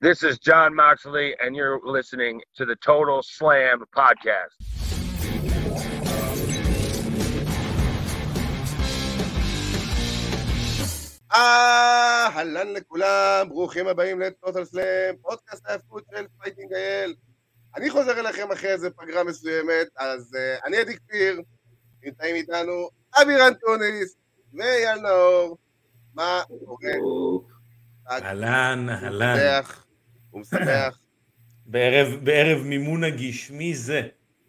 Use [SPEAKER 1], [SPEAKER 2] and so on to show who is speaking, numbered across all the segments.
[SPEAKER 1] This is John Moxley, and you're listening to the Total Slam Podcast.
[SPEAKER 2] אהלן לכולם, ברוכים הבאים לטוטל סלאם, פודקאסט ההפקות של פייטינג אייל. אני חוזר אליכם אחרי איזה פגרה מסוימת, אז uh, אני עדי כפיר, נמצאים איתנו אבירן טוניס ואייל נאור. מה קורה?
[SPEAKER 3] אהלן,
[SPEAKER 2] הוא
[SPEAKER 3] אהלן.
[SPEAKER 2] משמח, הוא משמח.
[SPEAKER 3] בערב, בערב מימון הגשמי זה.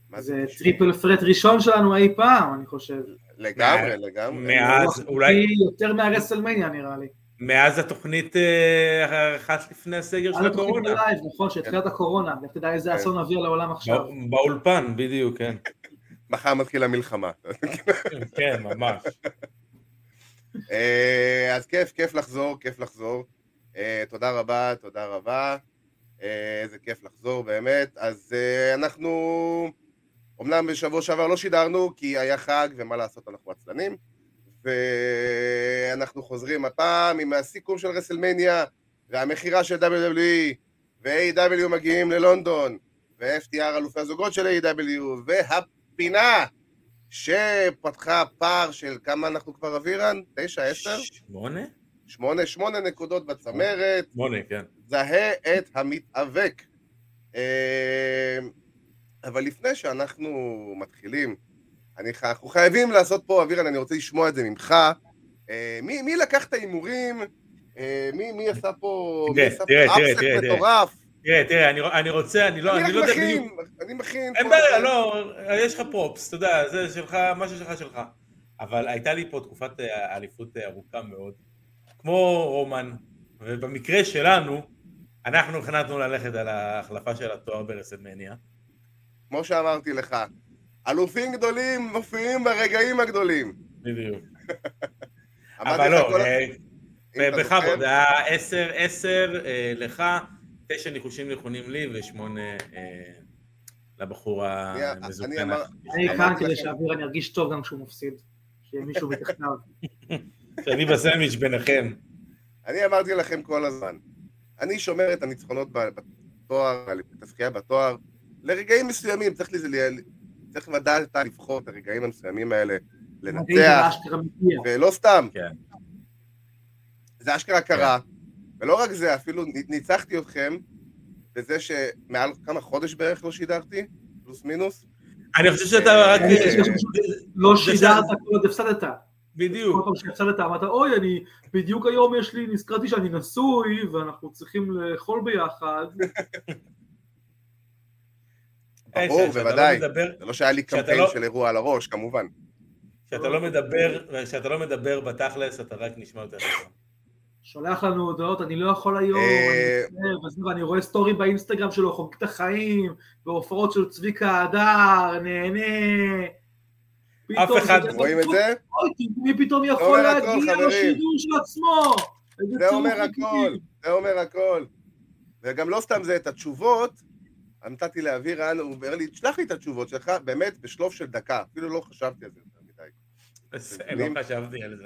[SPEAKER 2] מה
[SPEAKER 4] זה
[SPEAKER 2] קשור?
[SPEAKER 4] טריפל פרט ראשון שלנו אי פעם, אני חושב.
[SPEAKER 2] לגמרי, לגמרי.
[SPEAKER 3] מאז,
[SPEAKER 4] הוא
[SPEAKER 3] אולי,
[SPEAKER 4] הכי יותר מהרסלמניה נראה לי.
[SPEAKER 3] מאז התוכנית אה, אחת לפני הסגר של
[SPEAKER 4] היה לו תוכנית
[SPEAKER 3] הקורונה.
[SPEAKER 4] בלייב, נכון, שהתחילת הקורונה, לך תדע איזה
[SPEAKER 2] כן.
[SPEAKER 4] אסון אוויר לעולם עכשיו.
[SPEAKER 3] בא- באולפן, בדיוק, כן.
[SPEAKER 2] מחר מתחילה מלחמה.
[SPEAKER 3] כן, ממש.
[SPEAKER 2] אה, אז כיף, כיף לחזור, כיף לחזור. אה, תודה רבה, תודה רבה. אה, איזה כיף לחזור באמת. אז אה, אנחנו, אמנם בשבוע שעבר לא שידרנו, כי היה חג, ומה לעשות, אנחנו עצלנים. ואנחנו חוזרים הפעם עם הסיכום של רסלמניה, והמכירה של WWE, ו-AW מגיעים ללונדון, ו-FTR אלופי הזוגות של AW, והפינה שפתחה פער של כמה אנחנו כבר אבירן? תשע, עשר?
[SPEAKER 3] שמונה?
[SPEAKER 2] שמונה, שמונה נקודות בצמרת,
[SPEAKER 3] שמונה, כן.
[SPEAKER 2] זהה את המתאבק. אה, אבל לפני שאנחנו מתחילים, אני, ח- אנחנו חייבים לעשות פה, אבירן, אני רוצה לשמוע את זה ממך. אה, מי, מי לקח את ההימורים? אה, מי, מי עשה פה... מי
[SPEAKER 3] תראה,
[SPEAKER 2] עשה פה
[SPEAKER 3] תראה, תראה,
[SPEAKER 2] upset
[SPEAKER 3] תראה, תראה.
[SPEAKER 2] מטורף?
[SPEAKER 3] תראה, תראה, אני, אני רוצה, אני לא,
[SPEAKER 2] אני
[SPEAKER 3] אני לא
[SPEAKER 2] רק
[SPEAKER 3] יודע
[SPEAKER 2] מכין,
[SPEAKER 3] בדיוק.
[SPEAKER 2] אני מכין.
[SPEAKER 3] אין
[SPEAKER 2] פה-
[SPEAKER 3] בעיה, לא, יש לך פרופס, אתה יודע, זה שלך, מה ששלך שלך. אבל הייתה לי פה תקופת אה, אליפות אה, ארוכה מאוד, כמו רומן, ובמקרה שלנו, אנחנו החלטנו ללכת על ההחלפה של התואר ברסלמניה.
[SPEAKER 2] כמו שאמרתי לך, אלופים גדולים מופיעים ברגעים הגדולים.
[SPEAKER 3] בדיוק.
[SPEAKER 2] אמרתי
[SPEAKER 3] אבל
[SPEAKER 2] לך
[SPEAKER 3] לא,
[SPEAKER 2] כל-
[SPEAKER 3] אה,
[SPEAKER 2] אם אתה
[SPEAKER 3] בכבוד,
[SPEAKER 2] זוכר,
[SPEAKER 3] היה עשר, עשר אה, לך, תשע ניחושים נכונים לי ושמונה אה, לבחור
[SPEAKER 2] אני- אני
[SPEAKER 3] המזוקן.
[SPEAKER 2] אמר-
[SPEAKER 4] אני
[SPEAKER 2] אמרתי
[SPEAKER 4] כאן כדי
[SPEAKER 2] לכם.
[SPEAKER 4] שאבירן ירגיש טוב גם כשהוא מפסיד. שיהיה מישהו מתחתיו.
[SPEAKER 3] שאני בסנדוויץ' ביניכם.
[SPEAKER 2] אני אמרתי לכם כל הזמן, אני שומר את הניצחונות ב- בתואר, את הזכייה בתואר, לרגעים מסוימים, צריך, לזה, ל- צריך לדעת לבחור את הרגעים המסוימים האלה,
[SPEAKER 4] מדהים, זה
[SPEAKER 2] לנצח,
[SPEAKER 4] אשכרה מגיע.
[SPEAKER 2] ולא סתם.
[SPEAKER 3] כן.
[SPEAKER 2] זה אשכרה קרה, ולא רק זה, אפילו נ- ניצחתי אתכם בזה שמעל כמה חודש בערך לא שידרתי, פלוס מינוס,
[SPEAKER 3] אני חושב שאתה
[SPEAKER 2] אה,
[SPEAKER 3] רק...
[SPEAKER 2] אה,
[SPEAKER 3] זה-
[SPEAKER 4] לא
[SPEAKER 3] זה-
[SPEAKER 4] שידרת, כל עוד הפסדת. כל
[SPEAKER 3] בדיוק.
[SPEAKER 4] פעם שהפסדת אמרת, אוי, אני, בדיוק היום יש לי, נזכרתי שאני נשוי, ואנחנו צריכים לאכול ביחד.
[SPEAKER 3] אה,
[SPEAKER 2] ברור,
[SPEAKER 3] שאתה לא
[SPEAKER 2] בוודאי.
[SPEAKER 3] מדבר-
[SPEAKER 2] זה לא שהיה לי
[SPEAKER 3] כשאתה
[SPEAKER 2] קמפיין
[SPEAKER 3] לא-
[SPEAKER 2] של אירוע על הראש, כמובן.
[SPEAKER 3] כשאתה לא מדבר- כשאתה לא מדבר בתכלס, אתה רק נשמע יותר חכם.
[SPEAKER 4] שולח לנו הודעות, אני לא יכול היום,
[SPEAKER 2] אה,
[SPEAKER 4] אני מצטער, וזה, ואני רואה סטורי באינסטגרם שלו, חוגג את החיים, והופעות של צביקה הדר, נהנה. פתאום
[SPEAKER 3] אף אחד-
[SPEAKER 4] זה-
[SPEAKER 2] רואים את זה?
[SPEAKER 4] אוי, מי פתאום
[SPEAKER 2] זה
[SPEAKER 4] יכול
[SPEAKER 2] אומר הכל,
[SPEAKER 4] להגיע
[SPEAKER 2] חברים.
[SPEAKER 4] לשידור של עצמו? איזה
[SPEAKER 2] זה
[SPEAKER 4] צירוף
[SPEAKER 2] אומר
[SPEAKER 4] מקרים.
[SPEAKER 2] הכל, זה אומר הכל. וגם לא סתם זה, את התשובות, נתתי לאבירן, הוא אומר לי, תשלח לי את התשובות שלך, באמת, בשלוף של דקה, אפילו לא חשבתי על זה יותר מדי.
[SPEAKER 3] אז
[SPEAKER 2] מבינים?
[SPEAKER 3] לא חשבתי על זה.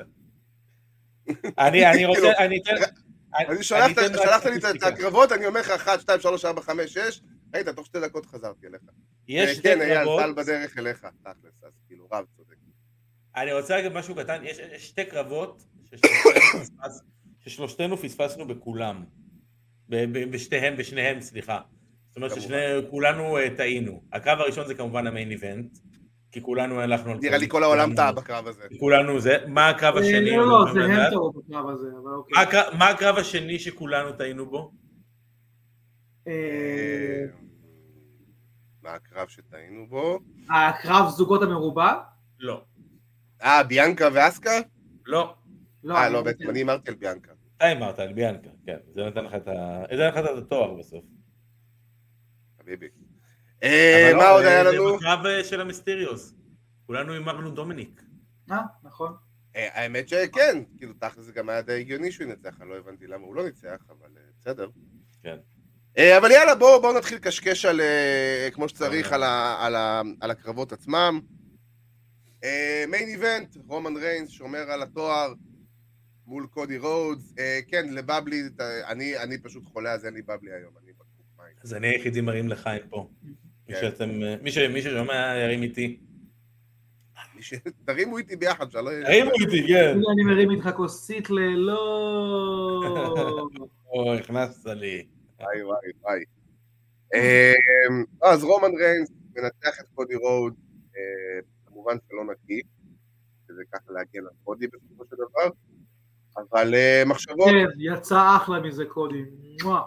[SPEAKER 3] אני אני רוצה, אני אתן...
[SPEAKER 2] כאילו, אני שלחת,
[SPEAKER 3] כן, אתן רק
[SPEAKER 2] שלחת לי את- את
[SPEAKER 3] סטטיסטיקה.
[SPEAKER 2] הקרבות, אני אומר לך, 1, 2, 3, 4, 5, 6, ראית, תוך שתי דקות חזרתי אליך.
[SPEAKER 3] יש שתי
[SPEAKER 2] כן, אייל,
[SPEAKER 3] קרבות.
[SPEAKER 2] טל בדרך אליך, תכלס, אז כאילו, רב, צודק.
[SPEAKER 3] אני רוצה להגיד משהו קטן, יש יש שתי קרבות ששלושתנו פספס- ששלושתנו פספסנו בכולם. ב- ב- בשתיהם, בשניהם, סליחה. זאת אומרת
[SPEAKER 2] כמובן.
[SPEAKER 3] שכולנו טעינו. הקרב הראשון זה כמובן המיין איבנט, כי כולנו הלכנו על...
[SPEAKER 2] נראה לי כל
[SPEAKER 3] כולנו- לא-
[SPEAKER 2] העולם טעה בקרב הזה.
[SPEAKER 3] כולנו זה, מה הקרב
[SPEAKER 4] אה,
[SPEAKER 3] השני?
[SPEAKER 4] לא, לא,
[SPEAKER 3] אתם
[SPEAKER 4] זה
[SPEAKER 3] יכולים לדעת?
[SPEAKER 4] הם טעו בקרב הזה, אבל אוקיי.
[SPEAKER 3] מה הקרב- מה הקרב השני שכולנו טעינו בו?
[SPEAKER 4] אה,
[SPEAKER 2] מה הקרב שטעינו בו?
[SPEAKER 4] הקרב זוגות המרובע?
[SPEAKER 3] לא.
[SPEAKER 2] אה, ביאנקה ואסקה?
[SPEAKER 3] לא.
[SPEAKER 2] אה,
[SPEAKER 4] אני
[SPEAKER 2] לא,
[SPEAKER 4] לא
[SPEAKER 2] בעצם
[SPEAKER 4] יודע.
[SPEAKER 2] אני הימרתי על ביאנקה.
[SPEAKER 3] אתה אמרת על ביאנקה, כן. זה נתן לך את ה- זה נתן לך את התואר בסוף.
[SPEAKER 2] חביבי. אה,
[SPEAKER 3] אבל לא,
[SPEAKER 2] מה עוד
[SPEAKER 3] זה-
[SPEAKER 2] היה
[SPEAKER 3] זה
[SPEAKER 2] לנו?
[SPEAKER 3] בקרב אה, של המיסטריוס. כולנו הימרנו דומיניק.
[SPEAKER 4] אה, נכון.
[SPEAKER 2] אה, האמת שכן, כאילו תכל'ס זה גם היה די הגיוני שהוא ינצח, אני לא הבנתי למה הוא לא ניצח, אבל אה, בסדר.
[SPEAKER 3] כן.
[SPEAKER 2] אה, אבל יאללה, בואו בואו נתחיל לקשקש על, אה, כמו שצריך
[SPEAKER 3] אה.
[SPEAKER 2] על ה- על ה- על הקרבות עצמם. אה, מיין איבנט, רומן ריינס שומר על התואר מול קודי רודס. אה, כן, לבבלי, ת- אני, אני פשוט חולה, אז אין לי בבלי היום, אני בקבוק מים.
[SPEAKER 3] אז אני היחידי מרים לחיים פה. מי
[SPEAKER 2] כן.
[SPEAKER 3] שאתם, אה, מי ש- מי ששומע ירים איתי.
[SPEAKER 2] מי ש- תרימו איתי ביחד, לא- שלא...
[SPEAKER 3] ירימו איתי, כן.
[SPEAKER 2] לא.
[SPEAKER 4] הנה אני מרים איתך כוסית ללא...
[SPEAKER 3] או, הכנסת לי.
[SPEAKER 2] וואי וואי וואי. אמ, אז רומן ריינס מנצח את קודי רוד, אה, כמובן שלא נקי, שזה ככה להגן על קודי בסופו של דבר, אבל אה, מחשבות,
[SPEAKER 4] כן, יצא אחלה מזה קודי. מואה.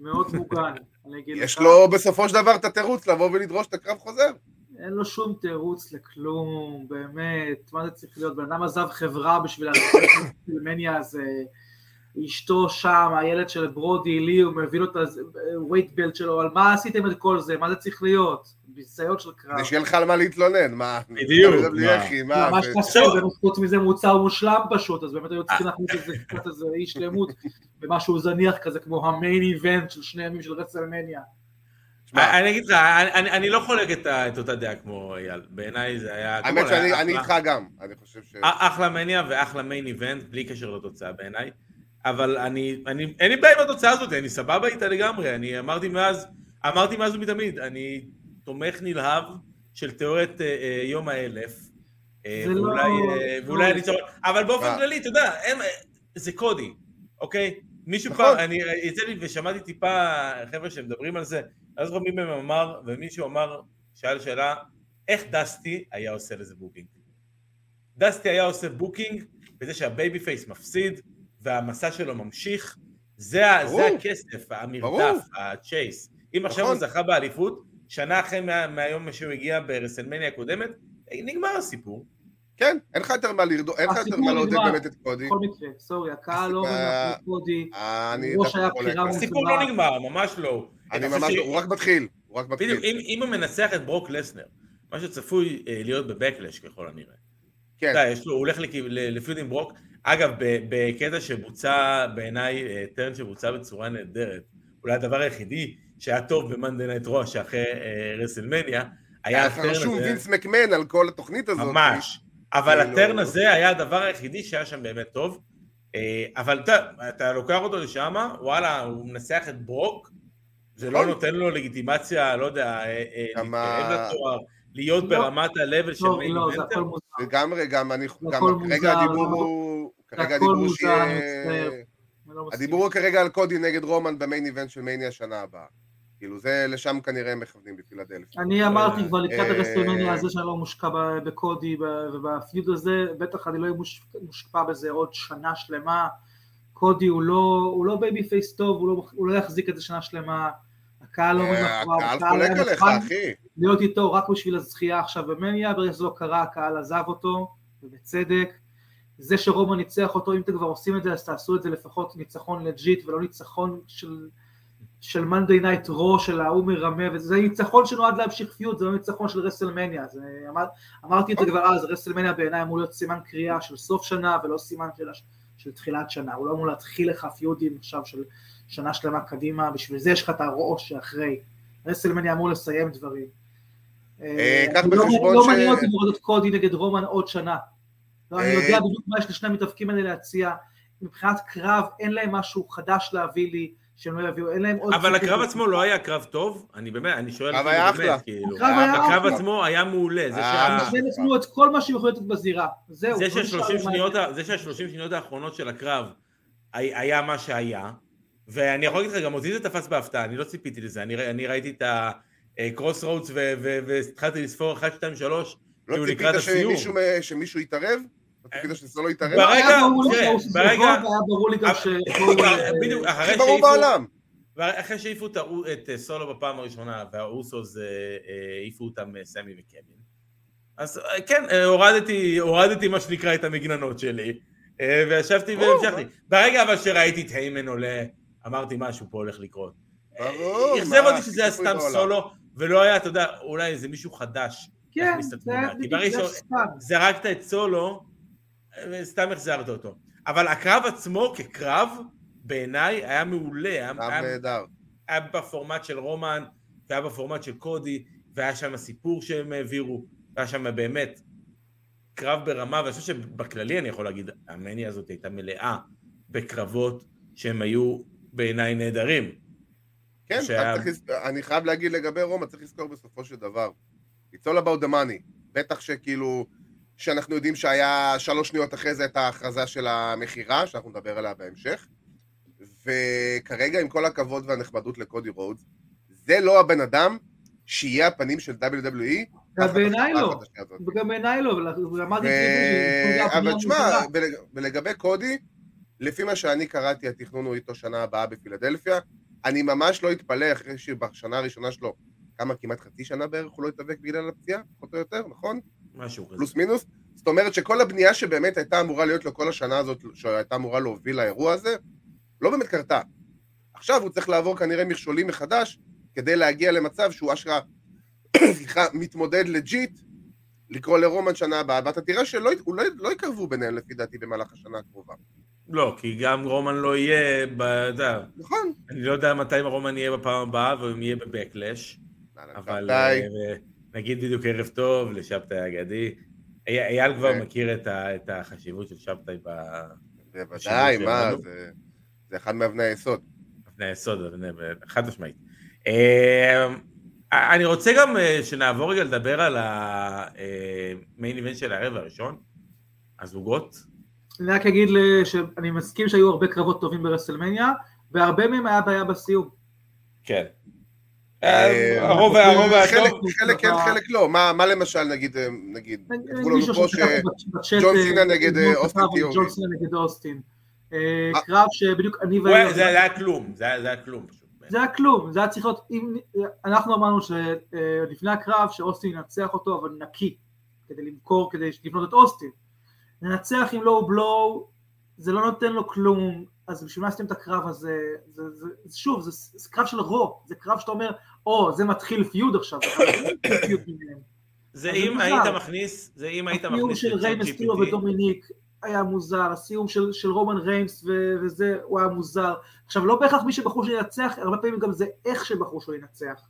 [SPEAKER 4] מאוד מוגן. אני אגיד
[SPEAKER 2] יש
[SPEAKER 4] לך,
[SPEAKER 2] לו בסופו של דבר את התירוץ לבוא ולדרוש את הקרב חוזר.
[SPEAKER 4] אין לו שום תירוץ לכלום, באמת. מה זה צריך להיות? בן אדם עזב חברה בשביל הסלמניה הזה. אה, אשתו שם, הילד של ברודי לי, הוא מביא לו את הווייט בלט שלו, על מה עשיתם את כל זה? מה זה צריך להיות? ביזיון של קרב.
[SPEAKER 2] כדי שיהיה לך על מה להתלונן, מה?
[SPEAKER 3] בדיוק,
[SPEAKER 2] אתה מדבר לי,
[SPEAKER 3] מה?
[SPEAKER 2] אחי, מה?
[SPEAKER 4] ממש
[SPEAKER 2] ו-
[SPEAKER 4] חסר, באמת חוץ מזה מוצר מושלם פשוט, אז באמת היו צריכים להכניס את זה קצת איזה אי שלמות במשהו זניח כזה כמו המיין איבנט של שני ימים של רצלמניה.
[SPEAKER 2] שמע,
[SPEAKER 3] אה, אני אגיד לך, אני- אני- אני לא חולק את ה- את אותה דעה כמו אייל. בעיניי זה היה...
[SPEAKER 2] האמת
[SPEAKER 3] כמובן,
[SPEAKER 2] שאני
[SPEAKER 3] היה
[SPEAKER 2] אני
[SPEAKER 3] אחלה- אה.
[SPEAKER 2] איתך גם, אני חושב ש...
[SPEAKER 4] אוקיי.
[SPEAKER 3] אחלה מניה ואחלה מיין איבנט, בלי קשר לתוצאה בעיניי. אבל אני, אני, אין לי בעיה עם התוצאה הזאת, אני סבבה איתה לגמרי. אני אמרתי מאז, אמרתי מאז ומתמיד, אני תומך נלהב של תיאוריית אה, אה, יום האלף. אה,
[SPEAKER 4] זה לא-
[SPEAKER 3] ואולי, אה, ואולי אני צור... אבל באופן
[SPEAKER 2] מה?
[SPEAKER 3] כללי, אתה יודע, הם, אה, זה קודי, אוקיי? מישהו
[SPEAKER 2] נכון.
[SPEAKER 3] פעם, אני אה, יצא לי ושמעתי טיפה חבר'ה שמדברים על זה, אני לא זוכר מי מהם אמר, ומישהו אמר, שאל שאלה, איך דסטי היה עושה לזה בוקינג? דסטי היה עושה בוקינג בזה שהבייבי פייס מפסיד והמסע שלו ממשיך, זה, ה-
[SPEAKER 2] ברור.
[SPEAKER 3] זה הכסף,
[SPEAKER 2] ברור.
[SPEAKER 3] המרדף, הצ'ייס. אם עכשיו
[SPEAKER 2] נכון.
[SPEAKER 3] הוא זכה באליפות, שנה אחרי מה, מהיום שהוא הגיע ברסלמניה הקודמת, נגמר הסיפור.
[SPEAKER 2] כן, אין לך יותר מה לרדו- אין לך יותר
[SPEAKER 4] הסיפור
[SPEAKER 2] מה לעודד
[SPEAKER 4] נגמר.
[SPEAKER 2] באמת את קודי.
[SPEAKER 4] בכל מקרה, סורי, הקהל לא
[SPEAKER 2] הסיבה-
[SPEAKER 4] רואה קודי,
[SPEAKER 2] אני
[SPEAKER 4] הראש
[SPEAKER 2] דווקא
[SPEAKER 4] היה
[SPEAKER 2] חולק.
[SPEAKER 4] בחירה מוזרה.
[SPEAKER 3] הסיפור לא נגמר, ממש לא.
[SPEAKER 2] אני
[SPEAKER 3] חושב
[SPEAKER 2] ממש,
[SPEAKER 3] ש-
[SPEAKER 2] הוא רק מתחיל, הוא רק מתחיל.
[SPEAKER 3] בדיוק, אם, אם הוא מנצח את ברוק לסנר, מה שצפוי אה, להיות בבקלש ככל הנראה.
[SPEAKER 2] כן.
[SPEAKER 3] אתה יודע, לא, יש לו, הוא הולך לכי- ל- לפיוד עם ברוק, אגב, ב- בקטע שבוצע, בעיניי, אה, טרן שבוצע בצורה נהדרת, אולי הדבר היחידי שהיה טוב במאנדי נייט רוע שאחרי אה, רסלמניה, היה
[SPEAKER 2] היה לך
[SPEAKER 3] הטרן
[SPEAKER 2] רשום
[SPEAKER 3] הזה,
[SPEAKER 2] וינס מקמן על כל התוכנית הזאת.
[SPEAKER 3] ממש, אבל
[SPEAKER 2] כאילו-
[SPEAKER 3] הטרן הזה היה הדבר היחידי שהיה שם באמת טוב, אה, אבל אתה, אתה לוקח אותו לשם, וואלה, הוא מנסח את ברוק, זה לא
[SPEAKER 2] נכון.
[SPEAKER 3] נותן לו לגיטימציה, לא יודע, אה, אה,
[SPEAKER 2] גם
[SPEAKER 3] להתקרב
[SPEAKER 2] ה-
[SPEAKER 3] לתואר, להיות
[SPEAKER 4] לא.
[SPEAKER 3] ברמת ה-level של
[SPEAKER 4] לא,
[SPEAKER 3] מיין
[SPEAKER 4] לא, זה
[SPEAKER 3] איבנטר.
[SPEAKER 4] הכל מוזר.
[SPEAKER 2] לגמרי, גם אני,
[SPEAKER 4] הכל
[SPEAKER 2] גם
[SPEAKER 4] מוזר,
[SPEAKER 2] כרגע הדיבור
[SPEAKER 4] הכל-
[SPEAKER 2] הוא, כרגע
[SPEAKER 4] הכל
[SPEAKER 2] הדיבור
[SPEAKER 4] מוזר,
[SPEAKER 2] שיהיה,
[SPEAKER 4] מצטער. אני לא מסכים.
[SPEAKER 2] הדיבור הוא כרגע על קודי נגד רומן במיין איבנט של מניה שנה הבאה. כאילו זה, לשם כנראה הם מכוונים בפילדלפי.
[SPEAKER 4] אני אמרתי כבר לקראת
[SPEAKER 2] אה,
[SPEAKER 4] הרסטרמניה הזה שאני לא מושקע ב- בקודי ב- ובפיוד הזה, בטח אני לא אהיה מוש- מושקע בזה עוד שנה שלמה. קודי הוא לא, הוא לא בייבי פייס טוב, הוא לא, הוא לא יחזיק את זה שנה שלמה. הקהל לא
[SPEAKER 2] אה,
[SPEAKER 4] ממחובר,
[SPEAKER 2] הקהל חולק
[SPEAKER 4] היה
[SPEAKER 2] עליך,
[SPEAKER 4] מוכן
[SPEAKER 2] אחי.
[SPEAKER 4] להיות איתו רק בשביל הזכייה עכשיו במניה, ברגע שזה לא קרה הקהל עזב אותו, ובצדק. זה שרומן ניצח אותו, אם אתם כבר עושים את זה אז תעשו את זה לפחות ניצחון לג'יט ולא ניצחון של, של Monday Night Raw של ההוא מרמה, וזה ניצחון שנועד להמשיך פיוד, זה לא ניצחון של רסלמניה, זה, אמר, אמרתי את זה כבר אז, רסלמניה בעיניי אמור להיות סימן קריאה של סוף שנה ולא סימן של, הש- של תחילת שנה, הוא לא אמור להתחיל לך פיודים עכשיו של שנה שלמה קדימה, בשביל זה יש לך את הראש שאחרי, רסלמניה אמור לסיים דברים.
[SPEAKER 2] אה, קח
[SPEAKER 4] לא-
[SPEAKER 2] בחשבון
[SPEAKER 4] לא
[SPEAKER 2] ש-
[SPEAKER 4] מעניין אותי לראות את קודי נגד רומן עוד שנה. לא, אני
[SPEAKER 2] אה,
[SPEAKER 4] יודע בדיוק מה יש לשני המתאבקים האלה להציע. מבחינת קרב, אין להם משהו חדש להביא לי, שהם לא יביאו, אין להם עוד...
[SPEAKER 3] אבל
[SPEAKER 4] סיפור.
[SPEAKER 3] הקרב עצמו לא היה קרב טוב, אני באמת, אני שואל,
[SPEAKER 2] הקרב
[SPEAKER 3] כאילו,
[SPEAKER 2] היה
[SPEAKER 3] באמת,
[SPEAKER 2] אחלה.
[SPEAKER 3] כאילו,
[SPEAKER 4] הקרב היה אוקיי,
[SPEAKER 3] הקרב
[SPEAKER 2] אחלה.
[SPEAKER 3] עצמו היה מעולה, זה
[SPEAKER 2] אה,
[SPEAKER 3] שה-
[SPEAKER 4] הם נתנו את כל מה שהם יכולים לתת בזירה. זהו.
[SPEAKER 3] זה
[SPEAKER 4] לא נשאר
[SPEAKER 3] שה-30
[SPEAKER 4] להם מה-
[SPEAKER 3] שניות, ה- זה שה-30 שניות האחרונות של הקרב הי- היה מה שהיה, ואני יכול להגיד לך, גם אותי זה תפס בהפתעה, אני לא ציפיתי לזה, אני ר- אני ראיתי את אה, הקרוס רודס והתחלתי לספור 1, 2, 3,
[SPEAKER 2] לא
[SPEAKER 3] כאילו,
[SPEAKER 2] ציפית
[SPEAKER 3] לקראת הסיום.
[SPEAKER 2] שמישהו, שמישהו יתערב? לא ציפית שזה לא יתערב?
[SPEAKER 3] ברגע-
[SPEAKER 4] היה ברור לי
[SPEAKER 3] תראה,
[SPEAKER 4] שהוא עושה
[SPEAKER 3] ברגע- אה,
[SPEAKER 4] גול, והיה ברור לי גם ש... אה,
[SPEAKER 3] בדיוק, אחרי
[SPEAKER 2] הכי ברור
[SPEAKER 3] שהעיפו-
[SPEAKER 2] בעולם.
[SPEAKER 3] ואחרי שהעיפו את האו- את אה, סולו בפעם הראשונה, והאוסוס אה, אה, העיפו אותם אה, סמי וקווין, אז אה, כן, אה, הורדתי, הורדתי מה שנקרא את המגננות שלי, אה, וישבתי
[SPEAKER 2] ברור.
[SPEAKER 3] והמשכתי. ברגע אבל שראיתי את היימן עולה, אמרתי משהו פה הולך לקרות.
[SPEAKER 2] ברור,
[SPEAKER 3] אה,
[SPEAKER 2] מה,
[SPEAKER 3] אכזב אותי
[SPEAKER 2] הכי
[SPEAKER 3] שזה היה
[SPEAKER 2] צפוי
[SPEAKER 3] סתם
[SPEAKER 2] בעולם.
[SPEAKER 3] סולו, ולא היה, אתה יודע, אולי איזה מישהו חדש.
[SPEAKER 4] כן,
[SPEAKER 3] להכניס את
[SPEAKER 4] זה היה
[SPEAKER 3] התמונה. כי ברגע
[SPEAKER 4] בדיוק, זה
[SPEAKER 3] ש-
[SPEAKER 4] סתם.
[SPEAKER 3] זרקת את סולו, אה, וסתם החזרת אותו. אבל הקרב עצמו כקרב, בעיניי, היה מעולה. היה-
[SPEAKER 2] גם אה,
[SPEAKER 3] היה
[SPEAKER 2] נהדר.
[SPEAKER 3] היה בפורמט של רומן, והיה בפורמט של קודי, והיה שם הסיפור שהם העבירו, והיה שם באמת קרב ברמה, ואני חושב שבכללי אני יכול להגיד, המניה הזאת הייתה מלאה בקרבות שהם היו בעיניי נהדרים.
[SPEAKER 2] כן,
[SPEAKER 3] שה-
[SPEAKER 2] רק צריך לז- אני חייב להגיד לגבי רומא, צריך לזכור בסופו של דבר. It's all about the money. בטח שכאילו, שאנחנו יודעים שהיה שלוש שניות אחרי זה את ההכרזה של המכירה, שאנחנו נדבר עליה בהמשך. וכרגע, עם כל הכבוד והנחמדות לקודי רודס, זה לא הבן אדם שיהיה הפנים של WWE. תחת
[SPEAKER 4] בעיניי
[SPEAKER 2] החברה
[SPEAKER 4] לא.
[SPEAKER 2] החדשה הזאת.
[SPEAKER 4] וגם בעיניי לא, ואמרתי את
[SPEAKER 2] ו-
[SPEAKER 4] זה,
[SPEAKER 2] אבל תשמע, ול- ולגבי קודי, לפי מה שאני קראתי, התכנון הוא איתו שנה הבאה בפילדלפיה. אני ממש לא אתפלא אחרי שבשנה הראשונה שלו, כמה, כמעט חצי שנה בערך, הוא לא התאבק בגלל הפציעה, פחות או יותר, נכון?
[SPEAKER 3] משהו כזה.
[SPEAKER 2] פלוס מינוס. זאת אומרת שכל הבנייה שבאמת הייתה אמורה להיות לו כל השנה הזאת, שהייתה אמורה להוביל לאירוע הזה, לא באמת קרתה. עכשיו הוא צריך לעבור כנראה מכשולים מחדש, כדי להגיע למצב שהוא אשכרה, סליחה, מתמודד לג'יט, לקרוא לרומן שנה הבאה, ואתה תראה שלא ית- הוא לא, לא יקרבו ביניהם לפי דעתי במהלך השנה הקרובה.
[SPEAKER 3] לא, כי גם רומן לא יהיה, ב- אתה יודע,
[SPEAKER 2] נכון.
[SPEAKER 3] אני לא יודע מתי רומן יהיה בפעם הבאה, ואם יהיה בבקלאש. אבל
[SPEAKER 2] אבל...
[SPEAKER 3] אה, נגיד בדיוק ערב טוב לשבתאי האגדי. אי- אייל כבר
[SPEAKER 2] כן.
[SPEAKER 3] מכיר את ה- את החשיבות של שבתאי בפני
[SPEAKER 2] בוודאי,
[SPEAKER 3] שהם
[SPEAKER 2] מה,
[SPEAKER 3] עלו.
[SPEAKER 2] זה, זה אחד מאבני היסוד.
[SPEAKER 3] היסוד, בפני- חד משמעית. אה, אני רוצה גם אה, שנעבור רגע לדבר על המיין איבנט של הערב הראשון, הזוגות.
[SPEAKER 4] אני רק אגיד ל- שאני מסכים שהיו הרבה קרבות טובים ברסלמניה, והרבה מהם היה בעיה בסיום.
[SPEAKER 3] כן.
[SPEAKER 2] אה,
[SPEAKER 3] הרוב הרוב היה
[SPEAKER 2] חלק-
[SPEAKER 3] טוב.
[SPEAKER 2] חלק כן, חלק לא. מה מה למשל, נגיד, אה, נגיד, אמרו לנו
[SPEAKER 4] מישהו
[SPEAKER 2] פה ש...
[SPEAKER 4] ששלח לי בצ'אט,
[SPEAKER 2] ג'ון
[SPEAKER 4] אה,
[SPEAKER 2] סינה נגד, אה,
[SPEAKER 4] דמות
[SPEAKER 2] אוסטין
[SPEAKER 4] כתב על
[SPEAKER 2] תיאורי.
[SPEAKER 4] ג'ון סינה נגד אוסטין. אה,
[SPEAKER 2] אה.
[SPEAKER 4] קרב שבדיוק אני
[SPEAKER 3] הוא היה- זה
[SPEAKER 4] ואני...
[SPEAKER 3] היה כלום, זה היה זה היה כלום. פשוט.
[SPEAKER 4] זה היה כלום, זה היה צריך להיות, אם, אנחנו אמרנו שלפני הקרב שאוסטין ינצח אותו אבל נקי, כדי למכור, כדי לבנות את אוסטין. לנצח עם לואו בלואו, זה לא נותן לו כלום, אז בשביל מה עשיתם את הקרב הזה, זה, זה, זה, שוב, זה, זה קרב של רו, זה קרב שאתה אומר, או, זה מתחיל פיוד עכשיו, אבל זה לא מתחיל פיוד ביניהם.
[SPEAKER 3] זה
[SPEAKER 4] אז
[SPEAKER 3] אם
[SPEAKER 4] בכלל.
[SPEAKER 3] היית מכניס, זה אם היית
[SPEAKER 4] הסיום
[SPEAKER 3] מכניס
[SPEAKER 4] של
[SPEAKER 3] את
[SPEAKER 4] ריימס
[SPEAKER 3] ChatGPT.
[SPEAKER 4] טירו ודומיניק היה מוזר, הסיום של, של רומן ריימס ו, וזה, הוא היה מוזר. עכשיו, לא בהכרח מי שבחרו שהוא ינצח, הרבה פעמים גם זה איך שבחרו שהוא ינצח.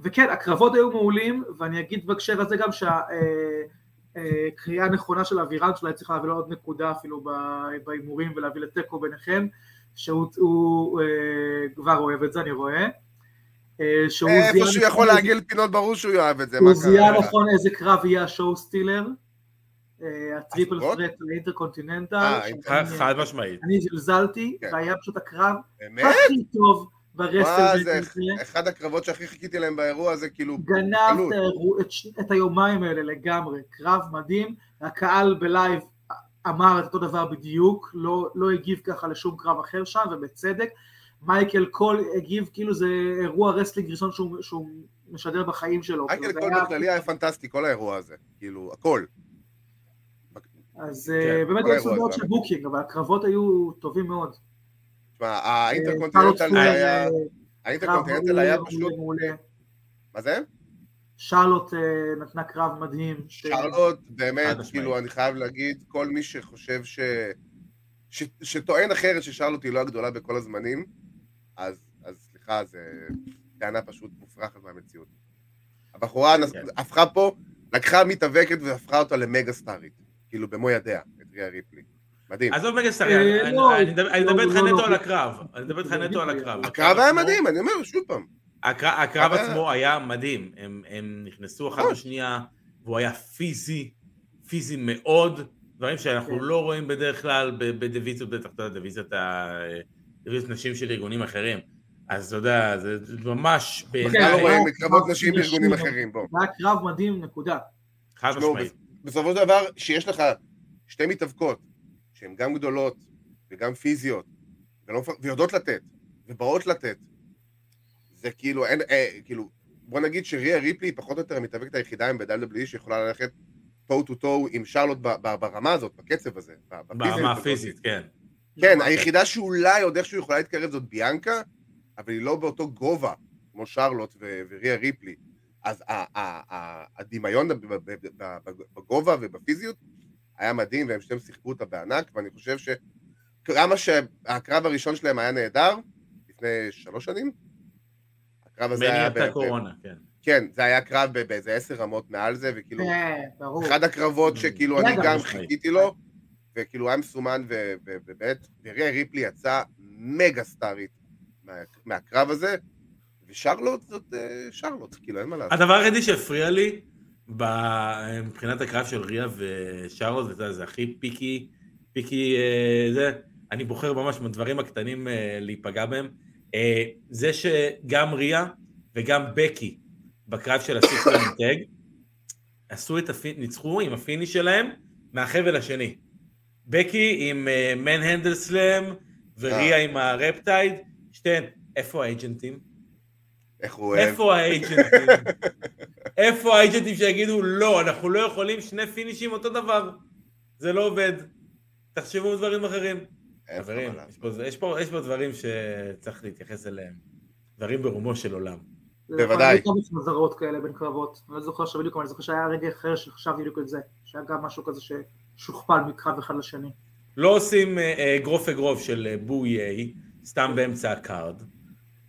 [SPEAKER 4] וכן, הקרבות היו מעולים, ואני אגיד בהקשר הזה גם אה, שהקריאה הנכונה של אבירן שלה היא צריכה להביא לו עוד נקודה אפילו ב- בהימורים ולהביא לתיקו ביניכם, שהוא הוא, אה, כבר אוהב את זה, אני רואה. אה, שהוא
[SPEAKER 2] איפה
[SPEAKER 4] זיהה
[SPEAKER 2] שהוא
[SPEAKER 4] נכון
[SPEAKER 2] יכול
[SPEAKER 4] איזה-
[SPEAKER 2] לעגל פינות, ברור שהוא יאהב את זה.
[SPEAKER 4] הוא
[SPEAKER 2] מה קרה
[SPEAKER 4] זיהה
[SPEAKER 2] לך?
[SPEAKER 4] נכון איזה קרב יהיה השואו סטילר, אה, הטריפל
[SPEAKER 2] הסיבות?
[SPEAKER 4] פרט לאינטרקונטיננטל,
[SPEAKER 2] אה,
[SPEAKER 4] שאני-
[SPEAKER 3] חד חד משמעית.
[SPEAKER 4] אני זלזלתי,
[SPEAKER 2] כן.
[SPEAKER 4] והיה פשוט הקרב
[SPEAKER 2] באמת?
[SPEAKER 4] הכי טוב ברסטל,
[SPEAKER 2] וואי, זה אחד הקרבות שהכי חיכיתי להם באירוע הזה, כאילו...
[SPEAKER 4] גנב
[SPEAKER 2] בקלות.
[SPEAKER 4] את האירוע- את ש- את היומיים האלה לגמרי, קרב מדהים, הקהל בלייב אמר את אותו דבר בדיוק, לא לא הגיב ככה לשום קרב אחר שם, ובצדק, מייקל קול הגיב כאילו זה אירוע רסלינג ראשון שהוא- שהוא משדר בחיים שלו,
[SPEAKER 2] מייקל
[SPEAKER 4] כאילו, זה
[SPEAKER 2] קול
[SPEAKER 4] היה-
[SPEAKER 2] בכללי היה פנטסטי, כל האירוע הזה. כאילו, הכל.
[SPEAKER 4] אז
[SPEAKER 3] כן,
[SPEAKER 4] אה, באמת
[SPEAKER 2] כל
[SPEAKER 4] היו
[SPEAKER 2] האירוע
[SPEAKER 4] סוגיות
[SPEAKER 2] הזה.
[SPEAKER 4] של בוקינג, אבל הקרבות היו טובים מאוד.
[SPEAKER 2] תשמע,
[SPEAKER 4] קרלוס
[SPEAKER 2] האינטרקונטיננטל
[SPEAKER 4] פלר,
[SPEAKER 2] היה...
[SPEAKER 4] אה,
[SPEAKER 2] האינטרקונטיננטל
[SPEAKER 4] מעולה,
[SPEAKER 2] היה
[SPEAKER 4] מעולה,
[SPEAKER 2] פשוט...
[SPEAKER 4] מעולה.
[SPEAKER 2] מה זה?
[SPEAKER 4] שרלוט אה, נתנה קרב מדהים. ש-
[SPEAKER 2] שרלוט, באמת,
[SPEAKER 3] חד משמעית.
[SPEAKER 2] כאילו, אני חייב להגיד, כל מי שחושב ש... ש... שטוען אחרת ששרלוט היא לא הגדולה בכל הזמנים, אז, אז סליחה, זו טענה פשוט מופרכת מהמציאות. הבחורה נס...
[SPEAKER 3] כן.
[SPEAKER 2] הפכה פה, לקחה מתאבקת והפכה אותה למגה סטארית, כאילו במו ידיה, את ריה ריפלי. מדהים.
[SPEAKER 3] עזוב רגע סתם,
[SPEAKER 4] אה,
[SPEAKER 3] אני-
[SPEAKER 4] לא,
[SPEAKER 3] אני מדבר- אני
[SPEAKER 4] לא,
[SPEAKER 3] מדבר איתך
[SPEAKER 4] לא, לא,
[SPEAKER 3] נטו
[SPEAKER 4] לא.
[SPEAKER 3] על הקרב, אני מדבר איתך נטו על הקרב.
[SPEAKER 2] הקרב היה
[SPEAKER 3] עצמו-
[SPEAKER 2] מדהים, אני אומר, שוב פעם.
[SPEAKER 3] הקר- הקרב
[SPEAKER 2] אבל-
[SPEAKER 3] עצמו היה מדהים, הם- הם נכנסו אחת
[SPEAKER 2] נכון.
[SPEAKER 3] בשנייה, והוא היה פיזי, פיזי מאוד, דברים שאנחנו
[SPEAKER 4] כן.
[SPEAKER 3] לא רואים בדרך כלל ב- בדיוויזיות, בטח, אתה יודע, דיוויזיות ה- דיוויזיות נשים של ארגונים אחרים. אז אתה יודע, זה ממש
[SPEAKER 2] אתה
[SPEAKER 4] כן,
[SPEAKER 2] לא
[SPEAKER 3] בעיניי,
[SPEAKER 4] היה
[SPEAKER 2] רואה
[SPEAKER 4] קרב
[SPEAKER 2] קרבות נשים
[SPEAKER 4] נשים.
[SPEAKER 2] בארגונים אחרים, בוא.
[SPEAKER 4] זה היה קרב מדהים, נקודה.
[SPEAKER 3] חד
[SPEAKER 2] תשמעו,
[SPEAKER 3] משמעית.
[SPEAKER 2] בסופו של דבר, שיש לך שתי מתאבקות, שהן גם גדולות וגם פיזיות, ולא, מפ- ויודעות לתת, ובאות לתת, זה כאילו, אין, אה, כאילו, בוא נגיד שריה ריפלי היא פחות או יותר המתאבקת היחידה עם ב-WWE שיכולה ללכת toe to toe עם שרלוט ב- ב- ברמה הזאת, בקצב הזה. ב- בפיזיות
[SPEAKER 3] ברמה
[SPEAKER 2] הזאת.
[SPEAKER 3] הפיזית, כן.
[SPEAKER 2] כן, היחידה שאולי עוד איכשהו יכולה להתקרב זאת ביאנקה, אבל היא לא באותו גובה כמו שרלוט ו- וריה ריפלי. אז ה- ה- ה- הדמיון ב- ב- ב- ב- בגובה ובפיזיות היה מדהים, והם שניהם שיחקו אותה בענק, ואני חושב שכמה שהקרב הראשון שלהם היה נהדר, לפני שלוש שנים, הקרב הזה היה...
[SPEAKER 3] מניעת
[SPEAKER 2] ב- ב-
[SPEAKER 3] הקורונה, כן.
[SPEAKER 2] כן, זה היה קרב ב- באיזה עשר רמות מעל זה, וכאילו,
[SPEAKER 4] כן, ברור.
[SPEAKER 2] כאילו- אחד הקרבות שכאילו אני
[SPEAKER 4] ידע,
[SPEAKER 2] גם
[SPEAKER 3] משמעית.
[SPEAKER 2] חיכיתי לו, וכאילו היה מסומן, ו- ו- ובאמת, נראה ריפלי יצא מגה סטארית מה- מהקרב הזה, ושרלוט זאת אה, שרלוט, כאילו, אין מה לעשות.
[SPEAKER 3] הדבר היחידי שהפריע לי ב- מבחינת הקרב של ריה ושרלוט, וזה זה הכי פיקי, פיקי אה, זה, אני בוחר ממש מהדברים הקטנים אה, להיפגע בהם. אה, זה שגם ריה וגם בקי בקרב של הסיקרן טג, עשו את הפי... ניצחו עם הפיניש שלהם מהחבל השני. בקי עם אה, מנהנדל סלאם וריה
[SPEAKER 2] אה.
[SPEAKER 3] עם הרפטייד, שתיהן, איפה האג'נטים?
[SPEAKER 2] איך הוא אוהב.
[SPEAKER 3] איפה האג'נטים? איפה האג'נטים שיגידו, לא, אנחנו לא יכולים שני פינישים אותו דבר. זה לא עובד. תחשבו על דברים אחרים.
[SPEAKER 2] אין לך מה
[SPEAKER 3] חברים,
[SPEAKER 2] לעשות.
[SPEAKER 3] יש פה- יש פה- יש פה דברים שצריך להתייחס אליהם. דברים ברומו של עולם.
[SPEAKER 2] בוודאי.
[SPEAKER 4] היו כמה חזרות כאלה בין קרבות, אני לא זוכר שבדיוק, אבל אני זוכר שהיה רגע אחר שחשבתי בדיוק את זה, שהיה גם משהו כזה ששוכפל מקרב אחד לשני.
[SPEAKER 3] לא עושים אה, אה, אגרוף אגרוף של אה, בוי איי, סתם באמצע הקארד,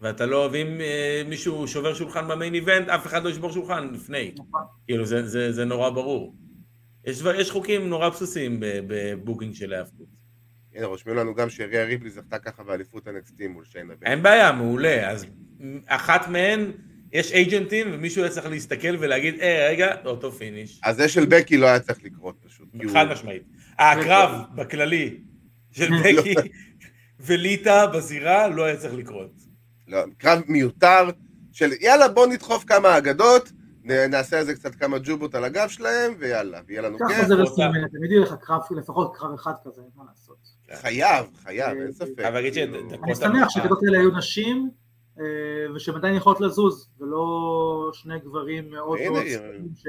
[SPEAKER 3] ואתה לא, ואם אה, מישהו שובר שולחן במיין איבנט, אף אחד לא ישבור שולחן לפני.
[SPEAKER 4] נכון.
[SPEAKER 3] כאילו, זה, זה, זה נורא ברור. יש, דבר- יש חוקים נורא בסיסיים ב- בבוקינג של ההיאבקות.
[SPEAKER 2] הנה, רושמים לנו גם שריה ריפלי זכתה ככה באליפות NXT מול שיינה בן.
[SPEAKER 3] אין בעיה, מעולה. אז אחת מהן, יש אייג'נטים, ומישהו היה צריך להסתכל ולהגיד, אה, רגע, אותו פיניש.
[SPEAKER 2] אז זה של בקי לא היה צריך לקרות פשוט. כי הוא-
[SPEAKER 3] חד משמעית. הקרב בכללי של בקי וליטא בזירה לא היה צריך לקרות.
[SPEAKER 2] לא, קרב מיותר של יאללה בוא נדחוף כמה אגדות, נ- נעשה על זה קצת כמה ג'ובות על הגב שלהם, ויאללה, ויהיה לנו
[SPEAKER 4] ככה
[SPEAKER 2] כיף.
[SPEAKER 4] זה
[SPEAKER 3] רוצה-
[SPEAKER 4] רסלמניה, תמיד יהיה לך קרב, לפחות קרב אחד כזה, אין מה לעשות.
[SPEAKER 2] חייב, חייב,
[SPEAKER 4] כן,
[SPEAKER 2] אין ספק.
[SPEAKER 3] אבל להגיד שאת-
[SPEAKER 2] כאילו,
[SPEAKER 3] כמו
[SPEAKER 4] אני
[SPEAKER 3] שאתה אמרת.
[SPEAKER 4] שמח שהגדות האלה היו נשים, אה, ושהן עדיין יכולות לזוז, ולא שני גברים מאוד
[SPEAKER 2] הנה,
[SPEAKER 4] מאוד
[SPEAKER 2] היא-
[SPEAKER 4] צפויים ש-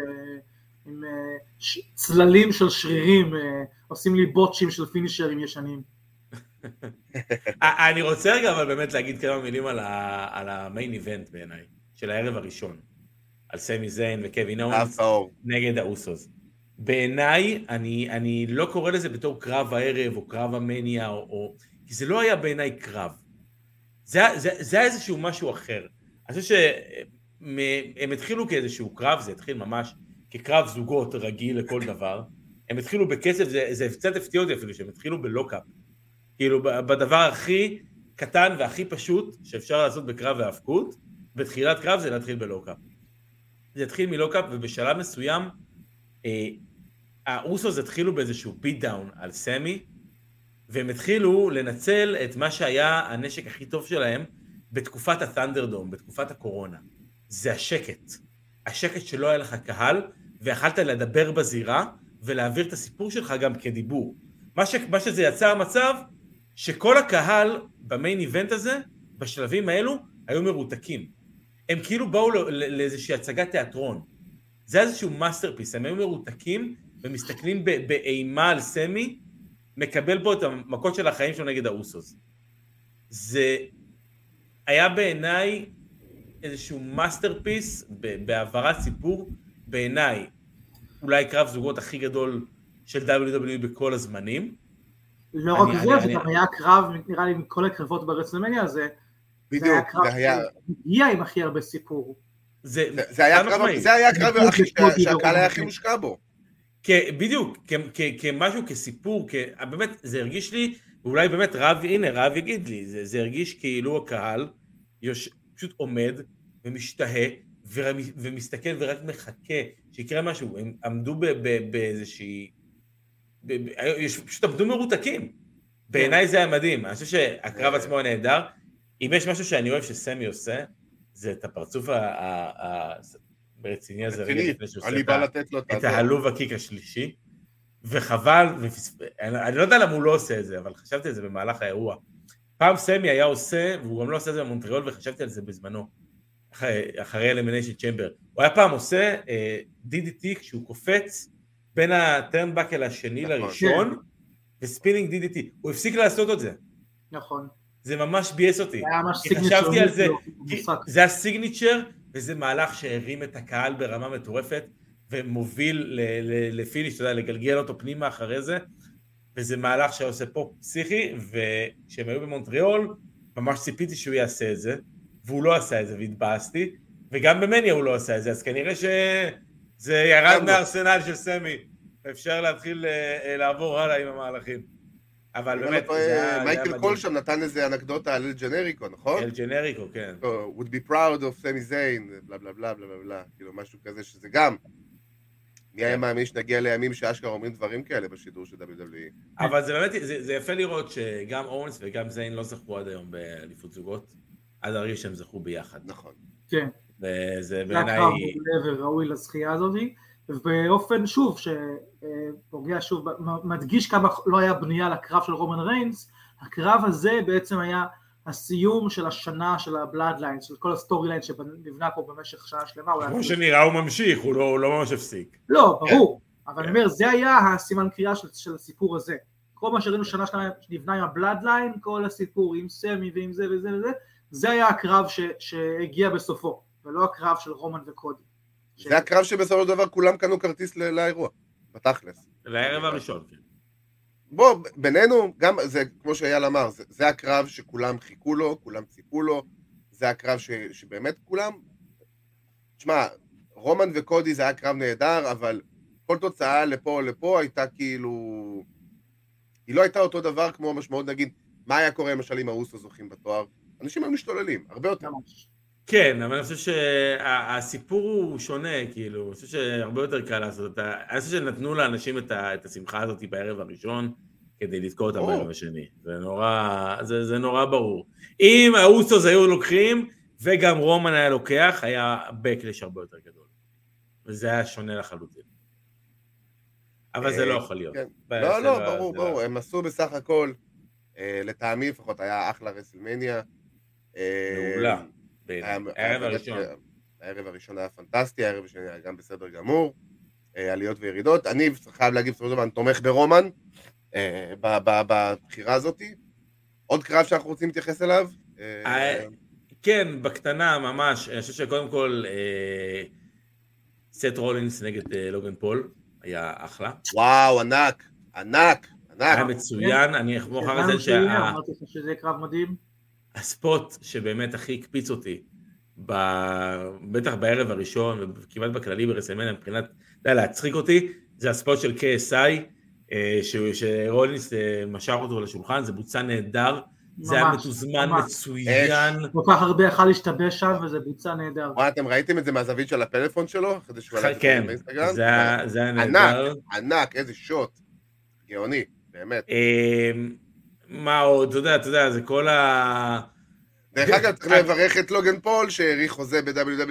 [SPEAKER 4] עם אה, ש- צללים של שרירים, אה, עושים לי בוטשים של פינישרים ישנים.
[SPEAKER 3] אה, אני רוצה רגע אבל באמת להגיד כמה מילים על ה- על המיין איבנט בעיניי, של הערב הראשון, על סמי זיין וקווין
[SPEAKER 2] אב
[SPEAKER 3] אורנס
[SPEAKER 2] טהור.
[SPEAKER 3] נגד האוסוס. בעיניי, אני, אני לא קורא לזה בתור קרב הערב או קרב המניה, או, או... כי זה לא היה בעיניי קרב. זה, היה- זה, זה היה איזשהו משהו אחר. אני חושב שהם התחילו כאיזשהו קרב, זה התחיל ממש כקרב זוגות רגיל לכל דבר. הם התחילו בקצב, זה, זה קצת הפתיע אותי אפילו, שהם התחילו בלוקאפ. כאילו, ב- בדבר הכי קטן והכי פשוט שאפשר לעשות בקרב והאבקות, בתחילת קרב זה להתחיל בלוקאפ. זה התחיל מלוקאפ, ובשלב מסוים, אה, האוסוס התחילו באיזשהו ביט דאון על סמי, והם התחילו לנצל את מה שהיה הנשק הכי טוב שלהם בתקופת הת'נדרדום, בתקופת הקורונה. זה השקט. השקט שלא היה לך קהל, ויכלת לדבר בזירה ולהעביר את הסיפור שלך גם כדיבור. מה, ש, מה שזה יצר מצב, שכל הקהל במיין איבנט הזה, בשלבים האלו, היו מרותקים. הם כאילו באו לא- לא- לאיזושהי הצגת תיאטרון. זה היה איזשהו מאסטרפיס, הם היו מרותקים ומסתכלים ב- באימה על סמי, מקבל פה את המכות של החיים שלו נגד האוסוס. זה היה בעיניי איזשהו מאסטרפיס ב- בהעברת סיפור, בעיניי אולי קרב זוגות הכי גדול של WWE בכל הזמנים.
[SPEAKER 4] לא רק
[SPEAKER 3] אני- אני-
[SPEAKER 4] זה, זה
[SPEAKER 3] אני-
[SPEAKER 4] גם היה קרב, נראה לי, מכל הקרבות ברסלמניה הזה, זה היה
[SPEAKER 2] בדיוק,
[SPEAKER 4] קרב
[SPEAKER 2] זה היה-
[SPEAKER 4] שהגיע עם הכי הרבה סיפור.
[SPEAKER 3] זה,
[SPEAKER 2] זה- זה היה
[SPEAKER 3] חד
[SPEAKER 2] הקרב-
[SPEAKER 3] משמעית.
[SPEAKER 2] זה היה הקרב
[SPEAKER 4] בדיוק,
[SPEAKER 2] הכי-
[SPEAKER 4] בדיוק,
[SPEAKER 2] שה- שהקהל היה
[SPEAKER 4] בדיוק.
[SPEAKER 2] הכי מושקע בו.
[SPEAKER 3] כ- בדיוק, כ- כ- כמשהו, כסיפור, כ- באמת, זה הרגיש לי, ואולי באמת רב, הנה, רב יגיד לי, זה, זה הרגיש כאילו הקהל יוש, פשוט עומד ומשתהה ורמ- ומסתכל ורק מחכה שיקרה משהו, הם עמדו ב- ב- באיזושהי... ב- ב- היו- יש- פשוט עמדו מרותקים. בעיניי זה היה מדהים, אני חושב שהקרב
[SPEAKER 2] אה.
[SPEAKER 3] עצמו היה נהדר. אם יש משהו שאני אוהב שסמי עושה, זה את הפרצוף ה- ה- ה- הרציני הזה, רגע
[SPEAKER 2] רציני,
[SPEAKER 3] לפני שהוא עושה
[SPEAKER 2] אני
[SPEAKER 3] את ה-
[SPEAKER 2] בא לתת לו את
[SPEAKER 3] את
[SPEAKER 2] הזה.
[SPEAKER 3] ההלוב הקיק השלישי, וחבל, ופס... אני, אני לא יודע למה הוא לא עושה את זה, אבל חשבתי על זה במהלך האירוע. פעם סמי היה עושה, והוא גם לא עושה את זה במונטריאול, וחשבתי על זה בזמנו, אחרי, אחרי אלמיניישן צ'מבר. הוא היה פעם עושה אה, DDT כשהוא קופץ בין הטרנבקל השני
[SPEAKER 2] נכון.
[SPEAKER 3] לראשון, וספינינג DDT. הוא הפסיק לעשות את זה,
[SPEAKER 4] נכון.
[SPEAKER 3] זה ממש ביאס אותי.
[SPEAKER 4] זה היה ממש לא
[SPEAKER 3] כי חשבתי על זה, כי
[SPEAKER 4] במשחק.
[SPEAKER 3] זה הסיגניצ'ר, וזה מהלך שהרים את הקהל ברמה מטורפת, ומוביל ל- ל- לפיניש, אתה יודע, לגלגל אותו פנימה אחרי זה, וזה מהלך שהיה עושה פה פסיכי, וכשהם היו במונטריאול, ממש ציפיתי שהוא יעשה את זה, והוא לא עשה את זה והתבאסתי, וגם במניה הוא לא עשה את זה, אז כנראה שזה ירד
[SPEAKER 2] גם לא.
[SPEAKER 3] מהארסנל של סמי. אפשר להתחיל אה, אה, לעבור הלאה עם המהלכים. אבל
[SPEAKER 2] אם
[SPEAKER 3] באמת,
[SPEAKER 2] אני לא
[SPEAKER 3] זה היה-
[SPEAKER 2] טועה,
[SPEAKER 3] זה
[SPEAKER 2] מייקל
[SPEAKER 3] היה
[SPEAKER 2] קול
[SPEAKER 3] מדהים.
[SPEAKER 2] שם נתן איזה אנקדוטה על אל ג'נריקו, נכון?
[SPEAKER 3] אל ג'נריקו, כן.
[SPEAKER 2] או, would be proud of סמי זיין, בלה בלה בלה בלה בלה בלה, כאילו משהו כזה שזה גם. מי
[SPEAKER 3] כן.
[SPEAKER 2] היה מאמין שנגיע לימים שאשכרה אומרים דברים כאלה בשידור של E? WWE?
[SPEAKER 3] אבל זה באמת, זה, זה יפה לראות שגם אורנס וגם זיין לא זכו עד היום באליפות זוגות, עד הרגע שהם זכו ביחד.
[SPEAKER 2] נכון.
[SPEAKER 4] כן.
[SPEAKER 3] וזה
[SPEAKER 4] זה
[SPEAKER 3] בעיניי...
[SPEAKER 4] הקרב מעולה וראוי לזכייה הזאת, ובאופן שוב, שפוגע שוב, מדגיש כמה לא היה בנייה לקרב של רומן ריינס, הקרב הזה בעצם היה הסיום של השנה של הבלאדליין, של כל הסטורי ליין שנבנה פה במשך שנה שלמה, הוא היה
[SPEAKER 3] כמו
[SPEAKER 4] כאילו-
[SPEAKER 3] שנראה הוא ממשיך, הוא לא, הוא לא ממש הפסיק.
[SPEAKER 4] לא, ברור, אבל אני
[SPEAKER 3] כן.
[SPEAKER 4] אומר, זה היה הסימן קריאה של, של הסיפור הזה. כל מה שראינו שנה שלמה שנבנה עם הבלאדליין, כל הסיפור עם סמי ועם זה וזה וזה, זה היה הקרב ש, שהגיע בסופו, ולא הקרב של רומן וקודי. ש-
[SPEAKER 2] זה הקרב שבסופו של דבר כולם קנו כרטיס ל- לאירוע, בתכלס.
[SPEAKER 3] לערב הראשון, כן.
[SPEAKER 2] בוא, בינינו, גם זה, כמו שאייל אמר, זה, זה הקרב שכולם חיכו לו, כולם ציפו לו, זה הקרב ש, שבאמת כולם... תשמע, רומן וקודי זה היה קרב נהדר, אבל כל תוצאה לפה או לפה הייתה כאילו... היא לא הייתה אותו דבר כמו המשמעות, נגיד, מה היה קורה למשל אם הרוסו זוכים בתואר? אנשים היו משתוללים, הרבה יותר.
[SPEAKER 4] ממש.
[SPEAKER 3] כן, אבל אני חושב שהסיפור הוא שונה, כאילו, אני חושב שהרבה יותר קל לעשות את ה... אני חושב שנתנו לאנשים את, ה... את השמחה הזאת בערב הראשון, כדי לתקוע אותם
[SPEAKER 2] ברור.
[SPEAKER 3] בערב השני. זה נורא, זה, זה נורא ברור. אם האוסטוס היו לוקחים, וגם רומן היה לוקח, היה בקליש הרבה יותר גדול. וזה היה שונה לחלוטין. אבל זה
[SPEAKER 2] אה,
[SPEAKER 3] לא יכול להיות.
[SPEAKER 2] כן.
[SPEAKER 3] ב-
[SPEAKER 2] לא,
[SPEAKER 3] זה
[SPEAKER 2] לא, ברור,
[SPEAKER 3] זה לא-
[SPEAKER 2] ברור, הם עשו בסך הכל, אה, לטעמי לפחות, היה אחלה רסלמניה.
[SPEAKER 3] לא-
[SPEAKER 2] אה,
[SPEAKER 3] מעולה. בעיניי.
[SPEAKER 2] היה- היה
[SPEAKER 3] הערב
[SPEAKER 2] באמת- אה,
[SPEAKER 3] הראשון.
[SPEAKER 2] הערב הראשון היה פנטסטי, הערב השני היה גם בסדר גמור, אה, עליות וירידות. אני חייב להגיד בסופו של דבר, אני תומך ברומן אה, ב- ב- בבחירה הזאת. עוד קרב שאנחנו רוצים להתייחס אליו? אה,
[SPEAKER 3] אה, כן, בקטנה ממש, אני חושב שקודם כל אה, סט רולינס נגד אה, לוגן פול, היה אחלה,
[SPEAKER 2] אה, וואו, ענק, ענק,
[SPEAKER 3] היה
[SPEAKER 2] ענק.
[SPEAKER 3] מצוין, אני אחבור אחר
[SPEAKER 4] ידענו
[SPEAKER 3] זה
[SPEAKER 4] שהנה,
[SPEAKER 3] שה...
[SPEAKER 4] אמרתי לך שזה יהיה קרב מדהים.
[SPEAKER 3] הספוט שבאמת הכי הקפיץ אותי, ב... בטח בערב הראשון וכמעט בכללי ברסלמניה מבחינת, אתה יודע, להצחיק אותי, זה הספוט של KSI, אה, ש... שרולינס אה, משך אותו לשולחן, זה בוצע נהדר, זה היה
[SPEAKER 4] ממש,
[SPEAKER 3] מתוזמן
[SPEAKER 4] ממש.
[SPEAKER 3] מצוין.
[SPEAKER 4] כל כך הרבה יכל להשתבש שם, וזה בוצע נהדר.
[SPEAKER 2] וואי, אתם ראיתם את זה מהזווית של הפלאפון שלו? אחרי זה שהוא עלה את זה
[SPEAKER 3] כן,
[SPEAKER 2] באינסטגרם?
[SPEAKER 3] זה היה- זה היה
[SPEAKER 2] ענק.
[SPEAKER 3] נהדר.
[SPEAKER 2] ענק, איזה שוט. גאוני, באמת.
[SPEAKER 3] אמ, מה עוד, אתה יודע, אתה יודע, זה כל ה...
[SPEAKER 2] דרך אגב, צריך
[SPEAKER 3] אה.
[SPEAKER 2] לברך את לוגן פול שהאריך חוזה E. ב-WWE.
[SPEAKER 3] הוא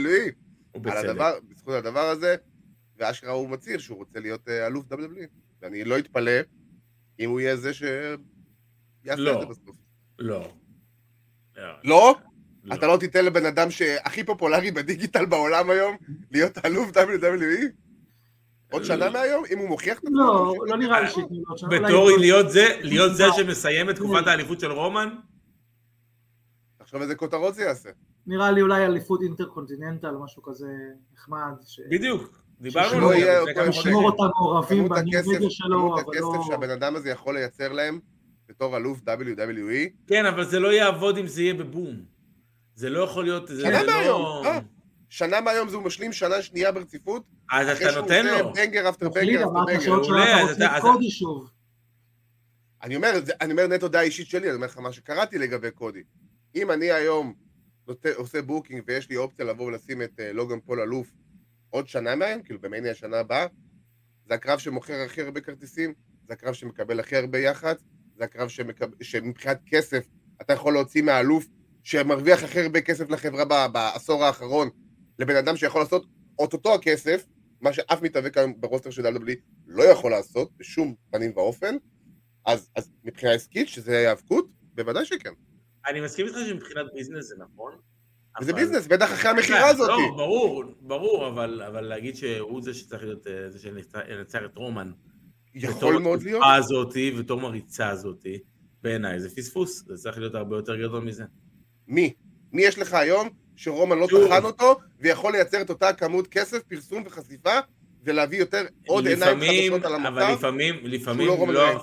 [SPEAKER 2] על
[SPEAKER 3] בצדק.
[SPEAKER 2] הדבר, בזכות הדבר הזה, ואשכרה הוא מצהיר שהוא רוצה להיות אה, אלוף WWE. ואני לא אתפלא אם הוא יהיה זה שיעשה
[SPEAKER 3] לא.
[SPEAKER 2] את זה בסוף.
[SPEAKER 3] לא. לא.
[SPEAKER 2] לא?
[SPEAKER 3] לא.
[SPEAKER 2] אתה לא תיתן לבן אדם שהכי פופולרי בדיגיטל בעולם היום להיות אלוף WWE? עוד
[SPEAKER 3] לא.
[SPEAKER 2] שנה מהיום? אם הוא מוכיח את עצמו?
[SPEAKER 4] לא,
[SPEAKER 2] שהוא-
[SPEAKER 4] לא נראה לי שייתנו לו שם.
[SPEAKER 3] בתור
[SPEAKER 4] אולי-
[SPEAKER 3] להיות זה, להיות זה
[SPEAKER 4] לא.
[SPEAKER 3] שמסיים את תקופת
[SPEAKER 4] לא.
[SPEAKER 3] האליפות של רומן?
[SPEAKER 2] תחשוב איזה כותרות זה יעשה.
[SPEAKER 4] נראה לי אולי אליפות אינטרקונטיננטל, משהו כזה נחמד. ש-
[SPEAKER 3] בדיוק. דיברנו
[SPEAKER 4] שלא
[SPEAKER 3] על
[SPEAKER 2] יהיה
[SPEAKER 3] זה
[SPEAKER 2] אותו
[SPEAKER 3] לפני כמה
[SPEAKER 2] המשמור
[SPEAKER 4] לשמור
[SPEAKER 3] חודשים.
[SPEAKER 4] אותם מעורבים
[SPEAKER 2] כמות
[SPEAKER 4] בניו
[SPEAKER 2] הכסף,
[SPEAKER 4] שלו,
[SPEAKER 2] כמות
[SPEAKER 4] אבל לא...
[SPEAKER 2] הכסף שהבן אדם הזה יכול לייצר להם בתור אלוף E. WWE,
[SPEAKER 3] כן, אבל זה לא יעבוד אם זה יהיה בבום. זה לא יכול להיות... זה-
[SPEAKER 2] שנה
[SPEAKER 3] זה לא-
[SPEAKER 2] מהיום, אה. שנה מהיום זה הוא משלים שנה שנייה ברציפות,
[SPEAKER 3] אז
[SPEAKER 2] אחרי
[SPEAKER 3] אתה
[SPEAKER 2] שהוא
[SPEAKER 3] נותן
[SPEAKER 2] עושה
[SPEAKER 3] לו.
[SPEAKER 2] בנגר אפטר
[SPEAKER 4] תחליט,
[SPEAKER 2] בנגר אפטר
[SPEAKER 4] אמרת
[SPEAKER 2] בנגר.
[SPEAKER 4] שעוד שנה
[SPEAKER 3] מעולה,
[SPEAKER 4] אתה
[SPEAKER 3] אז
[SPEAKER 4] רוצה
[SPEAKER 3] אתה-
[SPEAKER 4] את
[SPEAKER 3] אז-
[SPEAKER 4] קודי שוב.
[SPEAKER 2] אני אומר, את זה- אני אומר נטו דעה אישית שלי, אני אומר לך מה שקראתי לגבי קודי. אם אני היום נותן, עושה בוקינג ויש לי אופציה לבוא ולשים את אה, לוגן פול אלוף עוד שנה מהיום, כאילו במאניה השנה הבאה, זה הקרב שמוכר הכי הרבה כרטיסים, זה הקרב שמקבל הכי הרבה יח"צ, זה הקרב שמקב... שמבחינת כסף אתה יכול להוציא מהאלוף שמרוויח הכי הרבה כסף לחברה ב... בעשור האחרון, לבן אדם שיכול לעשות את אותו הכסף, מה שאף מתאבק היום ברוסטר של WWE לא יכול לעשות בשום פנים ואופן, אז, אז מבחינה עסקית, שזה היאבקות, בוודאי שכן.
[SPEAKER 3] אני מסכים איתך שמבחינת ביזנס זה נכון.
[SPEAKER 2] וזה
[SPEAKER 3] אבל-
[SPEAKER 2] ביזנס, בטח אחרי המכירה הזאת.
[SPEAKER 3] לא, ברור, ברור, אבל אבל להגיד שהוא זה שצריך להיות אה, זה שנצר את רומן.
[SPEAKER 2] יכול
[SPEAKER 3] בתור אה.
[SPEAKER 2] מאוד להיות.
[SPEAKER 3] התקופה הזאתי, בתור מריצה הזאתי, בעיניי זה פספוס, זה צריך להיות הרבה יותר גדול מזה.
[SPEAKER 2] מי? מי יש לך היום שרומן לא
[SPEAKER 3] שוב.
[SPEAKER 2] טחן אותו, ויכול לייצר את אותה כמות כסף, פרסום וחשיפה, ולהביא יותר עוד עיניים
[SPEAKER 3] לפעמים-
[SPEAKER 2] חדשות על
[SPEAKER 3] אבל
[SPEAKER 2] המוצר?
[SPEAKER 3] לפעמים, לפעמים
[SPEAKER 2] שהוא לא רומן
[SPEAKER 3] לא,
[SPEAKER 2] ריינס.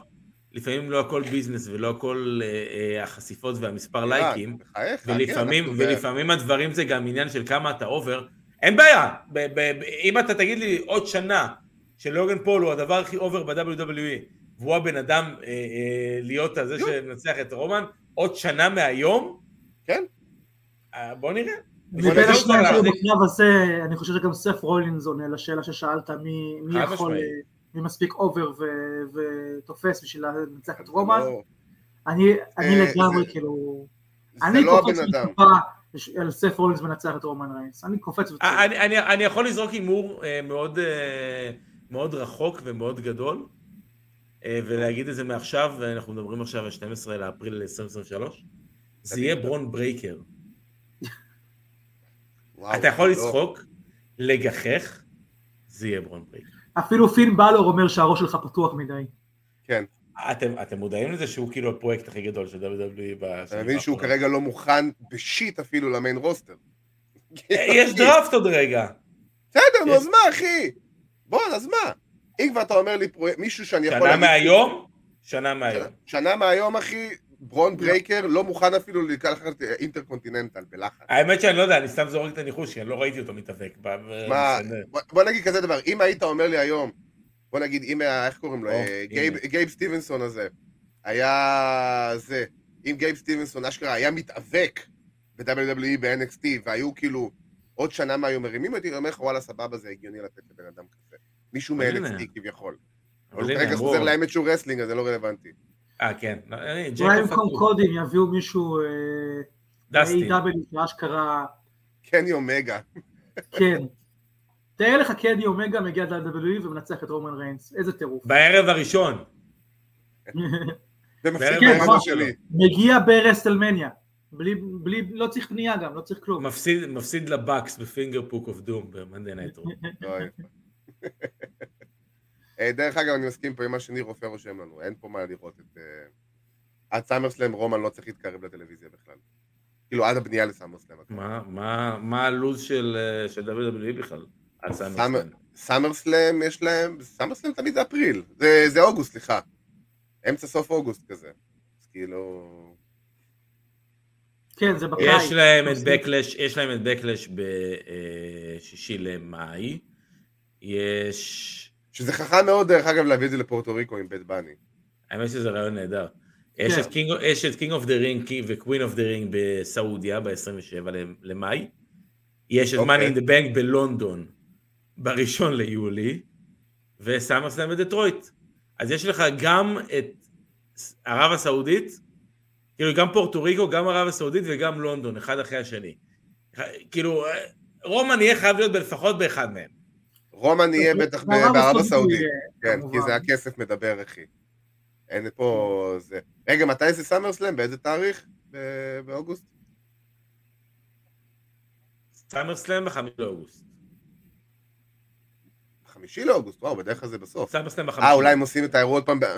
[SPEAKER 3] לפעמים לא הכל ביזנס ולא הכל אה, אה, החשיפות והמספר
[SPEAKER 2] רק,
[SPEAKER 3] לייקים,
[SPEAKER 2] בחייך,
[SPEAKER 3] ולפעמים,
[SPEAKER 2] כן, אנחנו ב-
[SPEAKER 3] ולפעמים הדברים זה גם עניין של כמה אתה אובר, אין בעיה, ב- ב- ב- אם אתה תגיד לי עוד שנה שלוגן פול הוא הדבר הכי אובר ב-WWE, E, והוא הבן אדם אה, אה, להיות הזה
[SPEAKER 2] יופ.
[SPEAKER 3] שמנצח את רומן, עוד שנה מהיום,
[SPEAKER 2] כן.
[SPEAKER 3] אה, בוא נראה.
[SPEAKER 2] נראה
[SPEAKER 4] מבין השניים
[SPEAKER 3] אותך
[SPEAKER 4] שלו
[SPEAKER 3] להחזיק.
[SPEAKER 4] בקרב הזה, אני חושב שגם סף רולינס עונה לשאלה ששאלת, מי מי
[SPEAKER 3] חד
[SPEAKER 4] יכול,
[SPEAKER 3] משמעית.
[SPEAKER 4] אה, מי מספיק אובר ו- ותופס בשביל לנצח את רומן.
[SPEAKER 2] לא,
[SPEAKER 4] אני אני
[SPEAKER 2] אה,
[SPEAKER 4] לגמרי,
[SPEAKER 2] זה-
[SPEAKER 4] כאילו,
[SPEAKER 2] זה
[SPEAKER 4] אני
[SPEAKER 2] לא
[SPEAKER 4] קופץ
[SPEAKER 2] הבן אדם.
[SPEAKER 4] בטיפה על סף רולינס מנצח את רומן ריינס, אני קופץ
[SPEAKER 3] אה,
[SPEAKER 4] בטיפה.
[SPEAKER 3] אני, אני, אני יכול לזרוק הימור אה, מאוד, אה, מאוד רחוק ומאוד גדול, אה, ולהגיד את זה מעכשיו, ואנחנו מדברים עכשיו על 12 לאפריל 2023, זה יהיה ברון ברייקר.
[SPEAKER 2] וואו,
[SPEAKER 3] אתה יכול
[SPEAKER 2] לא.
[SPEAKER 3] לצחוק, לגחך, זה יהיה ברון ברייקר.
[SPEAKER 4] אפילו פין בלור אומר שהראש שלך פתוח מדי.
[SPEAKER 3] אתם, אתם מודעים לזה שהוא כאילו הפרויקט הכי גדול של WWE בשנים
[SPEAKER 2] אתה מבין שהוא
[SPEAKER 3] האחרונות?
[SPEAKER 2] כרגע לא מוכן בשיט אפילו למיין רוסטר.
[SPEAKER 3] אה, יש דראפט עוד רגע.
[SPEAKER 2] בסדר, נו,
[SPEAKER 3] כן.
[SPEAKER 2] אז מה, אחי? בוא, אז מה? אם כבר אתה אומר לי פרויקט, מישהו שאני יכול...
[SPEAKER 3] שנה
[SPEAKER 2] להגיד- כן.
[SPEAKER 3] מהיום? שנה מהיום.
[SPEAKER 2] שנה מהיום, אחי, ברון ברייקר לא מוכן אפילו לקחת אה, אינטרקונטיננטל בלחץ.
[SPEAKER 3] האמת שאני לא יודע, אני סתם זורק את הניחוש, כי אני לא ראיתי אותו מתאבק. ב- ב-
[SPEAKER 2] מה,
[SPEAKER 3] בסדר.
[SPEAKER 2] בוא- בוא נגיד כזה דבר, אם היית אומר לי היום, בוא נגיד, אם היה, איך קוראים לו?
[SPEAKER 3] או,
[SPEAKER 2] אה, גייב-
[SPEAKER 3] הנה.
[SPEAKER 2] גייב סטיבנסון הזה, היה זה, אם גייב סטיבנסון אשכרה היה מתאבק E, ב-WWE ב-NXT, והיו כאילו עוד שנה מהיום מרימים אותי, אני אומר לך, וואלה, סבבה, זה הגיוני לתת לבן אדם כזה. מישהו
[SPEAKER 3] אבל הנה.
[SPEAKER 2] מ-NXT כביכול. אבל
[SPEAKER 3] אבל
[SPEAKER 2] הוא
[SPEAKER 3] הנה,
[SPEAKER 2] כרגע
[SPEAKER 3] אמרו-
[SPEAKER 2] אוקיי, חוזר לאמת שהוא רסלינג, אז זה לא רלוונטי.
[SPEAKER 3] אה, כן. לא, אה,
[SPEAKER 4] אולי
[SPEAKER 3] ג'ייקוב
[SPEAKER 4] במקום
[SPEAKER 3] פטור.
[SPEAKER 4] קודים יביאו מישהו, אה,
[SPEAKER 3] דסטין.
[SPEAKER 4] A.W. שאשכרה,
[SPEAKER 2] קני אומגה.
[SPEAKER 4] כן. תאר לך קדי אומגה מגיע ל-WWE ומנצח את רומן ריינס, איזה טירוף.
[SPEAKER 3] בערב הראשון.
[SPEAKER 2] זה מפסיק
[SPEAKER 3] כן,
[SPEAKER 2] ברמה
[SPEAKER 4] מה?
[SPEAKER 2] שלי.
[SPEAKER 4] מגיע ברסטלמניה, בלי, בלי, לא צריך פנייה גם, לא צריך כלום.
[SPEAKER 3] מפסיד- מפסיד לבקס בפינגר פוק אוף דום במנדי נייטרו.
[SPEAKER 2] לא, יפה. אה, דרך אגב, אני מסכים פה עם מה שניר רופא רושם לנו, אין פה מה לראות את... אה, עד סאמרסלאם רומן לא צריך להתקרב לטלוויזיה בכלל. כאילו, עד הבנייה לסאמרסלאם.
[SPEAKER 3] מה- מה מה הלו"ז של אה, של WWE בכלל? על סאמרסלאם.
[SPEAKER 2] סאמר- סאמרסלאם יש להם... סאמרסלאם תמיד זה אפריל. זה- זה אוגוסט, סליחה. אמצע סוף אוגוסט כזה. אז כאילו...
[SPEAKER 4] כן, זה בקיץ.
[SPEAKER 3] יש להם את
[SPEAKER 4] מפסיד.
[SPEAKER 3] בקלאש, יש להם את בקלאש בשישי למאי. יש...
[SPEAKER 2] שזה חכם מאוד, דרך אגב, להביא את זה לפורטו ריקו עם בית בני.
[SPEAKER 3] האמת שזה רעיון נהדר. יש
[SPEAKER 4] כן.
[SPEAKER 3] את קינג- יש את קינג אוף דה רינג וקווין אוף דה רינג בסעודיה ב-27 למאי. יש את
[SPEAKER 2] אוקיי.
[SPEAKER 3] מאני אין דה בנק בלונדון בראשון ליולי, וסאמרסלאם בדטרויט. אז יש לך גם את ערב הסעודית, כאילו גם פורטו ריקו, גם ערב הסעודית וגם לונדון, אחד אחרי השני. כאילו, אה, רומן יהיה חייב להיות לפחות באחד מהם.
[SPEAKER 2] רומן יהיה בטח ב- בערב הסעודית. כן,
[SPEAKER 4] כמובן.
[SPEAKER 2] כי זה הכסף מדבר, אחי. אין פה... זה... רגע, מתי זה סאמרסלאם? באיזה תאריך? ב- באוגוסט?
[SPEAKER 3] סאמרסלאם בחמישי לאוגוסט.
[SPEAKER 2] חמישי לאוגוסט, וואו, בדרך כלל זה בסוף.
[SPEAKER 3] סאמרסלאם בחמישי.
[SPEAKER 2] אה, אולי הם עושים את האירוע עוד פעם ב... אה,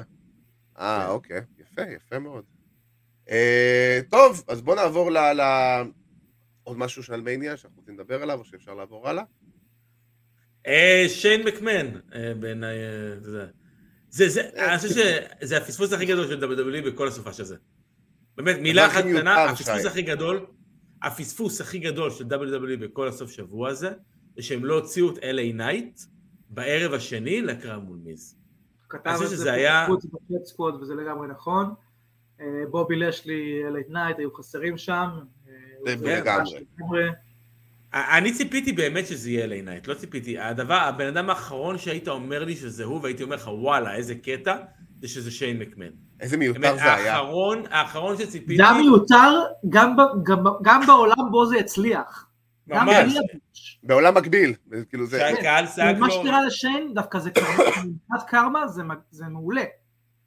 [SPEAKER 3] כן.
[SPEAKER 2] אוקיי. יפה, יפה מאוד. אה, טוב, אז בואו נעבור ל... ל- עוד משהו של מניה שאנחנו רוצים לדבר עליו, או שאפשר לעבור הלאה?
[SPEAKER 3] אה, שיין מקמן, אה, בעיניי, אה, זה, זה, זה,
[SPEAKER 2] אה,
[SPEAKER 3] אני חושב
[SPEAKER 2] כן.
[SPEAKER 3] שזה הפספוס הכי גדול של WWE בכל הסופה של זה. באמת, מילה
[SPEAKER 2] הדבר
[SPEAKER 3] אחת
[SPEAKER 2] הכי
[SPEAKER 3] קטנה,
[SPEAKER 2] מיותר,
[SPEAKER 3] הפספוס
[SPEAKER 2] שי.
[SPEAKER 3] הכי גדול, הפספוס הכי גדול של WWE בכל הסוף שבוע הזה, זה שהם לא הוציאו את LA נייט בערב השני לקרב מול מיז.
[SPEAKER 4] כתב
[SPEAKER 3] אני חושב
[SPEAKER 4] את זה
[SPEAKER 3] שזה
[SPEAKER 4] פה
[SPEAKER 3] היה-
[SPEAKER 4] בחוץ בצ'אט סקווד, וזה לגמרי נכון. אה, בובי לשלי, לייט נייט, היו חסרים שם. אה,
[SPEAKER 2] זה
[SPEAKER 4] הוא היה
[SPEAKER 2] לגמרי.
[SPEAKER 4] ממש לגמרי.
[SPEAKER 3] א- אני ציפיתי באמת שזה יהיה LA נייט, לא ציפיתי. הדבר, הבן אדם האחרון שהיית אומר לי שזה הוא, והייתי אומר לך, וואלה, איזה קטע, זה שזה שיין מקמן.
[SPEAKER 2] איזה
[SPEAKER 3] באמת,
[SPEAKER 2] מיותר זה היה.
[SPEAKER 3] האחרון, האחרון שציפיתי...
[SPEAKER 4] זה היה מיותר גם ב- גם- גם בעולם בו זה הצליח. גם
[SPEAKER 3] ממש.
[SPEAKER 4] בלי הבוש.
[SPEAKER 2] בעולם מקביל, כאילו זה...
[SPEAKER 4] כן.
[SPEAKER 3] שהקהל צעק
[SPEAKER 4] מה
[SPEAKER 3] לו...
[SPEAKER 4] שקרה לשיין, דווקא זה קרמה, מבחינת קרמה זה מ- זה מעולה.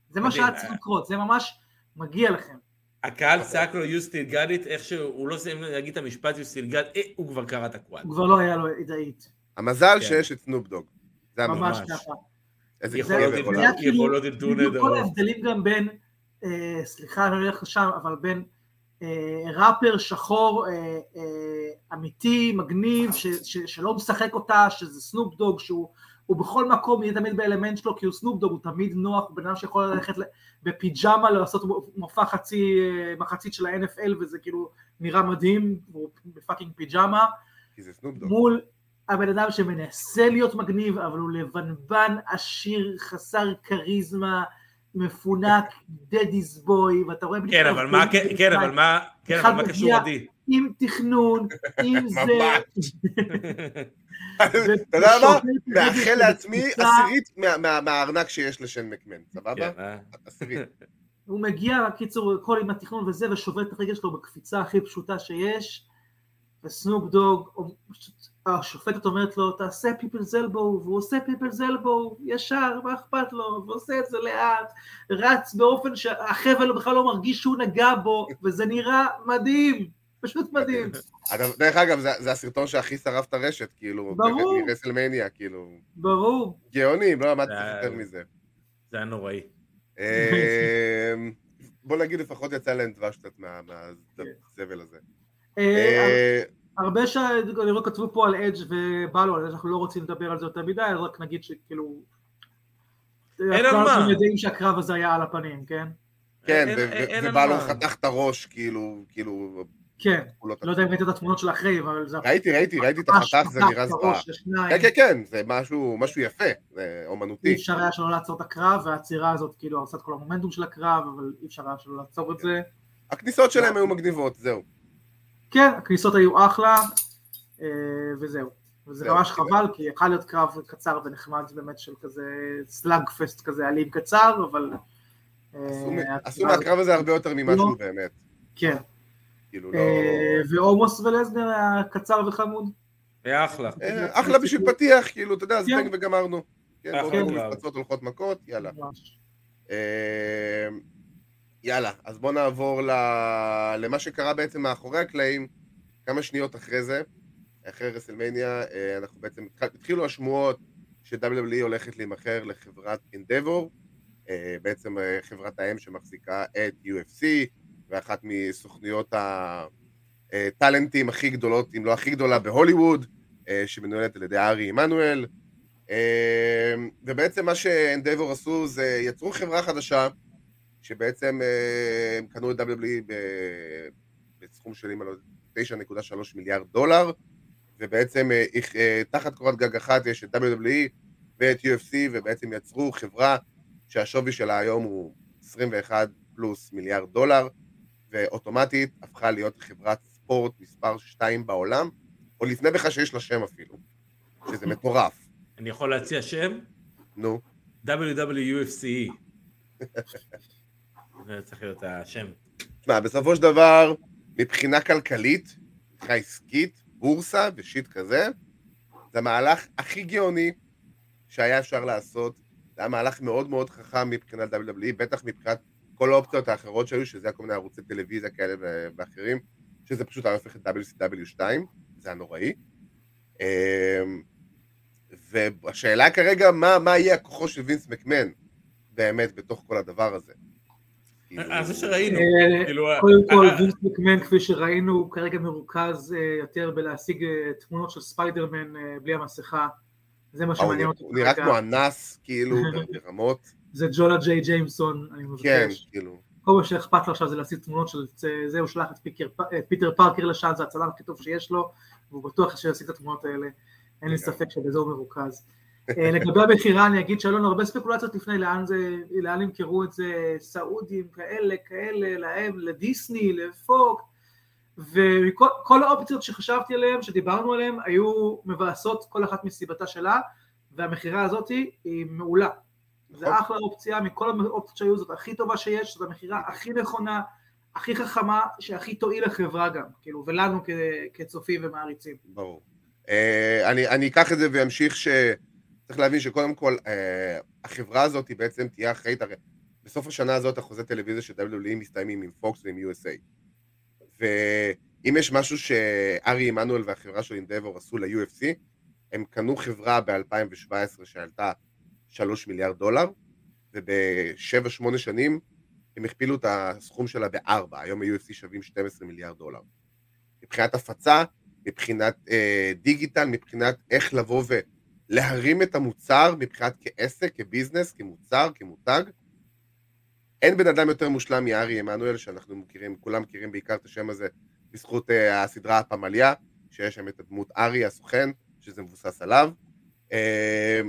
[SPEAKER 4] זה מה
[SPEAKER 3] מדהים.
[SPEAKER 4] שהיה צריך לקרות, זה ממש מגיע לכם.
[SPEAKER 3] הקהל צעק לו you still got it, איך שהוא לא סיים להגיד את המשפט you still got it, הוא כבר קרא את הקוואד.
[SPEAKER 4] הוא כבר לא היה לו את האיט.
[SPEAKER 2] המזל
[SPEAKER 3] כן.
[SPEAKER 2] שיש את סנופ דוג. זה המזל.
[SPEAKER 4] ממש
[SPEAKER 3] ממש.
[SPEAKER 4] ככה.
[SPEAKER 2] איזה
[SPEAKER 4] יכול
[SPEAKER 2] גבר
[SPEAKER 4] להיות
[SPEAKER 2] עולם.
[SPEAKER 4] זה היה כאילו-
[SPEAKER 3] יכולות איבדו
[SPEAKER 4] בדיוק כל
[SPEAKER 3] נהדרות.
[SPEAKER 4] ההבדלים גם בין, אה, סליחה, אני הולך לשם, אבל בין אה, ראפר שחור אה, אה, אמיתי, מגניב, ש, ש, שלא משחק אותה, שזה סנופ דוג, שהוא הוא בכל מקום יהיה תמיד באלמנט שלו, כי הוא סנופדוג, הוא תמיד נוח, הוא בן אדם שיכול ללכת ל- בפיג'מה, לעשות מופע חצי, אה, מחצית של ה-NFL, וזה כאילו נראה מדהים, הוא בפאקינג פיג'מה,
[SPEAKER 2] כי זה
[SPEAKER 3] לא.
[SPEAKER 2] סנופדוג.
[SPEAKER 4] מול הבן אדם שמנסה להיות מגניב, אבל הוא לבנבן, עשיר, חסר כריזמה, מפונק, דדיס בוי, ואתה רואה... בדיוק
[SPEAKER 3] כן, אבל מה, כן, כן, אבל מה, כן, אבל
[SPEAKER 4] אחד
[SPEAKER 3] מה
[SPEAKER 4] מגיע-
[SPEAKER 3] קשור עדי?
[SPEAKER 4] עם תכנון, עם זה...
[SPEAKER 2] ממש. אתה יודע מה? מאחל לעצמי עשירית מה- מה- מהארנק שיש לשן מקמן, סבבה?
[SPEAKER 3] כן, אה?
[SPEAKER 2] עשירית.
[SPEAKER 4] הוא מגיע, קיצור, הכל עם התכנון וזה, ושובר את הרגל שלו בקפיצה הכי פשוטה שיש, וסנופ דוג, השופטת אומרת לו, תעשה פיפלס אלבו, והוא עושה פיפלס אלבו, ישר, מה אכפת לו, ועושה את זה לאט, רץ באופן שהחבל בכלל לא מרגיש שהוא נגע בו, וזה נראה מדהים, פשוט מדהים.
[SPEAKER 2] אגב, דרך אגב, זה זה הסרטון שהכי שרף את הרשת, כאילו,
[SPEAKER 4] ברור.
[SPEAKER 2] מרסלמניה, כאילו,
[SPEAKER 4] ברור,
[SPEAKER 2] גאונים, לא עמדתי
[SPEAKER 3] אה.
[SPEAKER 2] יותר מזה.
[SPEAKER 3] זה היה נוראי.
[SPEAKER 2] אמ, בוא נגיד, לפחות יצא להם דבש קצת מה- מהזבל הזה.
[SPEAKER 4] אה,
[SPEAKER 2] אה,
[SPEAKER 4] הרבה שכנראה כתבו פה על אדג' ובא לו, אז אנחנו לא רוצים לדבר על זה יותר מדי, אז רק נגיד שכאילו...
[SPEAKER 3] על מה.
[SPEAKER 4] אנחנו יודעים שהקרב הזה היה על הפנים, כן?
[SPEAKER 2] כן,
[SPEAKER 3] אין-
[SPEAKER 2] ו-
[SPEAKER 3] אין- אין
[SPEAKER 2] ו-
[SPEAKER 3] על
[SPEAKER 2] ובא לו
[SPEAKER 3] מה.
[SPEAKER 2] חתך את הראש, כאילו, כאילו,
[SPEAKER 4] כן.
[SPEAKER 2] הוא לא
[SPEAKER 4] לא יודע אם ראית את התמונות של אחרי, אבל זה...
[SPEAKER 2] ראיתי, ראיתי, ראיתי את
[SPEAKER 4] ממש
[SPEAKER 2] החתך, זה
[SPEAKER 4] פתח
[SPEAKER 2] נראה
[SPEAKER 4] את
[SPEAKER 2] זוועה.
[SPEAKER 4] הראש לשניים.
[SPEAKER 2] כן, כן, כן, זה משהו, משהו יפה, זה
[SPEAKER 4] אי
[SPEAKER 2] אומנותי.
[SPEAKER 4] אפשר היה שלא לעצור את הקרב, והעצירה הזאת כאילו הרסה את כל המומנטום של הקרב, אבל אי אפשר היה שלא לעצור את זה.
[SPEAKER 2] הכניסות שלהם היו מגניבות, זהו.
[SPEAKER 4] כן, הכניסות היו אחלה, אה, וזהו. וזה
[SPEAKER 2] זהו,
[SPEAKER 4] ממש
[SPEAKER 2] כאילו.
[SPEAKER 4] חבל, כי יכול להיות קרב קצר ונחמד באמת של כזה סלאג פסט כזה אלים קצר, אבל... אה,
[SPEAKER 2] עשו מ- עשו
[SPEAKER 4] העצירה הזאת-
[SPEAKER 2] מהקרב הזה הרבה יותר ממה
[SPEAKER 4] לא.
[SPEAKER 2] שהוא באמת.
[SPEAKER 4] כן.
[SPEAKER 2] כאילו, לא...
[SPEAKER 4] אה, ועומוס ולסנר היה קצר וחמוד.
[SPEAKER 3] היה אחלה.
[SPEAKER 2] אה, אחלה בשביל פתיח, כאילו, אתה יודע,
[SPEAKER 4] כן. אה,
[SPEAKER 2] זבנג וגמרנו. כן,
[SPEAKER 3] אחלה
[SPEAKER 2] הולכות
[SPEAKER 3] קרב.
[SPEAKER 2] מפלצות הולכות מכות, יאללה.
[SPEAKER 4] ממש.
[SPEAKER 2] אה, יאללה, אז בואו נעבור ל- למה שקרה בעצם מאחורי הקלעים, כמה שניות אחרי זה, אחרי רסלמניה, אה, אנחנו בעצם, התח- התחילו השמועות ש-WWE הולכת להימכר לחברת Endeavor, אה, בעצם אה, חברת האם שמחזיקה את UFC, ואחת מסוכנויות הטאלנטים הכי גדולות, אם לא הכי גדולה בהוליווד, אה, שמנוהלת על ידי ארי עמנואל. אה, ובעצם מה שאנדבור עשו זה יצרו חברה חדשה, שבעצם אה, הם קנו את WWE ב- בסכום של אם אני לא יודע, 9.3 מיליארד דולר, ובעצם אה, איך- אה, תחת קורת גג אחת יש את WWE ואת UFC, ובעצם יצרו חברה שהשווי שלה היום הוא 21 פלוס מיליארד דולר, ואוטומטית הפכה להיות חברת ספורט מספר 2 בעולם, או לפני בכלל שיש לה שם אפילו, שזה מטורף.
[SPEAKER 3] אני יכול להציע שם?
[SPEAKER 2] נו.
[SPEAKER 3] WWUFCE. E. זה צריך להיות השם.
[SPEAKER 2] תשמע, בסופו של דבר, מבחינה כלכלית, מבחינה עסקית, בורסה ושיט כזה, זה המהלך הכי גאוני שהיה אפשר לעשות. זה היה מהלך מאוד מאוד חכם מבחינת WWE, בטח מבחינת כל האופציות האחרות שהיו, שזה היה כל מיני ערוצי טלוויזיה כאלה ו- ואחרים, שזה פשוט היה הופך את WCW 2, זה היה נוראי. אמ, והשאלה כרגע, מה, מה יהיה הכוחו של וינס מקמן באמת בתוך כל הדבר הזה?
[SPEAKER 3] אה, זה שראינו.
[SPEAKER 4] אה,
[SPEAKER 3] כאילו, אה,
[SPEAKER 4] קודם כל,
[SPEAKER 3] אה,
[SPEAKER 4] וינס מקמן, כפי שראינו, הוא כרגע מרוכז אה, יותר בלהשיג אה, תמונות של ספיידרמן אה, בלי המסכה. זה מה
[SPEAKER 2] מה, אה, הוא
[SPEAKER 4] שמעניין
[SPEAKER 2] נראה-
[SPEAKER 4] אותו.
[SPEAKER 2] הוא נראה
[SPEAKER 4] כרגע.
[SPEAKER 2] כמו אנס, כאילו, ברמות.
[SPEAKER 4] זה ג'ולה ג'יי ג'יימסון, אני
[SPEAKER 2] כן,
[SPEAKER 4] מבקש.
[SPEAKER 2] כאילו.
[SPEAKER 4] כל מה שאכפת לו עכשיו זה להשיג תמונות של זה, זה, הוא שלח את פיקר- את פיטר פארקר לשם, זה הצלם הכי טוב שיש לו, והוא בטוח שהוא ישיג את התמונות האלה, אין לי
[SPEAKER 2] לגמרי.
[SPEAKER 4] ספק שבזה הוא מרוכז. אה, לגבי המכירה אני אגיד שהיו לנו הרבה ספקולציות לפני לאן זה, לאן ימכרו את זה, סעודים כאלה, כאלה, להם, לדיסני, לפוק, וכל כל האופציות שחשבתי עליהן, שדיברנו עליהן, היו מבאסות, כל אחת מסיבתה שלה, והמכירה הזאת היא מעולה.
[SPEAKER 2] נכון.
[SPEAKER 4] זה אחלה אופציה, מכל האופציות שהיו, זאת הכי טובה שיש, זאת המכירה הכי נכונה, הכי חכמה, שהכי תועיל לחברה גם, כאילו, ולנו כ- כצופים ומעריצים.
[SPEAKER 2] ברור. אה, אני, אני אקח את זה ואמשיך ש... צריך להבין שקודם כל, אה, החברה הזאת היא בעצם תהיה אחראית, הרי בסוף השנה הזאת החוזה טלוויזיה של WWE מסתיימים עם פוקס ועם USA. ואם יש משהו שארי עמנואל והחברה של אינדבור עשו ל-UFC, הם קנו חברה ב-2017 שעלתה 3 מיליארד דולר, וב-7-8 שנים הם הכפילו את הסכום שלה בארבע, היום ה-UFC שווים 12 מיליארד דולר. מבחינת הפצה, מבחינת אה, דיגיטל, מבחינת איך לבוא להרים את המוצר מבחינת כעסק, כביזנס, כמוצר, כמותג. אין בן אדם יותר מושלם מארי עמנואל, שאנחנו מכירים, כולם מכירים בעיקר את השם הזה בזכות אה, הסדרה הפמליה, שיש שם את הדמות ארי הסוכן, שזה מבוסס עליו. אה,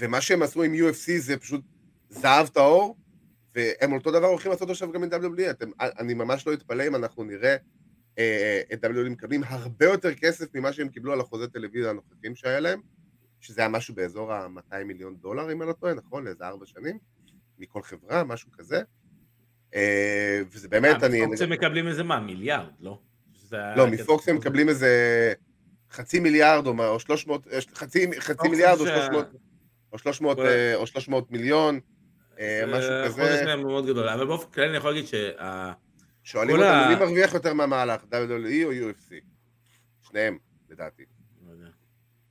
[SPEAKER 2] ומה שהם עשו עם UFC זה פשוט זהב טהור, והם אותו דבר הולכים לעשות עכשיו גם עם WWE. אתם, אני ממש לא אתפלא אם אנחנו נראה אה, את WWE מקבלים הרבה יותר כסף ממה שהם קיבלו על החוזה טלוויזיה הנוכחים שהיה להם, שזה היה משהו באזור ה-200 מיליון דולר, אם אני לא טועה, נכון? לאיזה ארבע שנים, מכל חברה, משהו כזה. אה, וזה באמת,
[SPEAKER 3] אה,
[SPEAKER 2] אני...
[SPEAKER 3] מפוקס הם מקבלים איזה מה, מיליארד, לא? שזה היה-
[SPEAKER 2] לא, מפוקס
[SPEAKER 3] כן.
[SPEAKER 2] הם מקבלים איזה חצי מיליארד או מה, או 300, אה, חצי, חצי
[SPEAKER 3] פוקס
[SPEAKER 2] מיליארד או
[SPEAKER 3] זה-
[SPEAKER 2] 300, או 300,
[SPEAKER 3] וואי.
[SPEAKER 2] אה, או 300 מיליון, אה, משהו
[SPEAKER 3] אה, החודש
[SPEAKER 2] כזה.
[SPEAKER 3] שלהם הוא מאוד גדול, אבל באופן כללי אני יכול להגיד אה, שה...
[SPEAKER 2] שואלים
[SPEAKER 3] כל
[SPEAKER 2] אותנו
[SPEAKER 3] ה-
[SPEAKER 2] מי מרוויח יותר מהמהלך, WWE או UFC? שניהם, לדעתי.
[SPEAKER 3] לא יודע.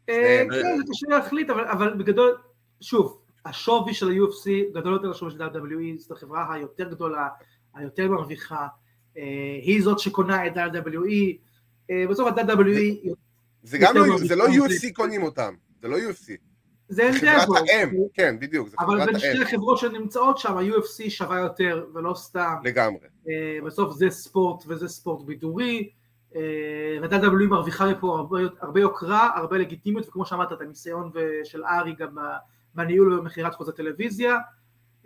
[SPEAKER 4] אה,
[SPEAKER 2] שניהם.
[SPEAKER 4] כן, זה קשה להחליט, אבל- אבל בגדול, שוב, השווי של ה-UFC גדול יותר מהשווי של WWE, זאת החברה היותר גדולה, היותר מרוויחה, אה, היא זאת שקונה את WWE, אה, בסוף ה-WWE,
[SPEAKER 2] זה גם
[SPEAKER 4] יותר
[SPEAKER 2] לא, זה לא
[SPEAKER 4] מרוויח.
[SPEAKER 2] UFC קונים אותם, זה לא UFC.
[SPEAKER 4] זה אין
[SPEAKER 2] חברת
[SPEAKER 4] דאגו,
[SPEAKER 2] האם, כן, בדיוק, זה
[SPEAKER 4] אבל
[SPEAKER 2] חברת
[SPEAKER 4] בין שתי
[SPEAKER 2] האם,
[SPEAKER 4] החברות שנמצאות שם, ה-UFC שווה יותר, ולא סתם,
[SPEAKER 2] לגמרי.
[SPEAKER 4] אה, בסוף זה ספורט וזה ספורט בידורי, ו-WWE מרוויחה מפה הרבה, הרבה יוקרה, הרבה לגיטימיות, וכמו שאמרת, את הניסיון ו- של ארי גם ב- בניהול ובמכירת חוזה טלוויזיה.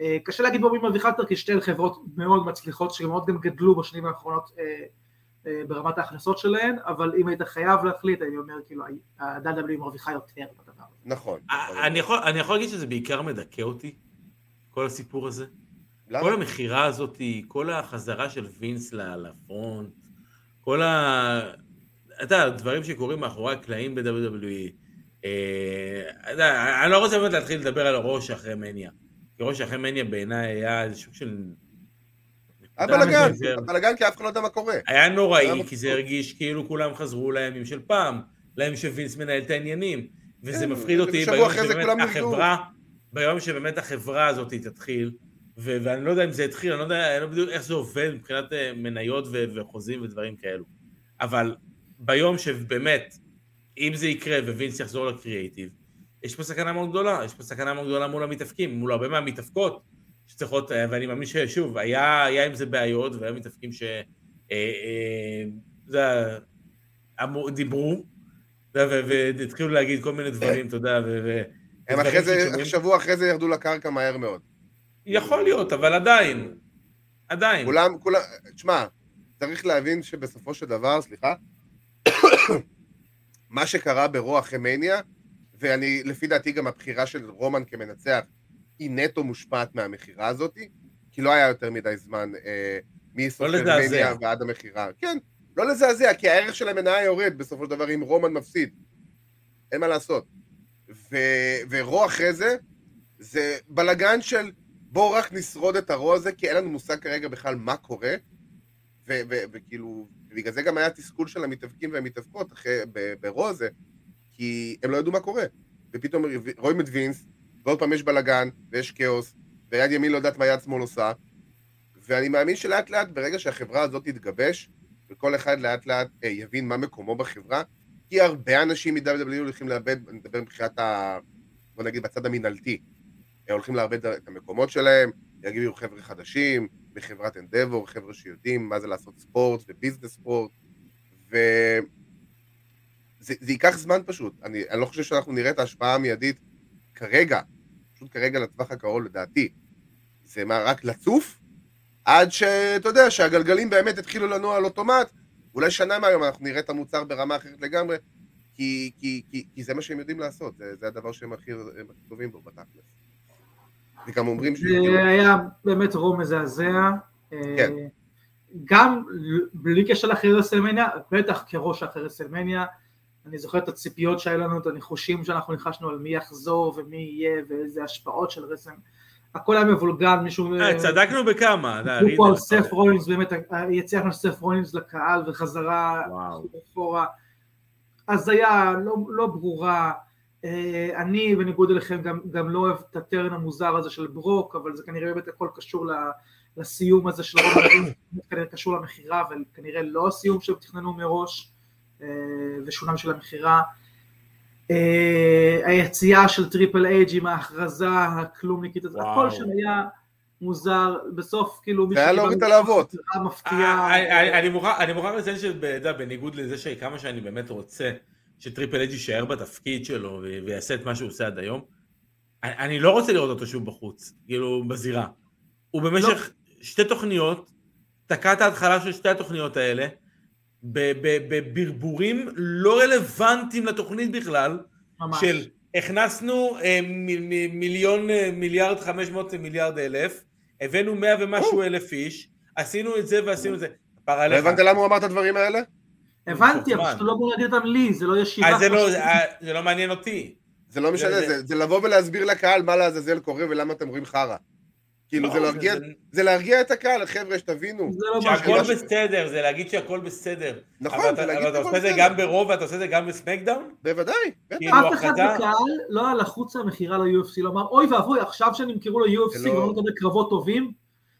[SPEAKER 4] אה, קשה להגיד בו מי מרוויחה יותר, כי שתי חברות מאוד מצליחות, שמאוד גם גדלו בשנים האחרונות אה, אה, ברמת ההכנסות שלהן, אבל אם היית חייב להחליט, אני אומר, כאילו, ה-WWE מרוויחה יותר בדבר הזה.
[SPEAKER 2] נכון. נכון.
[SPEAKER 3] אה, אני יכול- אני יכול להגיד שזה בעיקר מדכא אותי, כל הסיפור הזה. כל
[SPEAKER 2] לא- למה?
[SPEAKER 3] המכירה הזאת, כל החזרה של וינס ל- לפרונט, כל ה... אתה יודע, הדברים שקורים מאחורי הקלעים ב-WWE. אה, אתה יודע, אני לא רוצה באמת להתחיל לדבר על ראש אחרי מניה. כי ראש אחרי מניה בעיניי היה איזה סוג של...
[SPEAKER 2] היה
[SPEAKER 3] נקודה
[SPEAKER 2] בלאגן,
[SPEAKER 3] מזעזעת.
[SPEAKER 2] בלאגן כי אף אחד לא יודע מה קורה.
[SPEAKER 3] היה
[SPEAKER 2] היה
[SPEAKER 3] נוראי,
[SPEAKER 2] מפחיד.
[SPEAKER 3] כי זה הרגיש כאילו כולם חזרו לימים של פעם, לימים שווינס מנהל את העניינים, וזה
[SPEAKER 2] כן,
[SPEAKER 3] מפחיד אותי
[SPEAKER 2] שבוע
[SPEAKER 3] ביום
[SPEAKER 2] אחרי זה כולם
[SPEAKER 3] שבאמת
[SPEAKER 2] נרגעו.
[SPEAKER 3] החברה, ביום שבאמת החברה הזאת תתחיל, ו- ואני לא יודע אם זה התחיל, אני לא יודע אני לא בדיוק איך זה עובד מבחינת אה, מניות ו- וחוזים ודברים כאלו, אבל ביום שבאמת, אם זה יקרה ווינס יחזור לקריאיטיב, יש פה סכנה מאוד גדולה, יש פה סכנה מאוד גדולה מול המתאבקים, מול הרבה מהמתאבקות שצריכות, אה, ואני מאמין ששוב, היה, היה עם זה בעיות, והיו מתאבקים ש... אה, אה, זה, אמרו, דיברו, אתה יודע, ו- ו- והתחילו להגיד כל מיני דברים, אתה יודע, ו... ו-
[SPEAKER 2] הם
[SPEAKER 3] ודברים
[SPEAKER 2] אחרי זה,
[SPEAKER 3] ששומעים.
[SPEAKER 2] שבוע אחרי זה ירדו לקרקע מהר מאוד.
[SPEAKER 3] יכול להיות, אבל עדיין, עדיין.
[SPEAKER 2] כולם, כולם, תשמע, צריך להבין שבסופו של דבר, סליחה, מה שקרה ברוע אחרי מניה, ואני, לפי דעתי גם הבחירה של רומן כמנצח, היא נטו מושפעת מהמכירה הזאת, כי לא היה יותר מדי זמן אה, מסוף
[SPEAKER 3] לא
[SPEAKER 2] של
[SPEAKER 3] לזעזע.
[SPEAKER 2] מניה ועד המכירה. כן, לא לזעזע, כי הערך של המניה יורד בסופו של דבר אם רומן מפסיד. אין מה לעשות. ו- ורוע אחרי זה, זה בלגן של בואו רק נשרוד את הרוע הזה, כי אין לנו מושג כרגע בכלל מה קורה, ו- ו- וכאילו, בגלל זה גם היה תסכול של המתאבקים והמתאבקות אחרי, ב- ברוע הזה, כי הם לא ידעו מה קורה. ופתאום רואים את וינס, ועוד פעם יש בלגן, ויש כאוס, ויד ימין לא יודעת מה יד שמאל עושה, ואני מאמין שלאט לאט, ברגע שהחברה הזאת תתגבש, וכל אחד לאט לאט אה, יבין מה מקומו בחברה, כי הרבה אנשים מ-WWE הולכים לאבד, אני מדבר מבחינת ה... בוא נגיד בצד המינהלתי, אה, הולכים לאבד את המקומות שלהם, יגיעו חבר'ה חדשים, בחברת אנדבור, חבר'ה שיודעים מה זה לעשות ספורט וביזנס ספורט, ו... זה, זה ייקח זמן פשוט, אני, אני לא חושב שאנחנו נראה את ההשפעה המיידית כרגע, פשוט כרגע לטווח הקרוב לדעתי. זה מה, רק לצוף? עד שאתה יודע שהגלגלים באמת התחילו לנוע על אוטומט, אולי שנה מהיום אנחנו נראה את המוצר ברמה אחרת לגמרי, כי, כי, כי, כי זה מה שהם יודעים לעשות, זה, זה הדבר שהם הכי, הם הכי טובים בו בתכלס. וגם אומרים ש...
[SPEAKER 4] זה היה באמת רום מזעזע.
[SPEAKER 2] כן.
[SPEAKER 4] אה, גם בלי קשר לאחרי רסלמניה, בטח כראש אחרי רסלמניה, אני זוכר את הציפיות שהיו לנו, את הניחושים שאנחנו ניחשנו על מי יחזור ומי יהיה ואיזה השפעות של רסלמניה. הכל היה מבולגן, מישהו...
[SPEAKER 3] אה, צדקנו בכמה, אתה יודע,
[SPEAKER 4] דיברו פה
[SPEAKER 3] רידל,
[SPEAKER 4] על
[SPEAKER 3] אתה
[SPEAKER 4] סף
[SPEAKER 3] יודע.
[SPEAKER 4] רולינס, באמת, אה, היציאה של סף רולינס לקהל וחזרה
[SPEAKER 3] וואו.
[SPEAKER 4] אחורה. הזיה לא, לא ברורה. אה, אני, בניגוד אליכם, גם, גם לא אוהב את הטרן המוזר הזה של ברוק, אבל זה כנראה באמת הכל קשור ל- לסיום הזה של רוב הדברים, זה כנראה קשור למכירה, אבל כנראה לא הסיום שהם תכננו מראש, אה, ושונה בשביל המכירה. אה, היציאה של טריפל אייג' עם ההכרזה הכלומניקית, הזאת,
[SPEAKER 3] וואו.
[SPEAKER 4] הכל שם היה מוזר, בסוף כאילו
[SPEAKER 2] זה היה
[SPEAKER 4] שקיבל
[SPEAKER 2] להוריד את הלהבות.
[SPEAKER 4] סדרה מפתיעה,
[SPEAKER 3] אה, אה, אה, אני מוכרח- אני מוכרח לציין שבניגוד לזה שכמה שאני באמת רוצה שטריפל אג' יישאר בתפקיד שלו ו- ויעשה את מה שהוא עושה עד היום, אני- אני לא רוצה לראות אותו שוב בחוץ, כאילו בזירה. הוא במשך שתי תוכניות, תקע את ההתחלה של שתי התוכניות האלה, ב- ב- בברבורים לא רלוונטיים לתוכנית בכלל,
[SPEAKER 4] ממש.
[SPEAKER 3] של הכנסנו אה, מ- מ- מיליון, אה, מיליארד, חמש מאות אה, מיליארד אלף, הבאנו מאה ומשהו אלף איש, עשינו את זה ועשינו את זה. כפרה
[SPEAKER 2] לא
[SPEAKER 3] עליך.
[SPEAKER 2] הבנת למה הוא אמר את הדברים האלה?
[SPEAKER 4] הבנתי, אבל
[SPEAKER 3] חוכמה.
[SPEAKER 4] שאתה לא בוא נגיד אותם לי, זה לא ישיבה.
[SPEAKER 3] אה, זה לא-
[SPEAKER 4] חופשית.
[SPEAKER 3] אה, זה לא מעניין אותי.
[SPEAKER 2] זה לא משנה,
[SPEAKER 3] זה-
[SPEAKER 2] זה- זה לבוא ולהסביר לקהל מה לעזאזל קורה ולמה אתם רואים חרא. כאילו, זה להרגיע- זה להרגיע את הקהל, חבר'ה, שתבינו.
[SPEAKER 4] זה לא משהו.
[SPEAKER 3] שהכל
[SPEAKER 2] משהו.
[SPEAKER 3] בסדר, זה להגיד שהכל בסדר.
[SPEAKER 2] נכון,
[SPEAKER 3] אבל
[SPEAKER 2] זה
[SPEAKER 3] אתה-
[SPEAKER 2] להגיד
[SPEAKER 3] אבל אתה
[SPEAKER 2] שהכל
[SPEAKER 3] עושה את זה
[SPEAKER 2] בסדר.
[SPEAKER 3] גם ברוב ואתה עושה את זה גם בסמקדאון?
[SPEAKER 2] בוודאי, בטח.
[SPEAKER 3] כאילו,
[SPEAKER 4] אף אחד
[SPEAKER 3] החלטה-
[SPEAKER 4] בקהל לא היה לחוץ למכירה ל-UFC, לא אמר, אוי ואבוי, עכשיו שנמכרו ל-UFC
[SPEAKER 2] זה לא-
[SPEAKER 4] ולא נקבל קרבות טובים,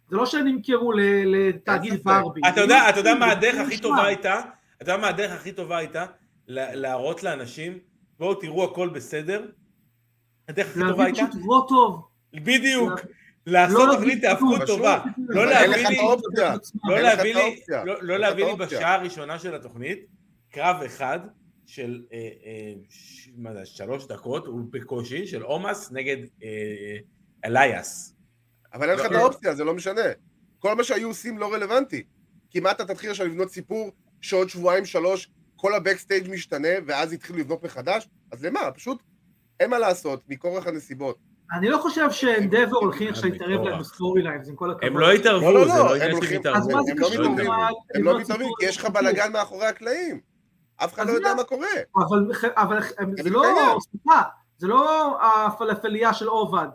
[SPEAKER 4] זה לא שהם נמכרו ל-
[SPEAKER 2] אין
[SPEAKER 4] לתאגיד
[SPEAKER 2] ספק.
[SPEAKER 4] ברבי.
[SPEAKER 3] אתה יודע,
[SPEAKER 4] זה
[SPEAKER 3] אתה יודע מה
[SPEAKER 4] זה
[SPEAKER 3] הדרך הכי
[SPEAKER 4] לא, נשמע.
[SPEAKER 3] טובה הייתה? אתה יודע מה הדרך הכי טובה הייתה? לה- להראות לאנשים, בואו תראו הכל בסדר. הדרך הכי
[SPEAKER 4] להביא
[SPEAKER 3] טובה הייתה?
[SPEAKER 4] פשוט רו טוב.
[SPEAKER 3] בדיוק.
[SPEAKER 4] להביא-
[SPEAKER 3] לעשות
[SPEAKER 4] לא
[SPEAKER 3] תוכנית
[SPEAKER 4] להביא
[SPEAKER 3] תהפכות
[SPEAKER 4] כלום.
[SPEAKER 3] טובה.
[SPEAKER 4] פשוט
[SPEAKER 3] לא
[SPEAKER 4] להביא-
[SPEAKER 3] להביא לי-
[SPEAKER 2] אין לך אופציה.
[SPEAKER 3] לא
[SPEAKER 2] אין לך את
[SPEAKER 3] להביא לי-
[SPEAKER 2] האופציה.
[SPEAKER 3] לא-
[SPEAKER 2] לך
[SPEAKER 3] לא
[SPEAKER 2] את
[SPEAKER 3] להביא לי
[SPEAKER 2] האופציה.
[SPEAKER 3] בשעה הראשונה של התוכנית קרב אחד של אה, אה, ש- מה זה, שלוש דקות, הוא בקושי, של עומס נגד אה, אה, אלייס.
[SPEAKER 2] אבל אין לך את
[SPEAKER 3] לא.
[SPEAKER 2] האופציה, זה לא משנה. כל מה שהיו עושים לא רלוונטי. כמעט אתה תתחיל עכשיו לבנות סיפור שעוד שבועיים, שלוש, כל הבקסטייג' משתנה, ואז התחילו לבנות מחדש, אז למה? פשוט אין מה לעשות, מכורח הנסיבות.
[SPEAKER 4] אני לא חושב שאנדבר הולכים עכשיו
[SPEAKER 3] הם
[SPEAKER 4] להתערב
[SPEAKER 3] בכוח.
[SPEAKER 4] להם בסטורי ליינס, עם כל הכבוד.
[SPEAKER 3] הם לא
[SPEAKER 2] לא, לא,
[SPEAKER 3] התערבו, זה
[SPEAKER 2] לא,
[SPEAKER 3] לא
[SPEAKER 2] הם
[SPEAKER 3] עניין של
[SPEAKER 2] הולכים-
[SPEAKER 4] אז מה
[SPEAKER 3] התערבות.
[SPEAKER 4] זה
[SPEAKER 2] הם לא
[SPEAKER 4] קשור
[SPEAKER 2] מתערבים.
[SPEAKER 4] בכלל?
[SPEAKER 2] הם לא
[SPEAKER 4] לבנות
[SPEAKER 2] מתערבים,
[SPEAKER 4] סיפור?
[SPEAKER 2] כי יש לך בלאגן מאחורי הקלעים. אף אחד
[SPEAKER 4] אז
[SPEAKER 2] לא יודע
[SPEAKER 4] מה?
[SPEAKER 2] מה קורה.
[SPEAKER 4] אבל, אבל הם- זה
[SPEAKER 2] זה
[SPEAKER 4] לא,
[SPEAKER 2] מתקיים.
[SPEAKER 4] סליחה, זה לא הפלפלייה של עובד,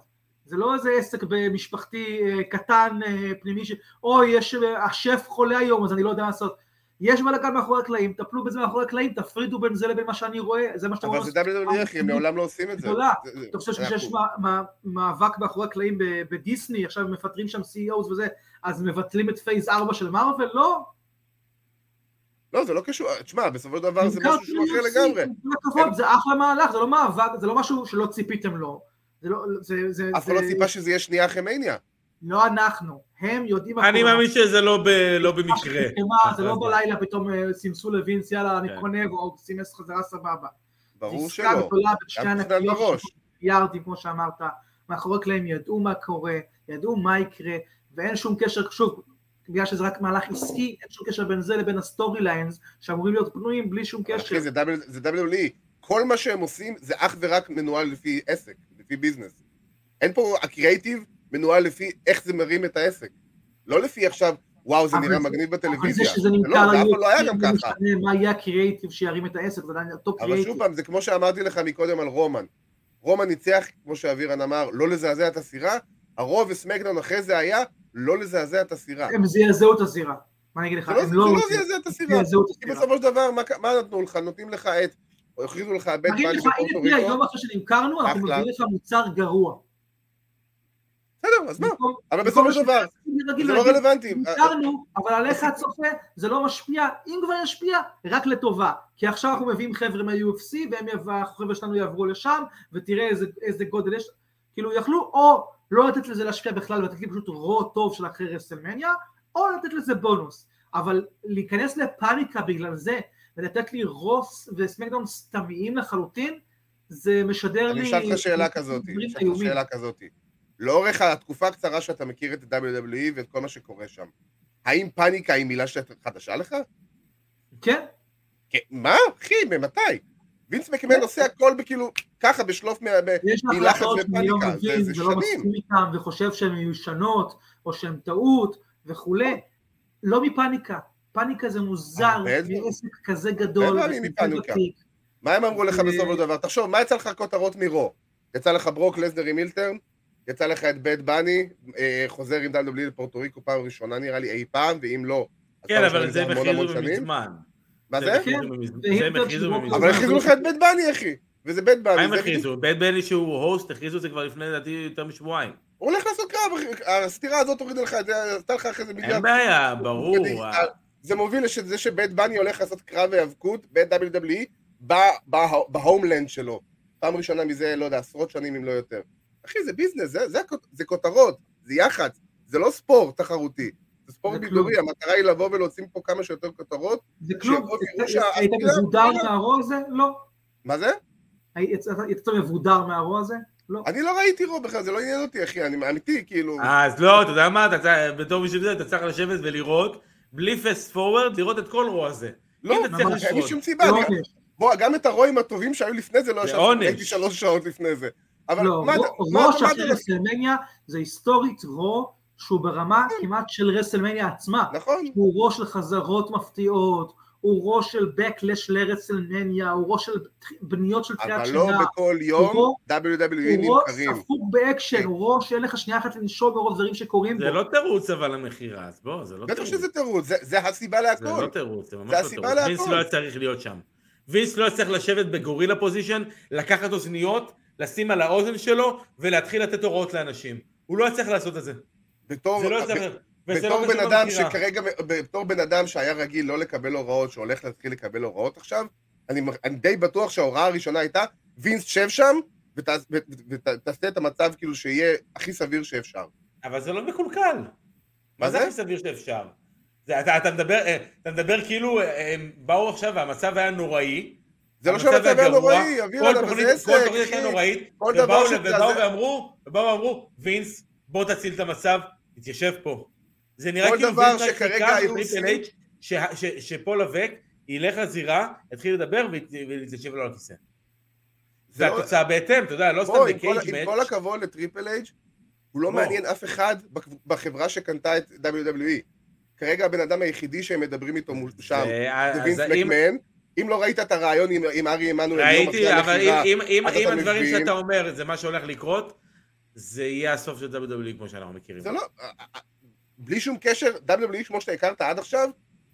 [SPEAKER 4] זה לא איזה עסק משפחתי אה, קטן, אה, פנימי, ש... אוי, יש, אה, השף חולה היום, אז אני לא יודע מה לעשות. יש בלגן מאחורי הקלעים, טפלו בזה מאחורי הקלעים, תפרידו בין זה לבין מה שאני רואה, זה מה שאתם
[SPEAKER 2] אבל
[SPEAKER 4] אומרים.
[SPEAKER 2] זה WWE, אחי, הם לעולם לא עושים את זה.
[SPEAKER 4] גדולה.
[SPEAKER 2] זה- זה-
[SPEAKER 4] אתה חושב
[SPEAKER 2] זה
[SPEAKER 4] שכשיש
[SPEAKER 2] הפוך.
[SPEAKER 4] מה- מה- מאבק מאחורי הקלעים ב- בדיסני, עכשיו מפטרים שם CEOs וזה, אז מבטלים את פייס 4 של מארוול? לא.
[SPEAKER 2] לא, זה לא קשור, תשמע, בסופו של דבר זה
[SPEAKER 4] נמכר
[SPEAKER 2] משהו שהוא אחר
[SPEAKER 4] ל-UFC,
[SPEAKER 2] לגמרי.
[SPEAKER 4] עם כל הכבוד, זה אחלה מהלך, זה לא מאבק, זה לא משהו שלא ציפיתם לו. זה לא, זה, זה,
[SPEAKER 2] אף אחד
[SPEAKER 4] זה-
[SPEAKER 2] לא ציפה שזה יהיה שנייה אחרי מניה.
[SPEAKER 4] לא אנחנו, הם יודעים הכל.
[SPEAKER 3] אני מאמין שזה לא ב- לא במקרה.
[SPEAKER 4] מה, זה לא בלילה פתאום אה, סימסו לווינס, יאללה, אני
[SPEAKER 3] כן.
[SPEAKER 4] קונה, והוא סימס חזרה סבבה.
[SPEAKER 2] ברור
[SPEAKER 4] זה
[SPEAKER 2] שלא.
[SPEAKER 4] עסקה גדולה בין שתי
[SPEAKER 2] גם תכנן
[SPEAKER 4] ענקיות,
[SPEAKER 2] בראש.
[SPEAKER 4] מיליארדים, כמו שאמרת, מאחורי קלעים ידעו מה קורה, ידעו מה יקרה, ואין שום קשר, שוב, בגלל שזה רק מהלך עסקי, אין שום קשר בין זה לבין הסטורי ליינס, שאמורים להיות פנויים בלי שום
[SPEAKER 2] אבל
[SPEAKER 4] קשר.
[SPEAKER 2] אחי, זה W- זה WWE. כל מה שהם עושים זה אך ורק מנוהל לפי עסק, לפי ביזנס. אין פה, הקריאיטיב מנוהל לפי איך זה מרים את העסק. לא לפי עכשיו, וואו, זה
[SPEAKER 4] אבל
[SPEAKER 2] נראה
[SPEAKER 4] זה-
[SPEAKER 2] מגניב
[SPEAKER 4] אבל
[SPEAKER 2] בטלוויזיה.
[SPEAKER 4] זה שזה
[SPEAKER 2] לא,
[SPEAKER 4] נמכר
[SPEAKER 2] זה אף פעם לא היה גם
[SPEAKER 4] זה
[SPEAKER 2] ככה.
[SPEAKER 4] משנה מה יהיה הקריאייטיב שירים את העסק, זה עדיין אותו
[SPEAKER 2] אבל
[SPEAKER 4] קריאייטיב.
[SPEAKER 2] שוב פעם, זה כמו שאמרתי לך מקודם על רומן. רומן ניצח, כמו שאבירן אמר, לא לזעזע את הסירה, הרוב וסמקדאון אחרי זה היה לא לזעזע את הסירה.
[SPEAKER 4] הם זעזעו את הזירה. מה אני אגיד לך,
[SPEAKER 2] זה לא-
[SPEAKER 4] הם
[SPEAKER 2] זה
[SPEAKER 4] לא
[SPEAKER 2] לא
[SPEAKER 4] רוצים.
[SPEAKER 2] זעזע את הסירה.
[SPEAKER 4] זעזעו את
[SPEAKER 2] כי
[SPEAKER 4] הזירה.
[SPEAKER 2] בסופו של דבר, מה ק- מה נתנו לך? נותנים לך את, או הכריזו לך בית
[SPEAKER 4] אומרים
[SPEAKER 2] מאני
[SPEAKER 4] לך,
[SPEAKER 2] בפורטו
[SPEAKER 4] הנה תראה,
[SPEAKER 2] ריקו.
[SPEAKER 4] יום אחרי שנמכרנו, אנחנו
[SPEAKER 2] אחלה.
[SPEAKER 4] מביאים לך מוצר גרוע.
[SPEAKER 2] בסדר, אז מה?
[SPEAKER 4] במקום-
[SPEAKER 2] אבל
[SPEAKER 4] במקום
[SPEAKER 2] בסופו של
[SPEAKER 4] לשבת
[SPEAKER 2] דבר,
[SPEAKER 4] ולהגיד לו,
[SPEAKER 2] זה לא
[SPEAKER 4] להגיד,
[SPEAKER 2] רלוונטי.
[SPEAKER 4] נמכרנו, אבל עליך הצופה זה לא משפיע, אם כבר ישפיע, רק לטובה. כי עכשיו אנחנו מביאים חבר'ה מה-UFC, והם יב- החבר'ה שלנו יעברו לשם, ותראה איזה- איזה גודל יש. כאילו יכלו או לא לתת לזה להשפיע בכלל, ולתת לי פשוט רו טוב של אחרי רסלמניה, או לתת לזה בונוס. אבל להיכנס לפאניקה בגלל זה, ולתת לי רוס וסמקדאון סתמיים לחלוטין, זה משדר לי...
[SPEAKER 2] אני אשאל אותך שאלה כזאת,
[SPEAKER 4] דברים
[SPEAKER 2] אני אשאל אותך
[SPEAKER 4] איומים.
[SPEAKER 2] שאלה כזאת. לאורך התקופה הקצרה שאתה מכיר את ה-WWE ואת כל מה שקורה שם, האם פאניקה היא מילה שאת- חדשה לך?
[SPEAKER 4] כן,
[SPEAKER 2] כן, מה? אחי, ממתי? וינס מקמן
[SPEAKER 4] לא.
[SPEAKER 2] עושה הכל בכאילו, ככה, בשלוף מה... ב-
[SPEAKER 4] יש
[SPEAKER 2] מלחץ
[SPEAKER 4] החלטות שאני לא
[SPEAKER 2] ופניקה,
[SPEAKER 4] מבין
[SPEAKER 2] זה- זה
[SPEAKER 4] ולא
[SPEAKER 2] שנים.
[SPEAKER 4] מסכים איתן וחושב שהן מיושנות או שהן טעות וכולי, לא מפאניקה, פאניקה זה מוזר,
[SPEAKER 2] הרבה דברים.
[SPEAKER 4] מעסק כזה גדול,
[SPEAKER 2] פעמים
[SPEAKER 4] עסק
[SPEAKER 2] מפאניקה.
[SPEAKER 4] ותיק.
[SPEAKER 2] מה הם אמרו לך
[SPEAKER 4] ו-
[SPEAKER 2] בסופו של דבר? תחשוב, מה יצא לך כותרות מרו? יצא לך ברוק לסנר עם מילטרן? יצא לך את בית בני, אה, חוזר עם WWE לפורטו ריקו פעם ראשונה נראה לי אי פעם, ואם לא, אז
[SPEAKER 3] כן,
[SPEAKER 2] פעם
[SPEAKER 3] אבל
[SPEAKER 2] ראשונה
[SPEAKER 3] זה
[SPEAKER 2] המון המון
[SPEAKER 3] הכריזו
[SPEAKER 2] שנים.
[SPEAKER 3] מזמן.
[SPEAKER 2] מה זה?
[SPEAKER 3] הכריזו
[SPEAKER 4] כן,
[SPEAKER 3] ממז-
[SPEAKER 4] והיא
[SPEAKER 3] זה הם
[SPEAKER 4] זאת
[SPEAKER 3] הכריזו
[SPEAKER 4] שבאופן
[SPEAKER 3] ממזמן.
[SPEAKER 2] אבל הכריזו לך את בית בני, אחי. וזה בית בני.
[SPEAKER 3] מה הם
[SPEAKER 2] זה בדיוק-
[SPEAKER 3] הכריזו? בן בני שהוא הוסט, הכריזו את זה כבר לפני לדעתי יותר משבועיים.
[SPEAKER 2] הוא הולך לעשות קרב, אחי. הסתירה הזאת הורידה לך את זה, עשתה לך אחרי זה מיליארד.
[SPEAKER 3] אין בעיה, ברור.
[SPEAKER 2] אה, זה מוביל לזה שבית בני הולך לעשות קרב היאבקות ב-WWE, ב- ב- בהומלנד שלו. פעם ראשונה מזה, לא יודע, עשרות שנים אם לא יותר. אחי, זה ביזנס, זה, זה, הכות- זה כותרות, זה יח"צ, זה לא ספורט תחרותי. זה ספורט
[SPEAKER 4] זה
[SPEAKER 2] בידורי, המטרה היא לבוא ולהוציא מפה כמה שיותר כותרות.
[SPEAKER 4] זה כלום,
[SPEAKER 2] שיבוא ויראו
[SPEAKER 4] היית-
[SPEAKER 2] שה-
[SPEAKER 4] היית
[SPEAKER 2] הקהילה-
[SPEAKER 4] מבודר מהרוע הזה? לא.
[SPEAKER 2] מה זה?
[SPEAKER 4] היית היית מבודר מהרוע הזה? לא.
[SPEAKER 2] אני לא ראיתי רוב בכלל, זה לא עניין אותי, אחי, אני אמיתי, כאילו...
[SPEAKER 3] אז לא, אתה יודע מה, אתה צריך- בתור בשביל זה אתה צריך לשבת ולראות, בלי פסט פורוורד, לראות את כל רוע זה.
[SPEAKER 2] לא,
[SPEAKER 3] אם תצליח
[SPEAKER 4] ממש,
[SPEAKER 2] אין לי
[SPEAKER 3] לשרוד.
[SPEAKER 2] שום סיבה.
[SPEAKER 4] זה
[SPEAKER 2] אני-
[SPEAKER 4] עונש.
[SPEAKER 2] בוא, גם את הרואים הטובים שהיו לפני זה לא
[SPEAKER 3] זה
[SPEAKER 2] ישבתי,
[SPEAKER 3] עונש.
[SPEAKER 2] הייתי שלוש שעות לפני זה. אבל
[SPEAKER 4] לא,
[SPEAKER 2] מה אתה...
[SPEAKER 4] רו-
[SPEAKER 2] מה-
[SPEAKER 4] רו של
[SPEAKER 2] מה אתה...
[SPEAKER 4] רסלמניה זה היסטורית רו שהוא ברמה
[SPEAKER 2] כן.
[SPEAKER 4] כמעט של רסלמניה עצמה.
[SPEAKER 2] נכון,
[SPEAKER 4] הוא רו של חזרות מפתיעות, הוא רו של בקלש לרסלמניה, הוא רו של ת- בניות של תחילת
[SPEAKER 2] אבל
[SPEAKER 4] שנה.
[SPEAKER 2] לא בכל יום E
[SPEAKER 4] רו-
[SPEAKER 2] WWE
[SPEAKER 4] הוא לא ראש
[SPEAKER 2] נמכרים.
[SPEAKER 4] ספוג
[SPEAKER 2] כן.
[SPEAKER 4] באקשן, הוא ראש שאין לך שנייה אחת לנשום מרוב דברים שקורים בו.
[SPEAKER 3] זה לא תירוץ אבל המכירה, אז בוא, זה לא
[SPEAKER 2] בטח
[SPEAKER 3] תירוץ.
[SPEAKER 2] שזה תירוץ, זה- זה הסיבה
[SPEAKER 3] זה לא
[SPEAKER 2] להכל.
[SPEAKER 3] תירוץ, זה ממש
[SPEAKER 2] זה
[SPEAKER 3] לא
[SPEAKER 2] הסיבה
[SPEAKER 3] תירוץ.
[SPEAKER 2] להכל.
[SPEAKER 3] וינס לא היה צריך להיות שם. וינס לא היה צריך לשבת בגורילה פוזיישן, לקחת אוזניות, לשים על האוזן שלו, ולהתחיל לתת הוראות לאנשים. הוא לא היה צריך לעשות את זה.
[SPEAKER 2] בתור
[SPEAKER 3] זה לא היה
[SPEAKER 2] ב-
[SPEAKER 3] צריך... וזה לא
[SPEAKER 2] בתור
[SPEAKER 3] קשור
[SPEAKER 2] בן אדם
[SPEAKER 3] למכירה.
[SPEAKER 2] שכרגע, בתור בן אדם שהיה רגיל לא לקבל הוראות, שהולך להתחיל לקבל הוראות עכשיו, אני מ- אני די בטוח שההוראה הראשונה הייתה, וינס שב שם, ותעש- ות- ות- ות- תעשה את המצב כאילו שיהיה הכי סביר שאפשר.
[SPEAKER 3] אבל זה לא מקולקל. מה
[SPEAKER 2] זה?
[SPEAKER 3] זה הכי סביר שאפשר? זה, אתה, אתה, מדבר, אה, אתה מדבר כאילו אה, הם באו עכשיו והמצב היה נוראי.
[SPEAKER 2] זה לא שהמצב היה
[SPEAKER 3] הגרוע,
[SPEAKER 2] נוראי, אביר,
[SPEAKER 3] כל
[SPEAKER 2] אבל
[SPEAKER 3] תוכנית-
[SPEAKER 2] זה עסק,
[SPEAKER 3] כל תוכנית
[SPEAKER 2] אחי.
[SPEAKER 3] הייתה נוראית.
[SPEAKER 2] כל דבר
[SPEAKER 3] ובאו
[SPEAKER 2] שזה-
[SPEAKER 3] ובאו
[SPEAKER 2] זה-
[SPEAKER 3] ואמרו, ובאו ואמרו, וינס, בוא תציל את המצב, תתיישב פה. זה נראה
[SPEAKER 2] כל
[SPEAKER 3] כאילו
[SPEAKER 2] דבר
[SPEAKER 3] וינס רק
[SPEAKER 2] שכרגע
[SPEAKER 3] חיכה
[SPEAKER 2] היו
[SPEAKER 3] שטריפל
[SPEAKER 2] סלאק-
[SPEAKER 3] H, שה- ש- שפול אבק ילך לזירה, יתחיל לדבר וית- ויתיישב לו על הכיסא.
[SPEAKER 2] זה לא-
[SPEAKER 3] והתוצאה בהתאם, אתה יודע, לא סתם
[SPEAKER 2] בוא, עם כל- עם
[SPEAKER 3] בקייג'
[SPEAKER 2] כל
[SPEAKER 3] מאץ'.
[SPEAKER 2] הכבוד לטריפל אייג', הוא לא
[SPEAKER 3] בוא.
[SPEAKER 2] מעניין אף אחד בק- בחברה שקנתה את WWE. כרגע הבן אדם היחידי שהם מדברים איתו מול- שם,
[SPEAKER 3] זה-
[SPEAKER 2] זה
[SPEAKER 3] אה, אז
[SPEAKER 2] וינס
[SPEAKER 3] אם-
[SPEAKER 2] מקמן. אם לא ראית את הרעיון עם- עם ארי עמנואל, יום אחרי
[SPEAKER 3] ראיתי, אבל
[SPEAKER 2] המכירה,
[SPEAKER 3] אם, אם,
[SPEAKER 2] לא אז
[SPEAKER 3] אם
[SPEAKER 2] אתה
[SPEAKER 3] הדברים
[SPEAKER 2] מבין.
[SPEAKER 3] שאתה אומר זה מה שהולך לקרות, זה יהיה הסוף של WWE כמו שאנחנו מכירים.
[SPEAKER 2] זה לא... בלי שום קשר, WWE כמו שאתה הכרת עד עכשיו,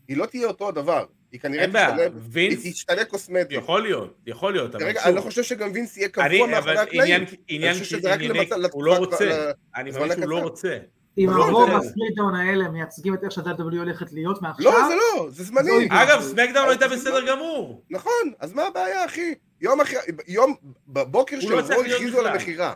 [SPEAKER 2] היא לא תהיה אותו הדבר. היא כנראה
[SPEAKER 3] אין בעיה,
[SPEAKER 2] תשתנה-
[SPEAKER 3] וינס
[SPEAKER 2] היא תשתנה קוסמטית.
[SPEAKER 3] יכול להיות, יכול להיות, אבל
[SPEAKER 2] כרגע,
[SPEAKER 3] שוב,
[SPEAKER 2] אני לא חושב שגם וינס יהיה
[SPEAKER 3] אני-
[SPEAKER 2] קבוע
[SPEAKER 3] אבל
[SPEAKER 2] מאחורי
[SPEAKER 3] עניין-
[SPEAKER 2] הקלעים.
[SPEAKER 3] עניין
[SPEAKER 2] חושב שזה רק
[SPEAKER 3] ענייני-
[SPEAKER 2] למצב-
[SPEAKER 3] הוא לא
[SPEAKER 2] לתקופה-
[SPEAKER 3] רוצה,
[SPEAKER 2] ל-
[SPEAKER 3] אני
[SPEAKER 2] לזמן
[SPEAKER 3] מאמין שהוא לא
[SPEAKER 2] הקצר.
[SPEAKER 3] רוצה.
[SPEAKER 4] אם
[SPEAKER 2] לא,
[SPEAKER 4] הרוע
[SPEAKER 2] זה-
[SPEAKER 4] והסמיקדאון האלה מייצגים את איך שה-W הולכת להיות מעכשיו,
[SPEAKER 2] לא, זה לא, זה זמני.
[SPEAKER 4] זוהי-
[SPEAKER 3] אגב,
[SPEAKER 4] אבל-
[SPEAKER 3] סמקדאון לא הייתה
[SPEAKER 2] אבל-
[SPEAKER 3] בסדר גמור.
[SPEAKER 2] נכון, אז מה הבעיה, אחי? יום אחרי, יום, בבוקר
[SPEAKER 3] הוא
[SPEAKER 2] של
[SPEAKER 3] לא צריך
[SPEAKER 2] רון
[SPEAKER 3] להיות
[SPEAKER 2] הכריזו על
[SPEAKER 3] בכלל.
[SPEAKER 2] המכירה.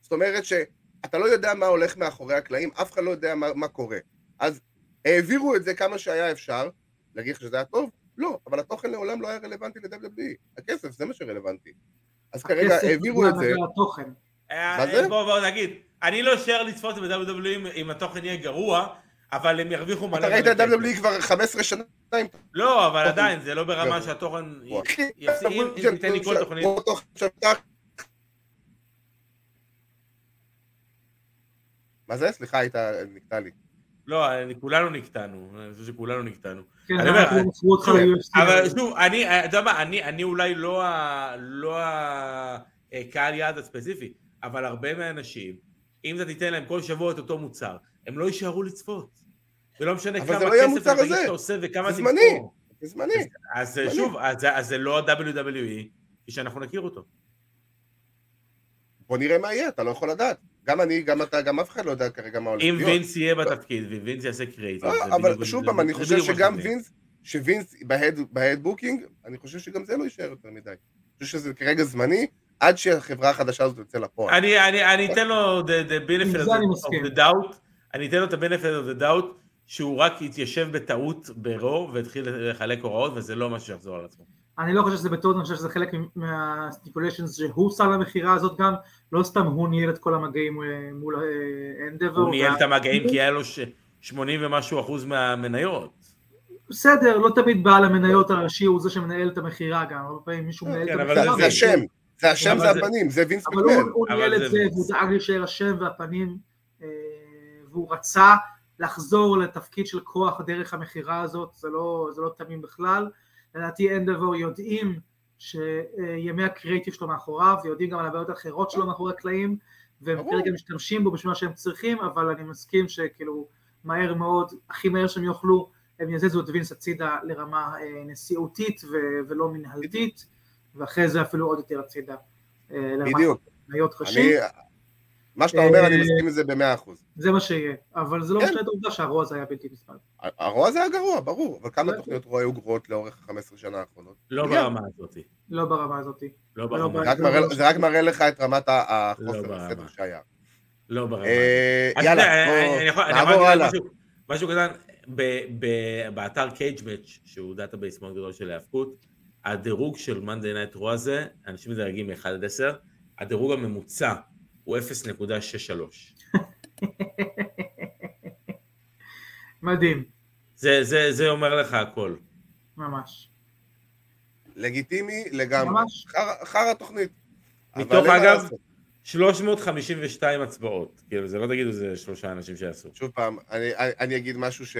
[SPEAKER 2] זאת אומרת שאתה לא יודע מה הולך מאחורי הקלעים, אף אחד לא יודע מה, מה קורה. אז העבירו את זה כמה שהיה אפשר, להגיד לך שזה היה טוב? לא, אבל התוכן לעולם לא היה רלוונטי ל-WWE. הכסף, זה מה שרלוונטי. אז כרגע
[SPEAKER 4] הכסף
[SPEAKER 2] העבירו
[SPEAKER 4] הוא
[SPEAKER 2] את זה,
[SPEAKER 4] הנגע התוכן.
[SPEAKER 3] אה,
[SPEAKER 2] זה?
[SPEAKER 3] בוא, בוא נגיד, אני לא אשאר לצפות ב-WWE אם התוכן יהיה גרוע, אבל הם ירוויחו מלא.
[SPEAKER 2] אתה ראית
[SPEAKER 3] מלא
[SPEAKER 2] את
[SPEAKER 3] כסף.
[SPEAKER 2] WWE כבר 15 שנה,
[SPEAKER 3] לא, אבל
[SPEAKER 2] אוקיי.
[SPEAKER 3] עדיין, זה לא ברמה
[SPEAKER 2] גרוע.
[SPEAKER 3] שהתוכן...
[SPEAKER 2] אחי,
[SPEAKER 3] יפסיק- אם אם תיתן לי כל תוכנית...
[SPEAKER 2] כל תוכן שאתה- מה זה? סליחה, היית, נקטע לי.
[SPEAKER 3] לא, אני- כולנו נקטענו, אני חושב שכולנו נקטענו.
[SPEAKER 4] כן,
[SPEAKER 3] אני אומר,
[SPEAKER 4] אנחנו מכרו אותך
[SPEAKER 3] שוב,
[SPEAKER 4] ל-UFC.
[SPEAKER 2] כאילו-
[SPEAKER 3] אבל שוב, אני, אה, אתה יודע מה, אני, אני אולי לא, ה- לא הקהל יעד הספציפי, אבל הרבה מהאנשים, אם אתה תיתן להם כל שבוע את אותו מוצר, הם לא יישארו לצפות. ולא משנה
[SPEAKER 2] אבל
[SPEAKER 3] כמה
[SPEAKER 2] זה לא יהיה
[SPEAKER 3] כסף
[SPEAKER 2] המוצר
[SPEAKER 3] אתה תגיד
[SPEAKER 2] הזה.
[SPEAKER 3] שאתה עושה וכמה
[SPEAKER 2] זה
[SPEAKER 3] תמכור.
[SPEAKER 2] זמני. זה זמני.
[SPEAKER 3] אז אה,
[SPEAKER 2] זמני.
[SPEAKER 3] שוב, אז, אז זה לא ה-WWE, כפי שאנחנו נכיר אותו.
[SPEAKER 2] בוא נראה מה יהיה, אתה לא יכול לדעת. גם אני, גם אתה, גם אף אחד לא יודע כרגע מה הולך
[SPEAKER 3] אם
[SPEAKER 2] להיות.
[SPEAKER 3] וינס יהיה בתפקיד, ווינס יעשה קרייטי.
[SPEAKER 2] לא, אבל שוב פעם, אני חושב שגם וינס, שווינס בהד בהד בוקינג, אני חושב שגם זה לא יישאר יותר מדי. אני חושב שזה כרגע זמני, עד שהחברה החדשה הזאת תצא לפועל.
[SPEAKER 3] אני, אני, אני אתן לו the, the
[SPEAKER 4] נכון. עם
[SPEAKER 3] benefit
[SPEAKER 4] זה
[SPEAKER 3] of the-
[SPEAKER 4] אני
[SPEAKER 3] of
[SPEAKER 4] מסכים.
[SPEAKER 3] the doubt, אני אתן לו את ה-benefit of the doubt, שהוא רק התיישב בטעות ברו והתחיל לחלק הוראות, וזה לא משהו שיחזור על עצמו.
[SPEAKER 4] אני לא חושב שזה בטעות, אני חושב שזה חלק מהסטיפוליישנס שהוא שם למכירה הזאת גם, לא סתם הוא ניהל את כל המגעים אה, מול אה, אנדבר.
[SPEAKER 3] הוא ניהל
[SPEAKER 4] וה-
[SPEAKER 3] את המגעים כי היה לו ש- 80 ומשהו אחוז מהמניות.
[SPEAKER 4] בסדר, לא תמיד בעל המניות הראשי הוא זה שמנהל את המכירה גם, הרבה פעמים מישהו מנהל
[SPEAKER 3] כן,
[SPEAKER 4] את
[SPEAKER 3] אבל
[SPEAKER 2] זה-
[SPEAKER 4] המכירה.
[SPEAKER 2] זה השם, זה השם,
[SPEAKER 3] אבל
[SPEAKER 2] זה
[SPEAKER 3] זה-
[SPEAKER 2] הפנים, זה וינס
[SPEAKER 4] אבל הוא-
[SPEAKER 2] מקמן.
[SPEAKER 4] הוא
[SPEAKER 3] אבל
[SPEAKER 4] ניהל
[SPEAKER 3] זה
[SPEAKER 4] את זה,
[SPEAKER 3] וינס.
[SPEAKER 4] והוא דאג להישאר השם והפנים, אה, והוא רצה לחזור לתפקיד של כוח דרך המכירה הזאת, זה לא, זה לא תמים בכלל. לדעתי אנדבור יודעים שימי הקריאיטיב שלו מאחוריו, ויודעים גם על הבעיות האחרות שלו מאחורי הקלעים, והם
[SPEAKER 2] ברור.
[SPEAKER 4] כרגע משתמשים בו בשביל מה שהם צריכים, אבל אני מסכים שכאילו מהר מאוד, הכי מהר שהם יאכלו, הם יזיזו את וינס הצידה לרמה אה, נשיאותית ו- ולא מנהלתית, ואחרי זה אפילו עוד יותר הצידה. אה, לרמת
[SPEAKER 2] בדיוק.
[SPEAKER 4] מניות ראשי.
[SPEAKER 2] אני- מה שאתה אומר, אני מסכים עם זה במאה אחוז.
[SPEAKER 4] זה מה שיהיה, אבל זה לא
[SPEAKER 2] כן.
[SPEAKER 4] משנה את העובדה שהרוע הזה היה בלתי נסבל.
[SPEAKER 2] הרוע זה היה גרוע, ברור, אבל כמה
[SPEAKER 4] לא.
[SPEAKER 2] תוכניות רוע היו גרועות לאורך ה-15 שנה האחרונות?
[SPEAKER 3] לא
[SPEAKER 2] שנייה.
[SPEAKER 3] ברמה הזאת.
[SPEAKER 4] כן. לא ברמה הזאת.
[SPEAKER 3] לא ברמה.
[SPEAKER 2] זה רק מראה- זה רק מראה לך את רמת ה- החוסר
[SPEAKER 3] לא,
[SPEAKER 2] הסדר
[SPEAKER 3] מה.
[SPEAKER 2] שהיה.
[SPEAKER 3] לא ברמה.
[SPEAKER 2] אה,
[SPEAKER 3] אז
[SPEAKER 2] יאללה,
[SPEAKER 3] תראה,
[SPEAKER 2] בוא
[SPEAKER 3] אני יכול- אני יכול
[SPEAKER 2] נעבור
[SPEAKER 3] להגיד
[SPEAKER 2] הלאה.
[SPEAKER 3] משהו- משהו קטן, ב- ב- באתר Cage Match, שהוא דאטאבייס מאוד גדול של ההאבקות, הדירוג של Monday Night Raw הזה, אנשים מדרגים מ-1 עד 10, הדירוג הממוצע הוא 0.63.
[SPEAKER 4] מדהים,
[SPEAKER 3] זה- זה זה אומר לך הכל.
[SPEAKER 4] ממש.
[SPEAKER 2] לגיטימי לגמרי.
[SPEAKER 4] ממש.
[SPEAKER 2] חרא- חרא תוכנית. אבל
[SPEAKER 3] מתוך,
[SPEAKER 2] אין מה
[SPEAKER 3] אגב,
[SPEAKER 2] לעשות.
[SPEAKER 3] 352 הצבעות. כאילו, זה לא תגידו, זה שלושה אנשים שעשו.
[SPEAKER 2] שוב פעם, אני- אני- אני אגיד משהו ש-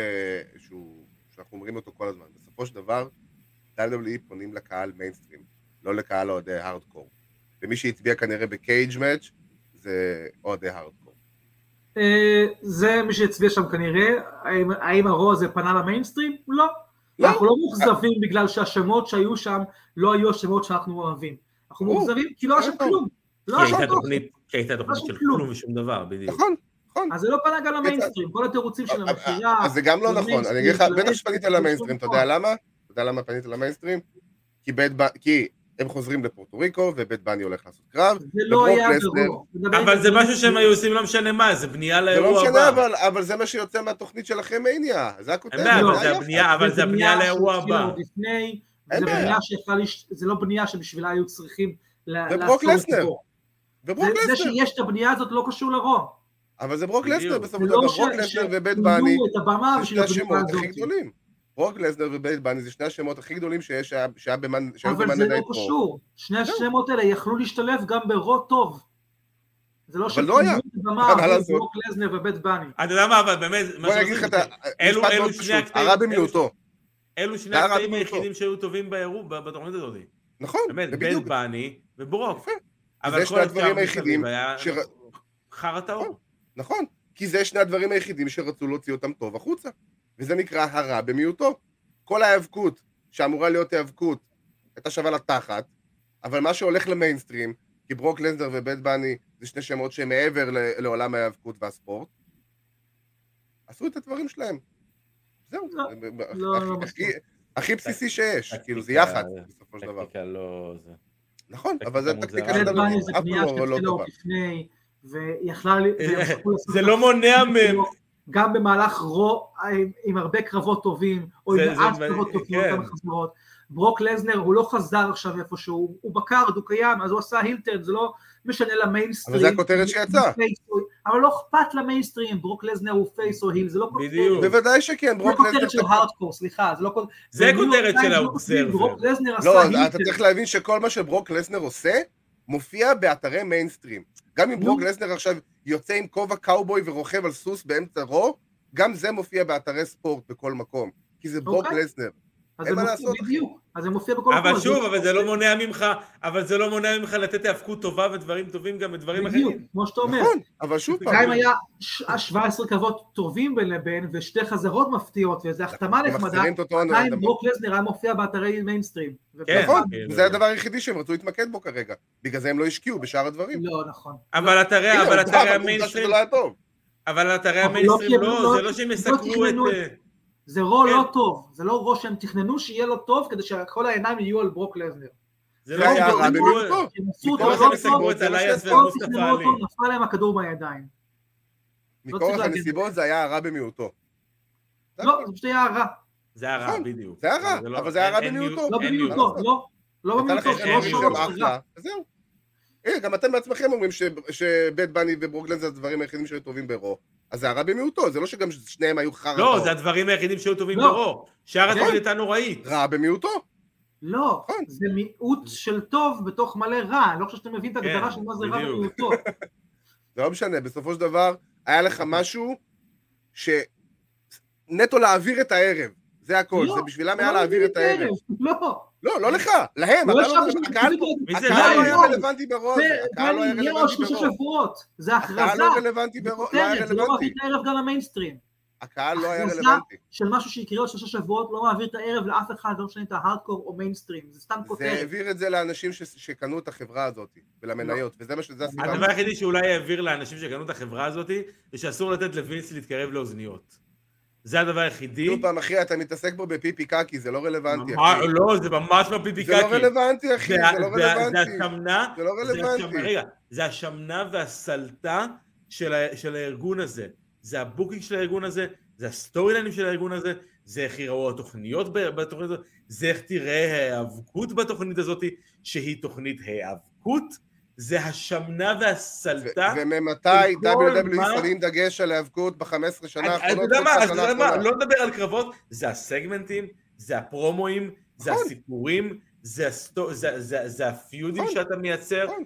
[SPEAKER 2] שהוא- שאנחנו אומרים אותו כל הזמן. בסופו של דבר, WWE פונים לקהל מיינסטרים, לא לקהל אוהדי הארדקור. ומי שהצביע כנראה בקייג' מאץ' זה אוהדי הארדקור.
[SPEAKER 4] אה, זה מי שהצביע שם כנראה, האם- האם הרוע הזה פנה למיינסטרים? לא.
[SPEAKER 2] לא.
[SPEAKER 4] אנחנו לא מאוכזבים בגלל שהשמות שהיו שם לא היו השמות שאנחנו אוהבים. אנחנו
[SPEAKER 2] ברור.
[SPEAKER 4] מאוכזבים כי לא היה שם
[SPEAKER 2] נכון.
[SPEAKER 4] כלום. לא
[SPEAKER 3] כי
[SPEAKER 4] היה שם
[SPEAKER 3] הייתה
[SPEAKER 4] כלום.
[SPEAKER 3] תוכנית- כי הייתה תוכנית
[SPEAKER 4] משהו
[SPEAKER 3] של
[SPEAKER 4] כלום.
[SPEAKER 3] כלום ושום דבר, בדיוק.
[SPEAKER 2] נכון, נכון.
[SPEAKER 4] אז זה לא פנה גם למיינסטרים, כל התירוצים
[SPEAKER 2] אה,
[SPEAKER 4] של המכירה.
[SPEAKER 2] אז זה גם לא נכון, אני אגיד לך,
[SPEAKER 4] למיינסטרים,
[SPEAKER 2] בטח שפנית
[SPEAKER 4] למיינסטרים,
[SPEAKER 2] למיינסטרים, אתה
[SPEAKER 4] שום
[SPEAKER 2] יודע
[SPEAKER 4] דבר.
[SPEAKER 2] למה? אתה יודע למה פנית למיינסטרים? כי בית ב- כי הם חוזרים לפורטו ריקו, ובית בני הולך לעשות קרב,
[SPEAKER 4] זה לא
[SPEAKER 2] וברוק
[SPEAKER 4] היה
[SPEAKER 2] לסנר.
[SPEAKER 4] ברור. מדבר
[SPEAKER 3] אבל
[SPEAKER 4] איתי
[SPEAKER 3] זה
[SPEAKER 4] על
[SPEAKER 3] משהו שהם היו עושים, לא משנה מה, זה בנייה
[SPEAKER 2] זה לא
[SPEAKER 3] לאירוע
[SPEAKER 2] משנה,
[SPEAKER 3] הבא.
[SPEAKER 2] אבל, אבל זה מה שיוצא מהתוכנית של אחרי מניה, זה הכותרת.
[SPEAKER 3] אין בעיה,
[SPEAKER 4] לא,
[SPEAKER 3] אבל זה
[SPEAKER 2] היופי.
[SPEAKER 3] הבנייה, אה, אבל זה הבנייה לאירוע
[SPEAKER 4] שהתחילה
[SPEAKER 3] הבא.
[SPEAKER 4] עוד לפני,
[SPEAKER 2] אין
[SPEAKER 4] זה
[SPEAKER 2] בעיה.
[SPEAKER 4] בנייה שיכולה להש- זה לא בנייה שבשבילה היו צריכים לה-
[SPEAKER 2] וברוק
[SPEAKER 4] לעצור את
[SPEAKER 2] לסנר.
[SPEAKER 4] הבור.
[SPEAKER 2] וברוק
[SPEAKER 4] זה- זה
[SPEAKER 2] לסנר,
[SPEAKER 4] שיש את הבנייה הזאת לא קשור לרוע.
[SPEAKER 2] אבל זה ברוק
[SPEAKER 3] בדיוק.
[SPEAKER 2] לסנר בסופו
[SPEAKER 4] זה
[SPEAKER 2] של דבר,
[SPEAKER 4] לא
[SPEAKER 2] ברוק
[SPEAKER 4] ש-
[SPEAKER 2] לסנר
[SPEAKER 4] ש-
[SPEAKER 2] ובית
[SPEAKER 4] תנו
[SPEAKER 2] בני,
[SPEAKER 4] את הבמה
[SPEAKER 2] כן, זה
[SPEAKER 4] בשביל
[SPEAKER 2] שני
[SPEAKER 4] הבנייה
[SPEAKER 2] השמות הכי
[SPEAKER 4] הזאת.
[SPEAKER 2] גדולים. ברוק לסנר ובית בני זה שני השמות הכי גדולים שיש- שהיה שהיה במאן- שהיו
[SPEAKER 4] אבל זה
[SPEAKER 2] במאנדי
[SPEAKER 4] לא
[SPEAKER 2] נייט רו.
[SPEAKER 4] קשור. שני השמות האלה יכלו להשתלב גם ברוע טוב. זה לא
[SPEAKER 2] אבל
[SPEAKER 4] שהם
[SPEAKER 2] לא היה.
[SPEAKER 4] תנו את הבמה
[SPEAKER 2] מה
[SPEAKER 4] עבור
[SPEAKER 2] לעשות?
[SPEAKER 4] ברוק לזנר ובית בני. לא,
[SPEAKER 3] אתה יודע מה, אבל באמת,
[SPEAKER 2] בוא
[SPEAKER 3] מה
[SPEAKER 2] אני
[SPEAKER 3] שעושים
[SPEAKER 2] אגיד לך את
[SPEAKER 3] זה- אוקיי. אלו-
[SPEAKER 2] המשפט
[SPEAKER 3] אלו
[SPEAKER 2] מאוד
[SPEAKER 3] שני
[SPEAKER 2] פשוט,
[SPEAKER 3] הקטעים-
[SPEAKER 2] הרע במיעוטו.
[SPEAKER 3] אלו שני
[SPEAKER 2] זה הרע
[SPEAKER 3] הקטעים
[SPEAKER 2] במיעוטו.
[SPEAKER 3] היחידים שהיו טובים באירוע, ב- בתוכנית הזאת.
[SPEAKER 2] נכון,
[SPEAKER 3] באמת,
[SPEAKER 2] זה
[SPEAKER 3] בן
[SPEAKER 2] בדיוק.
[SPEAKER 3] בני וברוק.
[SPEAKER 2] יפה.
[SPEAKER 3] אבל
[SPEAKER 2] זה
[SPEAKER 3] כל
[SPEAKER 2] שני
[SPEAKER 3] השאר
[SPEAKER 2] הדברים
[SPEAKER 3] מסביב
[SPEAKER 2] היחידים
[SPEAKER 3] היה
[SPEAKER 2] שר-
[SPEAKER 3] חרא טהור.
[SPEAKER 2] נכון, כי זה שני הדברים היחידים שרצו להוציא אותם טוב החוצה, וזה נקרא הרע במיעוטו. כל ההיאבקות שאמורה להיות היאבקות הייתה שווה לתחת, אבל מה שהולך למיינסטרים, כי ברוק לנזר ובית בני זה שני שמות שהם מעבר ל- לעולם ההיאבקות והספורט, עשו את הדברים שלהם. זהו,
[SPEAKER 4] לא,
[SPEAKER 2] זה ב- ב-
[SPEAKER 4] לא,
[SPEAKER 2] הכי-
[SPEAKER 4] לא
[SPEAKER 2] הכי-
[SPEAKER 4] מסכים.
[SPEAKER 2] הכי בסיסי שיש,
[SPEAKER 3] טקטיקה-
[SPEAKER 2] כאילו זה יח"צ בסופו של דבר.
[SPEAKER 3] טקטיקה לא... זה.
[SPEAKER 2] נכון,
[SPEAKER 3] טקטיקה
[SPEAKER 2] אבל זה
[SPEAKER 3] מוזרה.
[SPEAKER 2] טקטיקה
[SPEAKER 4] בית
[SPEAKER 2] של
[SPEAKER 3] אתה
[SPEAKER 4] בני
[SPEAKER 2] אף
[SPEAKER 4] זה
[SPEAKER 2] פעם
[SPEAKER 4] פנייה
[SPEAKER 2] לא- לא
[SPEAKER 4] שהתחילה עוד
[SPEAKER 2] טובה.
[SPEAKER 4] לפני, ויכלה... ל-
[SPEAKER 3] זה-
[SPEAKER 4] ויכלו לעשות
[SPEAKER 3] אה, זה
[SPEAKER 4] את
[SPEAKER 3] לא מונע מהם.
[SPEAKER 4] גם במהלך רו עם, עם הרבה קרבות טובים, או
[SPEAKER 3] זה-
[SPEAKER 4] עם
[SPEAKER 3] זה
[SPEAKER 4] מעט
[SPEAKER 3] מ-
[SPEAKER 4] קרבות טובים,
[SPEAKER 3] כן.
[SPEAKER 4] אותן חזרות. ברוק לזנר הוא לא חזר עכשיו איפשהו, הוא- הוא בקארד, הוא קיים, אז הוא עשה הילטרן, זה לא משנה למיינסטרים.
[SPEAKER 2] אבל זה הכותרת שיצאה.
[SPEAKER 4] הוא פייס או- אבל לא אכפת למיינסטרים, ברוק לזנר הוא פייס או היל, זה לא כותרת.
[SPEAKER 3] בדיוק.
[SPEAKER 2] בוודאי שכן,
[SPEAKER 4] זה לא
[SPEAKER 2] ברוק
[SPEAKER 4] כותרת
[SPEAKER 2] לנזר
[SPEAKER 4] של הארדקור, סליחה, זה לא כותרת.
[SPEAKER 3] זה
[SPEAKER 4] בניו יורק
[SPEAKER 3] כותרת של
[SPEAKER 4] טיימס לא כותבים,
[SPEAKER 3] האובזרבר.
[SPEAKER 4] ברוק לזנר עשה
[SPEAKER 2] לא, אתה
[SPEAKER 4] הילטרן.
[SPEAKER 2] צריך להבין שכל מה שברוק לסנר עושה, מופיע באתרי מיינסטרים. גם אם ברוק לסנר עכשיו יוצא עם כובע קאובוי ורוכב על סוס באמצע רו, גם זה מופיע באתרי ספורט בכל מקום. כי זה ברוק
[SPEAKER 4] אוקיי.
[SPEAKER 2] לסנר.
[SPEAKER 4] אז
[SPEAKER 2] אין
[SPEAKER 4] זה
[SPEAKER 2] מה
[SPEAKER 4] מופיע
[SPEAKER 2] לעשות, אחי.
[SPEAKER 4] בדיוק, אז זה מופיע בכל
[SPEAKER 3] אבל
[SPEAKER 4] מקום, אז
[SPEAKER 3] שוב, אבל זה לא מונע ממך, אבל זה לא מונע ממך לתת היאבקות טובה ודברים טובים גם בדברים
[SPEAKER 4] בדיוק,
[SPEAKER 3] אחרים.
[SPEAKER 4] כמו שאתה אומר.
[SPEAKER 2] נכון, אבל שוב
[SPEAKER 4] גם
[SPEAKER 2] פעם,
[SPEAKER 4] אם היה ש- אה, 17 קרבות טובים בין לבין, ושתי חזרות מפתיעות, ואיזו החתמה
[SPEAKER 2] הם
[SPEAKER 4] נחמדה,
[SPEAKER 2] מחזירים את אותו
[SPEAKER 4] עדיין
[SPEAKER 2] דבר.
[SPEAKER 4] ברוק לזנר היה מופיע באתרי מיינסטרים.
[SPEAKER 3] כן.
[SPEAKER 2] נכון,
[SPEAKER 3] כאילו.
[SPEAKER 2] זה הדבר היחידי שהם רצו להתמקד בו כרגע. בגלל זה הם לא השקיעו בשאר הדברים.
[SPEAKER 4] לא, נכון.
[SPEAKER 3] אבל אתרי
[SPEAKER 2] הנה,
[SPEAKER 3] אבל
[SPEAKER 2] עובדה,
[SPEAKER 3] אתרי
[SPEAKER 2] אבל עובדה שזה
[SPEAKER 3] המיינסטרים,
[SPEAKER 2] לא היה טוב.
[SPEAKER 3] אבל אתרי
[SPEAKER 4] אבל לא
[SPEAKER 3] המיינסטרים
[SPEAKER 4] קיבלו,
[SPEAKER 3] לא,
[SPEAKER 4] לא-
[SPEAKER 3] זה לא שהם
[SPEAKER 4] לא
[SPEAKER 3] יסקרו את...
[SPEAKER 4] תכננו את
[SPEAKER 3] אה,
[SPEAKER 4] זה רו
[SPEAKER 3] כן.
[SPEAKER 4] לא טוב, זה לא רו שהם תכננו שיהיה לו טוב, כדי שכל העיניים יהיו על ברוק לזנר.
[SPEAKER 3] זה
[SPEAKER 2] זה
[SPEAKER 3] לא
[SPEAKER 2] היה
[SPEAKER 3] שהם
[SPEAKER 2] הרע
[SPEAKER 3] יסקרו-
[SPEAKER 2] במיעוטו.
[SPEAKER 4] הם עשו אותו
[SPEAKER 2] מכל
[SPEAKER 4] לא
[SPEAKER 3] לא
[SPEAKER 2] אחד
[SPEAKER 4] טוב,
[SPEAKER 3] שהם
[SPEAKER 2] זה
[SPEAKER 3] יסקרו את
[SPEAKER 2] זה מה
[SPEAKER 3] אלייס
[SPEAKER 2] שיצא.
[SPEAKER 4] לא
[SPEAKER 3] ומוסטפא
[SPEAKER 4] תכננו
[SPEAKER 3] עלי.
[SPEAKER 4] אותו, נפל להם הכדור מהידיים.
[SPEAKER 2] מכורח
[SPEAKER 4] להגן.
[SPEAKER 2] הנסיבות זה היה הרע במיעוטו. זה
[SPEAKER 4] לא,
[SPEAKER 2] הכל.
[SPEAKER 4] זה פשוט היה רע.
[SPEAKER 3] זה הרע,
[SPEAKER 2] נכון,
[SPEAKER 3] בדיוק.
[SPEAKER 2] זה הרע,
[SPEAKER 3] לא-
[SPEAKER 2] אבל זה הרע
[SPEAKER 3] אין- אין
[SPEAKER 2] במיעוטו.
[SPEAKER 3] מיעוט-
[SPEAKER 4] לא
[SPEAKER 3] אין
[SPEAKER 2] מיעוט.
[SPEAKER 4] במיעוטו, לא. לא
[SPEAKER 2] הייתה
[SPEAKER 4] במיעוטו,
[SPEAKER 2] לכם
[SPEAKER 4] זה
[SPEAKER 3] אין
[SPEAKER 4] לא
[SPEAKER 2] חברים
[SPEAKER 3] מיעוט.
[SPEAKER 4] שורש
[SPEAKER 2] שהם
[SPEAKER 4] של רע.
[SPEAKER 2] אחלה, אז זהו. הנה, גם אתם בעצמכם אומרים ש- שבית בני וברוגלן זה הדברים היחידים שהיו טובים ברו. אז זה הרע במיעוטו, זה לא שגם שניהם היו חרא.
[SPEAKER 3] לא, זה הדברים היחידים שהיו טובים
[SPEAKER 4] לא.
[SPEAKER 3] ברור. שאר
[SPEAKER 4] כן.
[SPEAKER 3] התוכנית הייתה נוראית.
[SPEAKER 2] רע במיעוטו.
[SPEAKER 4] לא,
[SPEAKER 2] נכון.
[SPEAKER 4] זה מיעוט של טוב בתוך מלא רע, אני לא חושב שאתם מבינים את
[SPEAKER 3] Mm. כן,
[SPEAKER 4] ההגדרה של מה זה רע
[SPEAKER 3] בדיוק.
[SPEAKER 4] במיעוטו.
[SPEAKER 2] זה לא משנה, בסופו של דבר, היה לך
[SPEAKER 4] אוקיי.
[SPEAKER 2] משהו שנטו להעביר את הערב. זה הכל,
[SPEAKER 4] לא,
[SPEAKER 2] זה בשבילם
[SPEAKER 4] לא
[SPEAKER 2] היה להעביר את הערב.
[SPEAKER 4] לא.
[SPEAKER 2] לא, לא לך, להם.
[SPEAKER 4] לא
[SPEAKER 2] אתה לא-
[SPEAKER 4] ישבנו
[SPEAKER 2] הקהל
[SPEAKER 4] בשביל זה.
[SPEAKER 3] מי זה
[SPEAKER 2] הקהל לא היה
[SPEAKER 4] להם?
[SPEAKER 2] רלוונטי ברו. הזה,
[SPEAKER 4] זה
[SPEAKER 2] הקהל לא היה
[SPEAKER 4] יהיה עוד
[SPEAKER 2] רלוונטי
[SPEAKER 4] שלושה
[SPEAKER 2] ברו.
[SPEAKER 4] שבועות, זה הכרזה,
[SPEAKER 2] הקהל לא רלוונטי
[SPEAKER 4] זה
[SPEAKER 2] ברו. לא היה
[SPEAKER 4] כותרת, זה לא מעביר
[SPEAKER 2] רלוונטי.
[SPEAKER 4] את הערב גם למיינסטרים.
[SPEAKER 2] הקהל לא היה
[SPEAKER 4] הכנסה-
[SPEAKER 2] רלוונטי.
[SPEAKER 4] של משהו שיקרה עוד שלושה שבועות, לא מעביר את הערב לאף אחד, לא משנה את ההארדקור או מיינסטרים, זה סתם
[SPEAKER 2] זה
[SPEAKER 4] כותרת.
[SPEAKER 2] העביר את זה לאנשים ש- שקנו את החברה הזאת, ולמניות, וזה מה שזה הסיבה.
[SPEAKER 3] הדבר היחידי שאולי העביר לאנשים שקנו את החברה הזאת, זה שאסור לתת לווינס להתקרב לאוזניות. זה הדבר היחידי.
[SPEAKER 2] שוב כאילו פעם, אחי, אתה מתעסק פה בפיפי קקי, זה לא רלוונטי.
[SPEAKER 3] ממש-
[SPEAKER 2] אחי.
[SPEAKER 3] לא, זה ממש לא פיפי
[SPEAKER 2] זה לא
[SPEAKER 3] קקי.
[SPEAKER 2] רלוונטי, אחי, זה לא רלוונטי.
[SPEAKER 3] זה השמנה,
[SPEAKER 2] זה לא
[SPEAKER 3] זה השמנה-
[SPEAKER 2] רלוונטי.
[SPEAKER 3] רגע, זה השמנה והסלטה של ה- של הארגון הזה. זה הבוקינג של הארגון הזה, זה הסטורי ליינים של הארגון הזה, זה איך יראו התוכניות ב- בתוכנית הזאת, זה איך תראה ההיאבקות בתוכנית הזאת, שהיא תוכנית היאבקות, זה השמנה והסלטה.
[SPEAKER 2] ו- וממתי
[SPEAKER 3] כל מה-
[SPEAKER 2] WWE שמים דגש על ההיאבקות ב-15 שנה
[SPEAKER 3] אז- אז אתה
[SPEAKER 2] האחרונות?
[SPEAKER 3] יודע מה,
[SPEAKER 2] כל
[SPEAKER 3] אז אתה
[SPEAKER 2] שנה
[SPEAKER 3] יודע מה,
[SPEAKER 2] האחרונה?
[SPEAKER 3] לא נדבר על קרבות, זה הסגמנטים, זה הפרומואים, זה
[SPEAKER 2] נכון.
[SPEAKER 3] הסיפורים, זה הסטו- זה- זה- זה הפיודים
[SPEAKER 2] נכון.
[SPEAKER 3] שאתה מייצר,
[SPEAKER 2] נכון.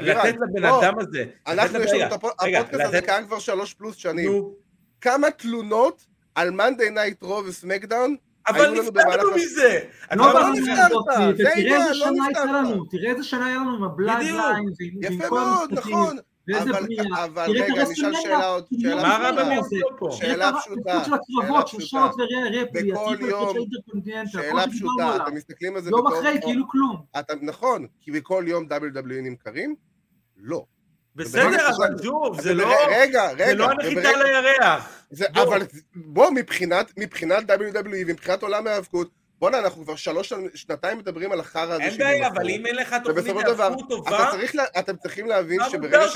[SPEAKER 3] לתת
[SPEAKER 2] אבירן,
[SPEAKER 3] לבן
[SPEAKER 2] בוא,
[SPEAKER 3] אדם הזה,
[SPEAKER 2] אנחנו,
[SPEAKER 3] לתת
[SPEAKER 2] יש לנו את
[SPEAKER 3] לבן-
[SPEAKER 2] הפו-
[SPEAKER 3] רגע,
[SPEAKER 2] הפודקאסט הזה
[SPEAKER 3] לתת-
[SPEAKER 2] קיים כבר שלוש פלוס שנים.
[SPEAKER 3] נו,
[SPEAKER 2] כמה תלונות על מאנדי נייט רו וסמקדאון?
[SPEAKER 3] אבל
[SPEAKER 2] היו לנו במהלך
[SPEAKER 3] נפטרנו מזה, אתה
[SPEAKER 4] לא
[SPEAKER 2] אבל לא
[SPEAKER 3] יודע
[SPEAKER 4] באנו
[SPEAKER 3] מה?
[SPEAKER 2] נפתרת,
[SPEAKER 4] לראות,
[SPEAKER 2] זה
[SPEAKER 4] ותראה
[SPEAKER 2] העניין,
[SPEAKER 4] איזה
[SPEAKER 2] לא
[SPEAKER 4] שנה הייתה
[SPEAKER 2] נפתרת.
[SPEAKER 4] לנו, תראה איזה שנה היה לנו עם הבלאד
[SPEAKER 3] בדיוק.
[SPEAKER 4] ליינס, ועם- ועם
[SPEAKER 2] יפה
[SPEAKER 4] כל
[SPEAKER 2] מאוד,
[SPEAKER 4] המשחקים,
[SPEAKER 2] נכון.
[SPEAKER 4] ואיזה
[SPEAKER 2] אבל-
[SPEAKER 4] בנייה.
[SPEAKER 2] אבל
[SPEAKER 4] תראה את
[SPEAKER 2] רגע, אני אשאל
[SPEAKER 4] הרסלמניה,
[SPEAKER 2] שאלה עוד,
[SPEAKER 4] תראה
[SPEAKER 2] שאלה
[SPEAKER 4] את
[SPEAKER 3] מה רע
[SPEAKER 2] פשוטה.
[SPEAKER 4] הרסלמניה,
[SPEAKER 3] במיוס פה?
[SPEAKER 4] תראה את
[SPEAKER 2] שאלה
[SPEAKER 4] הר-
[SPEAKER 2] פשוטה,
[SPEAKER 4] התפוצצות של הקרבות, של
[SPEAKER 2] שאלה
[SPEAKER 4] שעות
[SPEAKER 2] פשוטה.
[SPEAKER 4] וראה רפלי,
[SPEAKER 2] בכל
[SPEAKER 4] הטיפול
[SPEAKER 2] יום,
[SPEAKER 4] של אינטרקונטיננטל, כל
[SPEAKER 2] שאלה
[SPEAKER 4] מה שדיברנו
[SPEAKER 2] פשוטה,
[SPEAKER 4] עליו.
[SPEAKER 2] אתם מסתכלים על זה
[SPEAKER 4] יום
[SPEAKER 2] בתור-
[SPEAKER 4] אחרי, כאילו כלום.
[SPEAKER 2] אתה- נכון, כי בכל יום WWE נמכרים? לא.
[SPEAKER 3] בסדר,
[SPEAKER 2] וברגע
[SPEAKER 3] אבל
[SPEAKER 2] שזה-
[SPEAKER 3] שוב, זה
[SPEAKER 2] אבל
[SPEAKER 3] לא
[SPEAKER 2] רגע, רגע.
[SPEAKER 3] זה לא
[SPEAKER 2] וברגע-
[SPEAKER 3] הנחיתה לא. לירח.
[SPEAKER 2] זה,
[SPEAKER 3] בוא.
[SPEAKER 2] אבל בוא, מבחינת, מבחינת WWE ומבחינת עולם ההיאבקות, בואנה, אנחנו כבר שלוש, שנ- שנתיים מדברים על החרא הזה.
[SPEAKER 3] אין
[SPEAKER 2] של
[SPEAKER 3] בעיה,
[SPEAKER 2] יום
[SPEAKER 3] אבל
[SPEAKER 2] אחרי.
[SPEAKER 3] אם אין לך תוכנית
[SPEAKER 2] ובסופו של דבר,
[SPEAKER 3] להפכות
[SPEAKER 2] אתה
[SPEAKER 3] טובה,
[SPEAKER 2] צריך, לה- אתם צריכים להבין
[SPEAKER 3] מה מותר
[SPEAKER 2] שברגע
[SPEAKER 3] לך?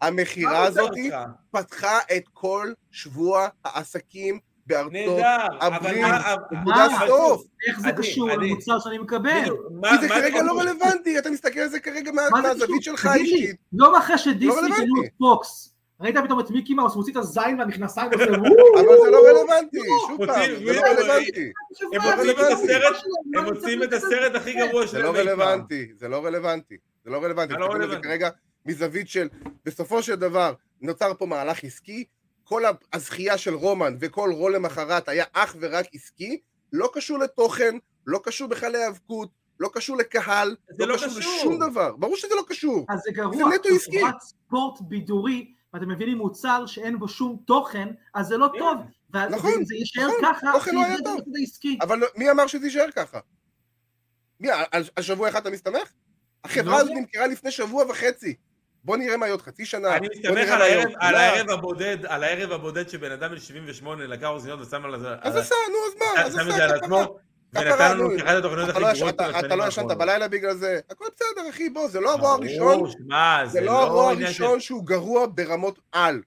[SPEAKER 2] שהמכירה
[SPEAKER 3] מה מותר
[SPEAKER 2] הזאת
[SPEAKER 3] לך?
[SPEAKER 2] פתחה את כל שבוע העסקים בארצות.
[SPEAKER 3] נהדר, אבל
[SPEAKER 2] הברית,
[SPEAKER 3] מה...
[SPEAKER 2] נקודה
[SPEAKER 3] אבל-
[SPEAKER 2] סוף.
[SPEAKER 4] איך זה
[SPEAKER 3] אני-
[SPEAKER 4] קשור
[SPEAKER 3] אני-
[SPEAKER 4] למוצר שאני מקבל?
[SPEAKER 3] בדיוק, כאילו, מה-
[SPEAKER 2] כן. כי זה
[SPEAKER 3] מה
[SPEAKER 2] כרגע
[SPEAKER 3] אתה-
[SPEAKER 2] לא רלוונטי, אתה מסתכל על לא, זה כרגע מה-
[SPEAKER 4] מה זה קשור?
[SPEAKER 2] מהזווית שלך
[SPEAKER 4] תגיד לי,
[SPEAKER 2] האישית.
[SPEAKER 4] יום אחרי שדיסני
[SPEAKER 2] רלוונטי.
[SPEAKER 4] קנו את פוקס, ראית פתאום את מיקי מאוס מוציא את הזין מהמכנסיים ועושה וואו,
[SPEAKER 2] אבל זה לא רלוונטי, שוב
[SPEAKER 3] רוצים-
[SPEAKER 2] פעם, זה לא
[SPEAKER 3] רוצים-
[SPEAKER 2] רלוונטי.
[SPEAKER 4] שבוע,
[SPEAKER 3] הם מוציאים את
[SPEAKER 2] רלוונטי.
[SPEAKER 3] הסרט, הם מוציאים את הסרט הכי גרוע
[SPEAKER 2] זה
[SPEAKER 3] שלהם.
[SPEAKER 2] לא
[SPEAKER 3] אי פעם.
[SPEAKER 2] רלוונטי, זה לא רלוונטי, זה לא רלוונטי,
[SPEAKER 3] זה לא
[SPEAKER 2] תסתכלו על זה
[SPEAKER 3] רלוונטי.
[SPEAKER 2] כרגע מזווית של, בסופו של דבר, נוצר פה מהלך עסקי, כל ה- הזכייה של רומן וכל רול למחרת היה אך ורק עסקי, לא קשור לתוכן, לא קשור בכלל להיאבקות, לא קשור לקהל,
[SPEAKER 3] זה
[SPEAKER 2] לא
[SPEAKER 3] לא
[SPEAKER 2] קשור
[SPEAKER 3] קשור.
[SPEAKER 2] לשום דבר, ברור שזה לא קשור.
[SPEAKER 4] אז זה גרוע.
[SPEAKER 2] זה נטו
[SPEAKER 4] זו
[SPEAKER 2] עסקי.
[SPEAKER 4] חברת ספורט בידורי, ואתם מבינים מוצר שאין בו שום תוכן, אז זה לא
[SPEAKER 3] כן.
[SPEAKER 4] טוב. ואז
[SPEAKER 2] נכון,
[SPEAKER 4] אם זה יישאר
[SPEAKER 2] נכון,
[SPEAKER 4] ככה,
[SPEAKER 2] תוכן לא
[SPEAKER 4] זה
[SPEAKER 2] היה
[SPEAKER 4] יהיה
[SPEAKER 2] טוב.
[SPEAKER 4] גם בצד העסקי.
[SPEAKER 2] אבל מי אמר שזה יישאר ככה? מי, על- על על שבוע אחד אתה מסתמך?
[SPEAKER 4] לא
[SPEAKER 2] החברה הזאת
[SPEAKER 4] יודע.
[SPEAKER 2] נמכרה לפני שבוע וחצי. בוא נראה מה יהיה עוד חצי שנה.
[SPEAKER 3] אני
[SPEAKER 2] בוא
[SPEAKER 3] מסתמך
[SPEAKER 2] נראה
[SPEAKER 3] על
[SPEAKER 2] מה לא. יהיה
[SPEAKER 3] הערב-
[SPEAKER 2] עוד
[SPEAKER 3] על
[SPEAKER 2] שנה.
[SPEAKER 3] הערב הבודד, על הערב הבודד שבן אדם בן 78 לקח אוזניות ושם על זה-
[SPEAKER 2] אז
[SPEAKER 3] על-
[SPEAKER 2] עשה, נו, אז מה? אז
[SPEAKER 3] שם את זה
[SPEAKER 2] עשה,
[SPEAKER 3] על
[SPEAKER 2] כפרה.
[SPEAKER 3] עצמו,
[SPEAKER 2] כפרה,
[SPEAKER 3] ונתן לנו
[SPEAKER 2] נו.
[SPEAKER 3] את אחת התוכניות
[SPEAKER 2] אתה
[SPEAKER 3] הכי
[SPEAKER 2] לא
[SPEAKER 3] גרועות של
[SPEAKER 2] ישנת-
[SPEAKER 3] השנים
[SPEAKER 2] אתה לא ישנת
[SPEAKER 3] האחרונות.
[SPEAKER 2] בלילה בגלל זה, הכל בסדר אחי, בוא, זה לא הרוע הראשון,
[SPEAKER 3] ברור, שמע,
[SPEAKER 2] זה לא הרוע
[SPEAKER 3] עניין של-
[SPEAKER 2] הראשון שהוא גרוע ברמות על.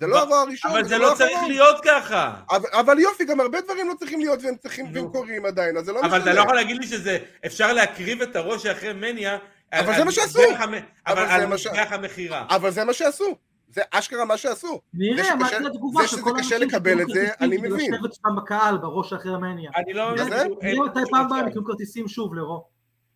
[SPEAKER 2] זה
[SPEAKER 3] אבל-
[SPEAKER 2] לא הרוע הראשון,
[SPEAKER 3] אבל זה לא צריך
[SPEAKER 2] האחרון.
[SPEAKER 3] להיות ככה.
[SPEAKER 2] אבל- אבל יופי, גם הרבה דברים לא צריכים להיות והם צריכים,
[SPEAKER 3] נו.
[SPEAKER 2] והם קורים עדיין, אז זה לא
[SPEAKER 3] אבל אתה לא
[SPEAKER 2] משנה.
[SPEAKER 3] יכול להגיד לי שזה, אפשר להקריב את הראש שאחרי מניה.
[SPEAKER 2] אבל
[SPEAKER 3] על-
[SPEAKER 2] זה
[SPEAKER 3] על
[SPEAKER 2] מה שעשו.
[SPEAKER 3] מזבח המ-
[SPEAKER 2] אבל
[SPEAKER 3] אבל
[SPEAKER 2] זה
[SPEAKER 3] על
[SPEAKER 2] מה ש-
[SPEAKER 3] מזבח המכירה.
[SPEAKER 2] אבל זה מה שעשו, זה אשכרה מה שעשו.
[SPEAKER 4] נראה, מה
[SPEAKER 2] שקשה-
[SPEAKER 4] תהיה התגובה
[SPEAKER 2] זה
[SPEAKER 4] של
[SPEAKER 2] שזה
[SPEAKER 4] כל
[SPEAKER 2] קשה
[SPEAKER 4] האנשים
[SPEAKER 2] לקבל
[SPEAKER 4] שקנו
[SPEAKER 2] את זה,
[SPEAKER 4] כרטיסים
[SPEAKER 2] אני
[SPEAKER 4] כדי
[SPEAKER 2] מבין.
[SPEAKER 4] לשבת שם בקהל, בראש אחרי מניה.
[SPEAKER 3] אני לא
[SPEAKER 2] מה
[SPEAKER 3] מבין.
[SPEAKER 2] זה? אה,
[SPEAKER 3] שהוא-
[SPEAKER 4] נראה מתי
[SPEAKER 3] אין-
[SPEAKER 4] פעם הבאה הם יקנו כרטיסים שוב לרוב.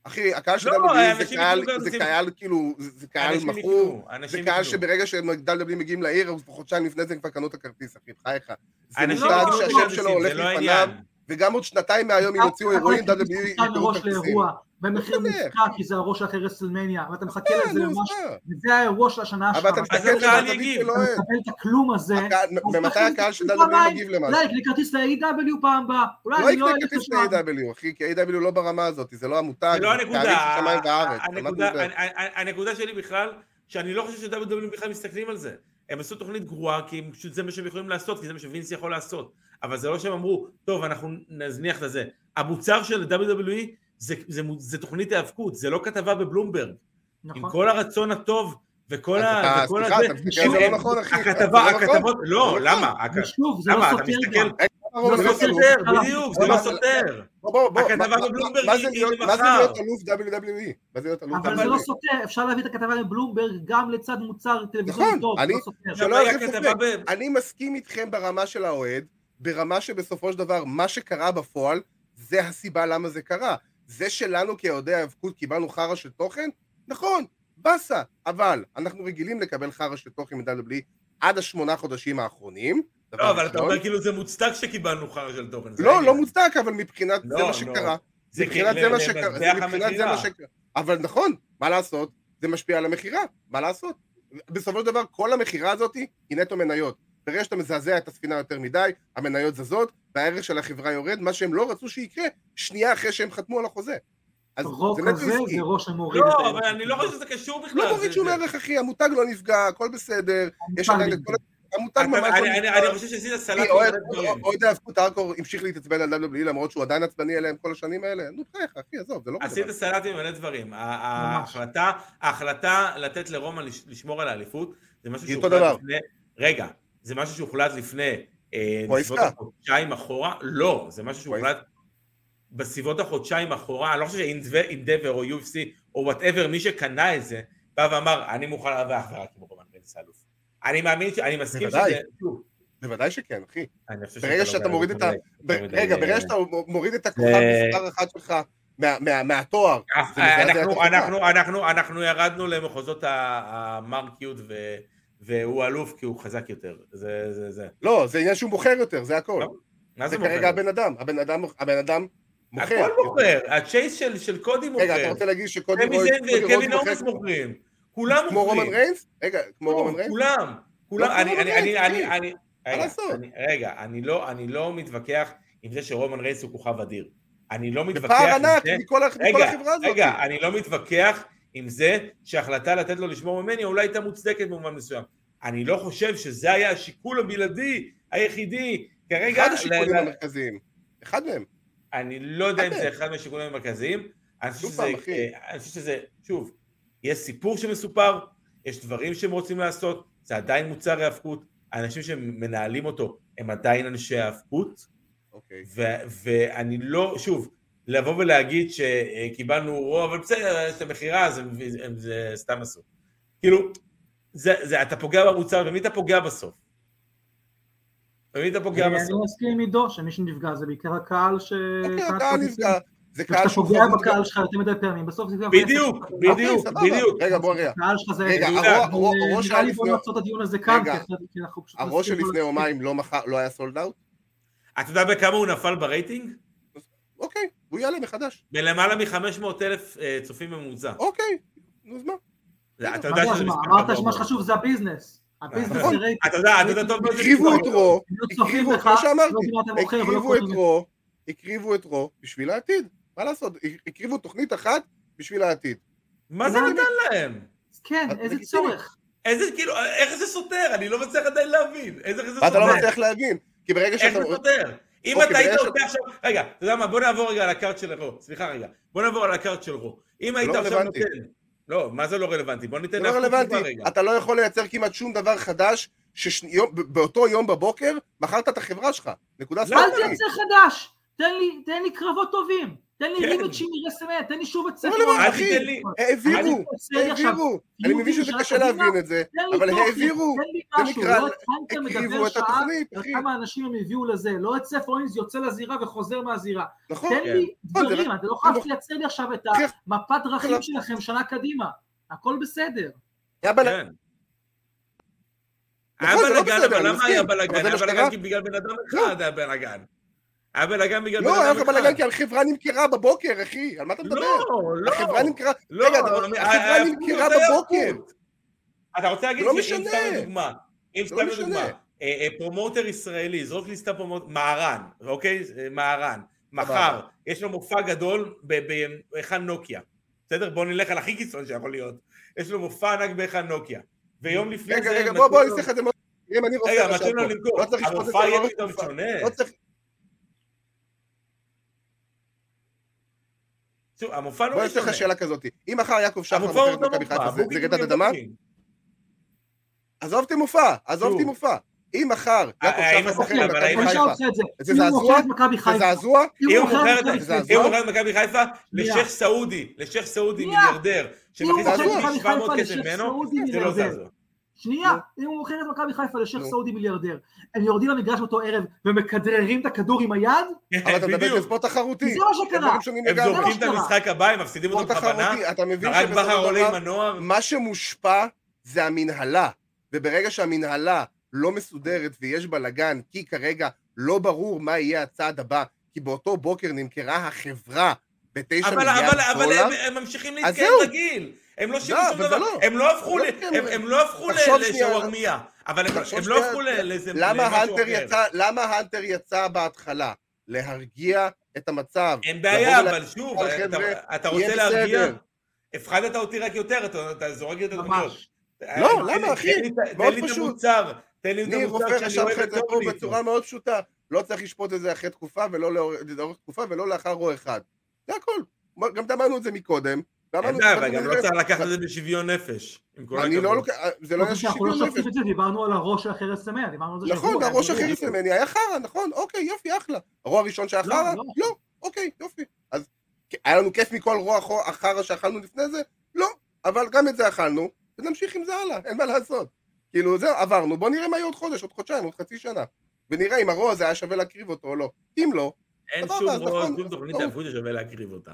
[SPEAKER 2] אחי, הקהל של
[SPEAKER 3] לא,
[SPEAKER 2] WWE זה
[SPEAKER 3] אנשים
[SPEAKER 2] קהל-
[SPEAKER 3] יקנו
[SPEAKER 2] זה
[SPEAKER 3] כרטיסים.
[SPEAKER 2] קהל כאילו, זה זה קהל
[SPEAKER 3] אנשים
[SPEAKER 2] מכור,
[SPEAKER 3] יקנו,
[SPEAKER 2] זה
[SPEAKER 3] אנשים
[SPEAKER 2] קהל
[SPEAKER 3] יקנו.
[SPEAKER 2] שברגע שדלדלים מגיעים לעיר, אז חודשיים לפני זה הם כבר קנו את הכרטיס, אחי, בחייך. זה
[SPEAKER 3] אנשים
[SPEAKER 2] מותג
[SPEAKER 3] יקנו
[SPEAKER 2] שהשם
[SPEAKER 3] כרטיסים,
[SPEAKER 2] שלו הולך
[SPEAKER 3] זה לא
[SPEAKER 2] לפניו,
[SPEAKER 3] העניין.
[SPEAKER 2] וגם עוד שנתיים מהיום אם אה,
[SPEAKER 4] אה,
[SPEAKER 2] יוציאו אירועים,
[SPEAKER 4] אתה
[SPEAKER 2] WWE
[SPEAKER 4] מחכה
[SPEAKER 2] יקנו
[SPEAKER 4] מראש
[SPEAKER 2] כרטיסים.
[SPEAKER 4] לאירוע, במחיר
[SPEAKER 2] לא יודע.
[SPEAKER 4] מופקע כי זה הראש אחרי רסלמניה, ואתה מחכה
[SPEAKER 2] כן,
[SPEAKER 4] לזה
[SPEAKER 2] נו, אז
[SPEAKER 4] ממש,
[SPEAKER 2] מה?
[SPEAKER 4] וזה האירוע של השנה
[SPEAKER 2] אבל
[SPEAKER 4] השנה.
[SPEAKER 2] אתה
[SPEAKER 3] אז
[SPEAKER 2] מסתכל
[SPEAKER 3] הקהל
[SPEAKER 2] מהזווית
[SPEAKER 3] יגיב.
[SPEAKER 2] של
[SPEAKER 4] אתה
[SPEAKER 2] אוהד.
[SPEAKER 4] מקבל את הכלום הזה.
[SPEAKER 2] לא הקהל-
[SPEAKER 4] אז
[SPEAKER 2] ממתי
[SPEAKER 4] תכניס
[SPEAKER 2] הקהל של
[SPEAKER 4] את
[SPEAKER 2] WWE
[SPEAKER 4] פעמיים,
[SPEAKER 2] מגיב למשהו?
[SPEAKER 4] אולי יקנה כרטיס ל-AW פעם הבאה. אולי
[SPEAKER 2] לא
[SPEAKER 4] אני לא
[SPEAKER 2] יקנה
[SPEAKER 4] אלך
[SPEAKER 2] כרטיס
[SPEAKER 4] לשם.
[SPEAKER 2] ל-AW, אחי, כי ה-AW לא ברמה הזאת, זה לא המותג,
[SPEAKER 3] זה לא
[SPEAKER 2] זה
[SPEAKER 3] הנקודה.
[SPEAKER 2] תעריף שמיים וארץ. על מה אתה
[SPEAKER 3] הנקודה-
[SPEAKER 2] מדבר?
[SPEAKER 3] הנ- הנ- הנקודה שלי בכלל, שאני לא חושב ש-WW בכלל מסתכלים על זה. הם עשו תוכנית גרועה, כי הם פשוט זה מה שהם יכולים לעשות, כי זה מה שווינס יכול לעשות. אבל זה לא שהם אמרו, טוב, אנחנו נזניח את זה. המוצר של WWE זה, זה, מו- זה תוכנית היאבקות, זה לא כתבה בבלומברג. עם
[SPEAKER 4] נכון.
[SPEAKER 3] כל הרצון הטוב וכל
[SPEAKER 2] אז
[SPEAKER 3] ה...
[SPEAKER 2] אתה-
[SPEAKER 3] וכל
[SPEAKER 2] סליחה,
[SPEAKER 3] הזה,
[SPEAKER 2] אתה מסתכל על זה לא
[SPEAKER 3] הם-
[SPEAKER 2] נכון, אחי. אתה-
[SPEAKER 3] הכתבה,
[SPEAKER 2] זה לא נכון.
[SPEAKER 3] הכתבות, לא,
[SPEAKER 2] זה לא
[SPEAKER 3] למה? הכ-
[SPEAKER 4] ושוב, זה
[SPEAKER 3] למה?
[SPEAKER 4] לא
[SPEAKER 3] אתה
[SPEAKER 4] סותר
[SPEAKER 3] מסתכל-
[SPEAKER 4] גם.
[SPEAKER 2] ברור,
[SPEAKER 3] זה
[SPEAKER 2] זה
[SPEAKER 3] לא
[SPEAKER 4] לא
[SPEAKER 2] אלוף.
[SPEAKER 3] סותר,
[SPEAKER 4] סותר.
[SPEAKER 3] בדיוק, זה לא
[SPEAKER 2] אבל-
[SPEAKER 3] סותר.
[SPEAKER 2] בוא, בוא, בוא,
[SPEAKER 3] הכתבה
[SPEAKER 2] מה- מה-
[SPEAKER 3] בבלומברג
[SPEAKER 2] מה זה
[SPEAKER 3] היא
[SPEAKER 2] להיות-
[SPEAKER 3] למחר.
[SPEAKER 2] מה זה להיות אלוף WWE? מה זה להיות אלוף E?
[SPEAKER 4] אבל זה לא
[SPEAKER 2] WWE?
[SPEAKER 4] סותר, אפשר להביא את הכתבה מבלומברג גם לצד מוצר
[SPEAKER 2] נכון,
[SPEAKER 4] טלוויזיון טוב, זה
[SPEAKER 2] אני-
[SPEAKER 4] לא סותר.
[SPEAKER 2] שלא
[SPEAKER 3] היה
[SPEAKER 2] ירחיב
[SPEAKER 3] כתבה
[SPEAKER 2] ספק.
[SPEAKER 3] ב-
[SPEAKER 2] אני מסכים איתכם ברמה של האוהד, ברמה שבסופו של דבר מה שקרה בפועל, זה הסיבה למה זה קרה. זה שלנו כאוהדי האבקות קיבלנו חרא של תוכן, נכון, באסה, אבל אנחנו רגילים לקבל חרא של תוכן מ-WWE עד השמונה חודשים האחרונים. דבר
[SPEAKER 3] לא, אבל אתה
[SPEAKER 2] ראשון.
[SPEAKER 3] אומר כאילו זה מוצדק שקיבלנו חרא של תוכן. זה
[SPEAKER 2] לא,
[SPEAKER 3] העניין.
[SPEAKER 2] לא מוצדק, אבל מבחינת
[SPEAKER 3] לא,
[SPEAKER 2] זה מה
[SPEAKER 3] לא.
[SPEAKER 2] שקרה.
[SPEAKER 3] זה כן,
[SPEAKER 2] מבחינת
[SPEAKER 3] כי-
[SPEAKER 2] זה מה
[SPEAKER 3] למזבח
[SPEAKER 2] שקרה, זה מבחינת זה
[SPEAKER 3] המכירה.
[SPEAKER 2] מה שקרה. אבל נכון, מה לעשות? זה משפיע על המכירה, מה לעשות? בסופו של דבר, כל המכירה הזאת היא נטו מניות. ברגע שאתה מזעזע את הספינה יותר מדי, המניות זזות, והערך של החברה יורד, מה שהם לא רצו שיקרה שנייה אחרי שהם חתמו על החוזה. אז
[SPEAKER 4] רוק
[SPEAKER 2] זה נטו
[SPEAKER 4] הזה
[SPEAKER 2] עסקי.
[SPEAKER 4] זה ראש שמוריד את
[SPEAKER 3] לא,
[SPEAKER 4] הערך.
[SPEAKER 3] אבל אני לא חושב שזה קשור בכלל.
[SPEAKER 2] לא
[SPEAKER 3] זה-
[SPEAKER 2] מוריד
[SPEAKER 3] זה-
[SPEAKER 2] שום ערך, אחי, המותג לא נפגע, הכל בסדר, יש
[SPEAKER 4] מוכן
[SPEAKER 2] עדיין את
[SPEAKER 4] להתגבר.
[SPEAKER 2] כל... המותג
[SPEAKER 3] אתה-
[SPEAKER 2] ממש לא
[SPEAKER 3] אני- אני-
[SPEAKER 2] נפגע.
[SPEAKER 3] אני חושב שזיזה סלט.
[SPEAKER 2] אני אוהד- אוהד ההאבקות הארקור המשיך להתעצבן על WWE למרות שהוא עדיין עצבני עליהם כל השנים האלה. נו בחייך, אחי, עזוב, זה לא
[SPEAKER 3] עשית
[SPEAKER 2] רלוונטי.
[SPEAKER 3] סלט עם מלא דברים. ה-
[SPEAKER 4] ממש.
[SPEAKER 3] ה- ההחלטה, ההחלטה לתת לרומא לש- לשמור על האליפות, זה משהו
[SPEAKER 2] היא אותו
[SPEAKER 3] שהוחלט
[SPEAKER 2] דבר.
[SPEAKER 3] לפני... רגע, זה משהו שהוחלט לפני... אה,
[SPEAKER 2] כמו
[SPEAKER 3] בסביבות
[SPEAKER 2] עסקה.
[SPEAKER 3] החודשיים אחורה? לא, זה משהו
[SPEAKER 2] כמו
[SPEAKER 3] שהוחלט בסביבות החודשיים אחורה. אני לא חושב שאינדבר או UFC או וואטאבר, מי שקנה את זה, בא ואמר, אני מוכן לעבור אך ורק עם רומן ריינס האלוף. אני מאמין, ש- אני מסכים
[SPEAKER 2] בוודאי.
[SPEAKER 3] שזה... שוב,
[SPEAKER 2] בוודאי שכן, אחי.
[SPEAKER 3] אני חושב
[SPEAKER 2] ברגע
[SPEAKER 3] לא
[SPEAKER 2] שאתה
[SPEAKER 3] בעד
[SPEAKER 2] מוריד
[SPEAKER 3] יותר
[SPEAKER 2] את ה-
[SPEAKER 3] מדי-
[SPEAKER 2] ב-
[SPEAKER 3] יותר מדי,
[SPEAKER 2] רגע, ברגע
[SPEAKER 3] אה,
[SPEAKER 2] שאתה מוריד את הכוכב
[SPEAKER 3] זה-
[SPEAKER 2] מספר אחת שלך מה- מה- מהתואר, זה מזעזע את
[SPEAKER 3] אה, אנחנו,
[SPEAKER 2] התקופה.
[SPEAKER 3] אנחנו, אנחנו, אנחנו ירדנו למחוזות ה- המרקיות ו... והוא אלוף כי הוא חזק יותר. זה, זה, זה.
[SPEAKER 2] לא, זה עניין שהוא מוכר יותר, זה הכל.
[SPEAKER 3] לא, מה
[SPEAKER 2] זה
[SPEAKER 3] זה מוכר?
[SPEAKER 2] כרגע הבן אדם, הבן אדם, הבן אדם מוכר.
[SPEAKER 3] הכל מוכר, הצ'ייס של, של קודי מוכר.
[SPEAKER 2] רגע, אתה רוצה להגיד שקודי
[SPEAKER 3] קודי
[SPEAKER 2] רוד- קודי רוד
[SPEAKER 3] וקווין
[SPEAKER 2] מוכר
[SPEAKER 3] אורנס
[SPEAKER 2] כמו-
[SPEAKER 3] מוכרים. כולם
[SPEAKER 2] כמו
[SPEAKER 3] מוכרים. לא,
[SPEAKER 2] רומן ריינס? רגע, כמו רומן ריינס?
[SPEAKER 3] כולם. כולם.
[SPEAKER 2] לא,
[SPEAKER 3] אני,
[SPEAKER 2] רומן
[SPEAKER 3] אני, אני,
[SPEAKER 2] ריינס,
[SPEAKER 3] אני,
[SPEAKER 2] אחי.
[SPEAKER 3] אני,
[SPEAKER 2] מה
[SPEAKER 3] רגע,
[SPEAKER 2] לעשות?
[SPEAKER 3] אני, רגע, אני לא, אני לא מתווכח עם זה שרומן ריינס הוא כוכב אדיר. אני לא מתווכח
[SPEAKER 2] בפער
[SPEAKER 3] עם
[SPEAKER 2] ענק
[SPEAKER 3] זה.
[SPEAKER 2] מכל ה- מכל
[SPEAKER 3] רגע,
[SPEAKER 2] החברה הזאת.
[SPEAKER 3] רגע, אני לא מתווכח עם זה שההחלטה לתת לו לשמור ממני אולי הייתה מוצדקת במובן מסוים. אני לא חושב שזה היה השיקול הבלעדי, היחידי, כרגע...
[SPEAKER 2] אחד
[SPEAKER 3] ל-
[SPEAKER 2] השיקולים
[SPEAKER 3] ל-
[SPEAKER 2] המרכזיים. אחד מהם.
[SPEAKER 3] אני לא יודע אם
[SPEAKER 2] אתם.
[SPEAKER 3] זה אחד מהשיקולים המרכזיים. אני חושב
[SPEAKER 2] שוב
[SPEAKER 3] שזה,
[SPEAKER 2] פעם, אחי.
[SPEAKER 3] אה, אני חושב שזה, שוב, יש סיפור שמסופר, יש דברים שהם רוצים לעשות, זה עדיין מוצר ההאבקות, האנשים שמנהלים אותו הם עדיין אנשי ההאבקות,
[SPEAKER 2] אוקיי.
[SPEAKER 3] ו- ואני לא, שוב, לבוא ולהגיד שקיבלנו רוע, אבל בסדר, יש את המכירה, אז הם- הם- זה סתם עשו. כאילו, זה, זה, אתה פוגע במוצר, במי אתה פוגע בסוף? במי אתה פוגע
[SPEAKER 4] אני
[SPEAKER 3] בסוף?
[SPEAKER 4] אני מסכים עם עידו שמי שנפגע זה בעיקר הקהל ש...
[SPEAKER 2] אוקיי,
[SPEAKER 4] קהל
[SPEAKER 2] הקהל
[SPEAKER 4] טוב
[SPEAKER 2] נפגע. זה קהל
[SPEAKER 4] כשאתה
[SPEAKER 2] שהוא
[SPEAKER 4] פוגע
[SPEAKER 2] חבוב
[SPEAKER 4] בקהל שלך יותר מדי פעמים, בסוף זה...
[SPEAKER 3] בדיוק, אה, בדיוק,
[SPEAKER 2] אוקיי, סבבה.
[SPEAKER 3] בדיוק.
[SPEAKER 2] רגע, בוא רגע.
[SPEAKER 4] הקהל שלך זה...
[SPEAKER 2] רגע,
[SPEAKER 4] זה-
[SPEAKER 2] הרוע- הרוע-
[SPEAKER 4] זה-
[SPEAKER 2] הראש
[SPEAKER 4] נראה לי
[SPEAKER 2] היה
[SPEAKER 4] בוא
[SPEAKER 2] לפני-
[SPEAKER 4] נעצור את הדיון הזה כאן,
[SPEAKER 2] רגע,
[SPEAKER 4] כי אחרת- כי אנחנו פשוט...
[SPEAKER 2] הראש
[SPEAKER 4] נסכים
[SPEAKER 2] שלפני
[SPEAKER 4] כל-
[SPEAKER 2] יומיים לא מכר- לא היה סולד אאוט?
[SPEAKER 3] אתה יודע בכמה הוא נפל ברייטינג?
[SPEAKER 2] אוקיי, הוא יעלה מחדש.
[SPEAKER 3] בלמעלה מ-500 אלף אה, צופים ממוצע.
[SPEAKER 2] אוקיי, נו אז מה?
[SPEAKER 3] זה- אתה
[SPEAKER 4] מה
[SPEAKER 3] יודע
[SPEAKER 4] זה,
[SPEAKER 3] שזה אה,
[SPEAKER 4] מה,
[SPEAKER 3] מספר
[SPEAKER 4] אמרת
[SPEAKER 3] גבוה.
[SPEAKER 4] שמה שחשוב זה הביזנס. הביזנס
[SPEAKER 2] נכון.
[SPEAKER 4] זה רייטינג.
[SPEAKER 3] אתה יודע, אתה יודע טוב מאוד
[SPEAKER 2] הקריבו
[SPEAKER 3] שכולם-
[SPEAKER 2] את רו,
[SPEAKER 4] הם לא צופים
[SPEAKER 2] הקריבו,
[SPEAKER 4] בך,
[SPEAKER 2] כמו שאמרתי,
[SPEAKER 4] לא יודעים מה אתה מוכר, ולא
[SPEAKER 2] הקריבו את
[SPEAKER 4] יכולים-
[SPEAKER 2] רו, הקריבו את רו בשביל העתיד. מה לעשות, הקריבו תוכנית אחת בשביל העתיד.
[SPEAKER 3] מה זה נתן להם?
[SPEAKER 4] כן,
[SPEAKER 2] אז
[SPEAKER 4] איזה
[SPEAKER 2] לגיטימי.
[SPEAKER 4] צורך.
[SPEAKER 3] איזה, כאילו, איך זה סותר? אני לא מצליח עדיין להבין. איזה, איזה
[SPEAKER 2] ואתה לא
[SPEAKER 3] סותר?
[SPEAKER 2] מצליח להבין, כי ברגע
[SPEAKER 3] איך
[SPEAKER 2] שאתה...
[SPEAKER 3] זה סותר? אם
[SPEAKER 2] אוקיי,
[SPEAKER 3] אתה היית
[SPEAKER 2] ויש-
[SPEAKER 3] עושה עכשיו... רגע, אתה יודע מה? בוא נעבור רגע על הקארט של רו. סליחה רגע. בוא נעבור על הקארט של רו. אם היית עכשיו
[SPEAKER 2] רלוונטי.
[SPEAKER 3] נותן... לא, מה זה לא רלוונטי? בוא ניתן...
[SPEAKER 2] זה לא
[SPEAKER 3] להפוך
[SPEAKER 2] רלוונטי,
[SPEAKER 3] תשובה רגע.
[SPEAKER 2] אתה לא יכול לייצר כמעט שום דבר חדש שבאותו יום בבוקר מכרת את החברה שלך. נקודה
[SPEAKER 3] לא,
[SPEAKER 4] אל
[SPEAKER 2] ספציפית.
[SPEAKER 4] תייצר חדש, תן לי- תן לי קרבות טובים. תן לי
[SPEAKER 3] כן.
[SPEAKER 4] ריבד שהיא נראה תן לי שוב את ספר.
[SPEAKER 2] לא, לא,
[SPEAKER 3] אל
[SPEAKER 2] אחי,
[SPEAKER 3] תיתן לי-
[SPEAKER 2] העבירו, העבירו. אני מבין שזה קשה להבין את זה, אבל העבירו.
[SPEAKER 4] זה
[SPEAKER 2] זה
[SPEAKER 4] נקרא,
[SPEAKER 2] נקרא,
[SPEAKER 4] הקריבו
[SPEAKER 2] הקריבו את התוכנית, אחי.
[SPEAKER 4] כמה אנשים הם הביאו לזה, לא את סף רולינס יוצא לזירה וחוזר מהזירה.
[SPEAKER 2] נכון?
[SPEAKER 4] תן לי
[SPEAKER 2] נכון, זה
[SPEAKER 4] דברים, אתה לא חייב לייצר לי עכשיו את
[SPEAKER 2] כן.
[SPEAKER 4] המפת דרכים
[SPEAKER 2] לא.
[SPEAKER 4] שלכם שנה קדימה, הכל בסדר.
[SPEAKER 2] היה בלאגן.
[SPEAKER 3] כן. היה
[SPEAKER 2] נכון, זה לא
[SPEAKER 3] בלאגן,
[SPEAKER 2] בסדר,
[SPEAKER 3] אבל
[SPEAKER 2] אני
[SPEAKER 3] למה היה
[SPEAKER 2] מסכים. אבל
[SPEAKER 3] בלאגן?
[SPEAKER 2] זה
[SPEAKER 3] היה
[SPEAKER 2] מה
[SPEAKER 3] בלאגן
[SPEAKER 2] שקרה.
[SPEAKER 3] כי בגלל בן אדם
[SPEAKER 2] לא.
[SPEAKER 3] אחד היה בלאגן. היה בלאגן בגלל כן, בן אדם
[SPEAKER 2] לא,
[SPEAKER 3] אחד.
[SPEAKER 2] היה לך בלאגן כי החברה נמכרה בבוקר, אחי. על מה אתה מדבר?
[SPEAKER 3] לא, לא.
[SPEAKER 2] החברה נמכרה...
[SPEAKER 3] לא,
[SPEAKER 2] רגע,
[SPEAKER 3] אבל אה,
[SPEAKER 2] אתה-
[SPEAKER 3] ה-
[SPEAKER 2] החברה
[SPEAKER 3] ההיערכות
[SPEAKER 2] נמכרה
[SPEAKER 3] זה ההיערכות.
[SPEAKER 2] בבוקר.
[SPEAKER 3] אה, אתה רוצה להגיד
[SPEAKER 2] זה לא
[SPEAKER 3] לי, אם
[SPEAKER 2] משנה.
[SPEAKER 3] סתם לדוגמה, אם
[SPEAKER 2] זה
[SPEAKER 3] סתם
[SPEAKER 2] לא משנה.
[SPEAKER 3] לדוגמה, אה, אה, פרומוטר ישראלי, זרוק לי סתם פרומוטר, מהרן, אוקיי? אה, מהרן, מחר,
[SPEAKER 2] סבבה.
[SPEAKER 3] יש לו מופע גדול ב- בהיכן נוקיה. בסדר? בוא נלך על הכי קיצון שיכול להיות. יש לו מופע ענק בהיכן נוקיה. ויום לפני
[SPEAKER 2] רגע,
[SPEAKER 3] זה...
[SPEAKER 2] רגע,
[SPEAKER 3] נתנו
[SPEAKER 2] בוא, בוא,
[SPEAKER 3] לו-
[SPEAKER 2] אני אעשה לך את זה מאוד... אם אני רוצה
[SPEAKER 3] רגע,
[SPEAKER 2] עכשיו
[SPEAKER 3] נתנו לו
[SPEAKER 2] פה.
[SPEAKER 3] למכור.
[SPEAKER 2] לא צריך לשפוט את
[SPEAKER 3] המופע
[SPEAKER 2] זה
[SPEAKER 3] יהיה
[SPEAKER 2] לא-
[SPEAKER 3] פתאום שונה.
[SPEAKER 2] לא צריך...
[SPEAKER 3] שוב, המופע לא
[SPEAKER 2] בוא,
[SPEAKER 3] יהיה
[SPEAKER 2] יש לך
[SPEAKER 3] שונה.
[SPEAKER 2] שאלה כזאת. אם מחר יעקב שחר
[SPEAKER 3] המופע
[SPEAKER 2] מוכר
[SPEAKER 3] הוא
[SPEAKER 2] את
[SPEAKER 3] אותו
[SPEAKER 2] מכבי
[SPEAKER 3] מופע.
[SPEAKER 2] חיפה, זה- זה
[SPEAKER 3] הבוקים
[SPEAKER 2] רעידת
[SPEAKER 3] הם
[SPEAKER 2] אדמה?
[SPEAKER 3] הבוקים.
[SPEAKER 2] עזובתי מופע, עזובתי
[SPEAKER 3] שוב.
[SPEAKER 2] מופע. אם מחר יעקב
[SPEAKER 3] אה, האם
[SPEAKER 2] שחר מוכר
[SPEAKER 3] השחקן,
[SPEAKER 2] את
[SPEAKER 3] אבל
[SPEAKER 2] מכבי
[SPEAKER 3] האם
[SPEAKER 4] אבל
[SPEAKER 2] חיפה,
[SPEAKER 4] שאול עושה את זה.
[SPEAKER 2] זה
[SPEAKER 4] אם הוא
[SPEAKER 2] זעזוע?
[SPEAKER 4] מוכר את מכבי
[SPEAKER 2] זה
[SPEAKER 4] חיפה.
[SPEAKER 2] זעזוע?
[SPEAKER 3] אם הוא מוכר את
[SPEAKER 4] מכבי
[SPEAKER 2] זה, זה
[SPEAKER 4] חיפה,
[SPEAKER 2] הזוי.
[SPEAKER 3] אם הוא מוכר את מכבי חיפה
[SPEAKER 4] שנייה.
[SPEAKER 3] לשייח סעודי, לשייח סעודי
[SPEAKER 4] שנייה.
[SPEAKER 3] מיליארדר,
[SPEAKER 4] אם הוא
[SPEAKER 3] שמכניס
[SPEAKER 4] מוכר
[SPEAKER 2] את
[SPEAKER 3] לעצמו
[SPEAKER 4] מכבי
[SPEAKER 3] 700
[SPEAKER 4] חיפה
[SPEAKER 3] כסף
[SPEAKER 4] לשייח
[SPEAKER 3] ממנו,
[SPEAKER 4] סעודי
[SPEAKER 3] זה לא
[SPEAKER 4] מיליארדר.
[SPEAKER 3] זזו.
[SPEAKER 4] שנייה,
[SPEAKER 2] נו.
[SPEAKER 4] אם הוא מוכר את מכבי חיפה לשייח
[SPEAKER 2] נו.
[SPEAKER 4] סעודי מיליארדר, הם יורדים למגרש באותו ערב ומכדררים את הכדור עם היד?
[SPEAKER 2] אבל אתה מדבר
[SPEAKER 3] בדיוק.
[SPEAKER 2] בספורט תחרותי.
[SPEAKER 4] זה לא מה שקרה.
[SPEAKER 2] דברים שונים
[SPEAKER 3] הם
[SPEAKER 2] לגמרי.
[SPEAKER 3] זורקים את
[SPEAKER 4] שקרה.
[SPEAKER 3] המשחק הבא, הם מפסידים
[SPEAKER 2] ספורט
[SPEAKER 3] אותו בכוונה,
[SPEAKER 2] תחרותי, אתה מבין
[SPEAKER 3] רק
[SPEAKER 2] שבסופו
[SPEAKER 3] בכר
[SPEAKER 2] של
[SPEAKER 3] עולה עם
[SPEAKER 2] דבר,
[SPEAKER 3] מנוע,
[SPEAKER 2] מה שמושפע זה המנהלה, וברגע שהמנהלה לא מסודרת ויש בלאגן, כי כרגע לא ברור מה יהיה הצעד הבא, כי באותו בוקר נמכרה החברה בתשע
[SPEAKER 3] אבל-
[SPEAKER 2] מיליארד
[SPEAKER 3] אבל אבל
[SPEAKER 2] דולר,
[SPEAKER 3] הם- הם ממשיכים
[SPEAKER 2] אז
[SPEAKER 3] להתקיים
[SPEAKER 2] זהו.
[SPEAKER 3] רגיל. הם לא שינו
[SPEAKER 2] לא,
[SPEAKER 3] שום
[SPEAKER 2] אבל זה
[SPEAKER 3] דבר,
[SPEAKER 2] לא.
[SPEAKER 3] הם לא הפכו
[SPEAKER 2] לא,
[SPEAKER 3] ל-
[SPEAKER 2] כן,
[SPEAKER 3] הם- הם לא הפכו ל-
[SPEAKER 2] תחשוב שנייה.
[SPEAKER 3] לשווארמיה, אבל הם-
[SPEAKER 2] תחשוב
[SPEAKER 3] הם לא
[SPEAKER 2] שנייה.
[SPEAKER 3] הפכו ל- לאיזה
[SPEAKER 2] למה
[SPEAKER 3] למשהו
[SPEAKER 2] האנטר
[SPEAKER 3] אחר.
[SPEAKER 2] יצא, למה האנטר יצא בהתחלה? להרגיע את המצב.
[SPEAKER 3] אין בעיה,
[SPEAKER 2] לבוא
[SPEAKER 3] אבל שוב,
[SPEAKER 2] "חבר'ה,
[SPEAKER 3] אתה- אתה
[SPEAKER 2] יהיה
[SPEAKER 3] רוצה להרגיע?
[SPEAKER 2] בסדר."
[SPEAKER 3] הפחדת אותי רק יותר, אתה- אתה זורק לי את הדמויות.
[SPEAKER 4] ממש.
[SPEAKER 2] לא, למה, אחי?
[SPEAKER 3] תן לי את-
[SPEAKER 2] מאוד
[SPEAKER 3] תן לי את
[SPEAKER 2] פשוט.
[SPEAKER 3] המוצר, תן לי את
[SPEAKER 2] ניר
[SPEAKER 3] המוצר
[SPEAKER 2] רופא
[SPEAKER 3] שאני
[SPEAKER 2] רשם
[SPEAKER 3] אוהב
[SPEAKER 2] לך את זה
[SPEAKER 3] וטוב
[SPEAKER 2] פה
[SPEAKER 3] לי איתו.
[SPEAKER 2] בצורה מאוד פשוטה. לא צריך לשפוט את זה אחרי תקופה ולא לאור- לאורך תקופה ולא לאחר רוע אחד. זה הכל. גם אמרנו את זה מקודם.
[SPEAKER 3] אין
[SPEAKER 2] ואמרנו את
[SPEAKER 3] בעיה,
[SPEAKER 2] זה
[SPEAKER 3] אבל גם
[SPEAKER 2] גם
[SPEAKER 3] לא
[SPEAKER 2] אחרי.
[SPEAKER 3] צריך לקחת את זה בשוויון נפש. עם כל
[SPEAKER 2] אני לא
[SPEAKER 3] הכבוד.
[SPEAKER 2] לוקח, זה לא
[SPEAKER 4] לא
[SPEAKER 2] היה
[SPEAKER 4] חושב שאנחנו לא
[SPEAKER 2] שוויון נפש.
[SPEAKER 4] שופטים את זה, דיברנו על הראש של החרס המאה, דיברנו על זה כן,
[SPEAKER 2] נכון,
[SPEAKER 4] שהוא-
[SPEAKER 2] והראש
[SPEAKER 4] היה
[SPEAKER 2] הכי
[SPEAKER 4] ברור.
[SPEAKER 2] רצלמני היה חרא, נכון, אוקיי, יופי, אחלה. הרוע הראשון שהיה
[SPEAKER 4] לא,
[SPEAKER 2] חרא?
[SPEAKER 4] לא.
[SPEAKER 2] לא, אוקיי, יופי. אז כ- היה לנו כיף מכל רוע חו- החרא שאכלנו לפני זה? לא, אבל גם את זה אכלנו, ונמשיך עם זה הלאה, אין מה לעשות. כאילו, זהו, עברנו, בוא נראה מה יהיה עוד חודש, עוד חודשיים, עוד חצי שנה. ונראה אם הרוע הזה היה שווה להקריב אותו או לא. אם לא,
[SPEAKER 3] אין
[SPEAKER 2] סבבה,
[SPEAKER 3] שום
[SPEAKER 2] אז
[SPEAKER 3] רוע,
[SPEAKER 2] נכון,
[SPEAKER 3] שום תוכנית
[SPEAKER 2] נכון.
[SPEAKER 3] אבוד ששווה להקריב אותה.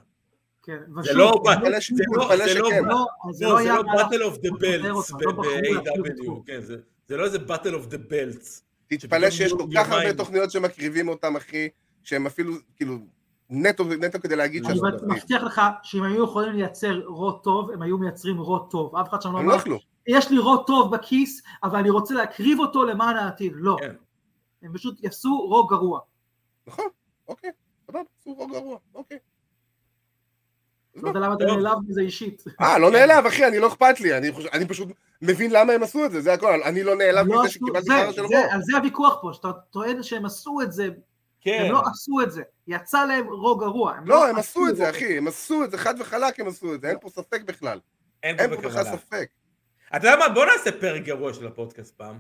[SPEAKER 4] כן,
[SPEAKER 3] זה
[SPEAKER 4] ושוב,
[SPEAKER 3] לא
[SPEAKER 4] זה
[SPEAKER 3] בא-
[SPEAKER 2] מתפלא ש-
[SPEAKER 3] זה לא-
[SPEAKER 2] מתפלא
[SPEAKER 3] זה לא-
[SPEAKER 2] שכן.
[SPEAKER 4] לא- אז זה
[SPEAKER 3] לא, זה
[SPEAKER 4] היה
[SPEAKER 3] לא
[SPEAKER 4] מהלך-
[SPEAKER 3] battle of
[SPEAKER 4] לא
[SPEAKER 3] the
[SPEAKER 4] פותר
[SPEAKER 3] belts
[SPEAKER 4] אותה, לא בחרו להקריב
[SPEAKER 3] ב-AW,
[SPEAKER 4] אותו.
[SPEAKER 3] כן, זה- זה לא איזה battle of the belts.
[SPEAKER 2] תתפלא שיש כל כך הרבה
[SPEAKER 3] יומיים.
[SPEAKER 2] תוכניות שמקריבים אותם, אחי, שהם אפילו, כאילו, נטו נטו כדי להגיד לא
[SPEAKER 4] אני
[SPEAKER 2] שאנחנו
[SPEAKER 4] בט- מבטיח לך שאם היו יכולים לייצר רו טוב, הם היו מייצרים רו טוב. אף אחד שם לא
[SPEAKER 2] הם לא
[SPEAKER 4] אמר,
[SPEAKER 2] אכלו.
[SPEAKER 4] יש לי רו טוב בכיס, אבל אני רוצה להקריב אותו למען העתיד. לא.
[SPEAKER 3] כן.
[SPEAKER 4] הם פשוט יעשו רו גרוע.
[SPEAKER 2] נכון, אוקיי, סבבה, עשו רוע גרוע, אוקיי. אז
[SPEAKER 4] לא
[SPEAKER 2] מה?
[SPEAKER 4] יודע למה אתה
[SPEAKER 3] טוב.
[SPEAKER 4] נעלב מזה אישית.
[SPEAKER 2] אה, לא נעלב, אחי, אני לא אכפת לי, אני, חושב, אני פשוט מבין למה הם עשו את זה, זה הכל, אני לא נעלב
[SPEAKER 4] לא
[SPEAKER 2] מזה
[SPEAKER 4] עשו-
[SPEAKER 2] שקיבלתי
[SPEAKER 4] זה-
[SPEAKER 2] חרא של
[SPEAKER 4] זה-
[SPEAKER 2] רוע.
[SPEAKER 4] על זה הוויכוח פה, שאתה טוען שהם עשו את זה,
[SPEAKER 3] כן,
[SPEAKER 4] הם לא עשו את זה. יצא להם רו גרוע.
[SPEAKER 2] לא, הם עשו את זה,
[SPEAKER 4] רו-
[SPEAKER 2] אחי, הם עשו את זה, חד וחלק הם עשו את זה, אין פה ספק בכלל,
[SPEAKER 3] אין פה
[SPEAKER 2] אין פה בכלל
[SPEAKER 3] בכוונה.
[SPEAKER 2] ספק.
[SPEAKER 3] אתה יודע מה, בוא נעשה פרק גרוע של הפודקאסט פעם.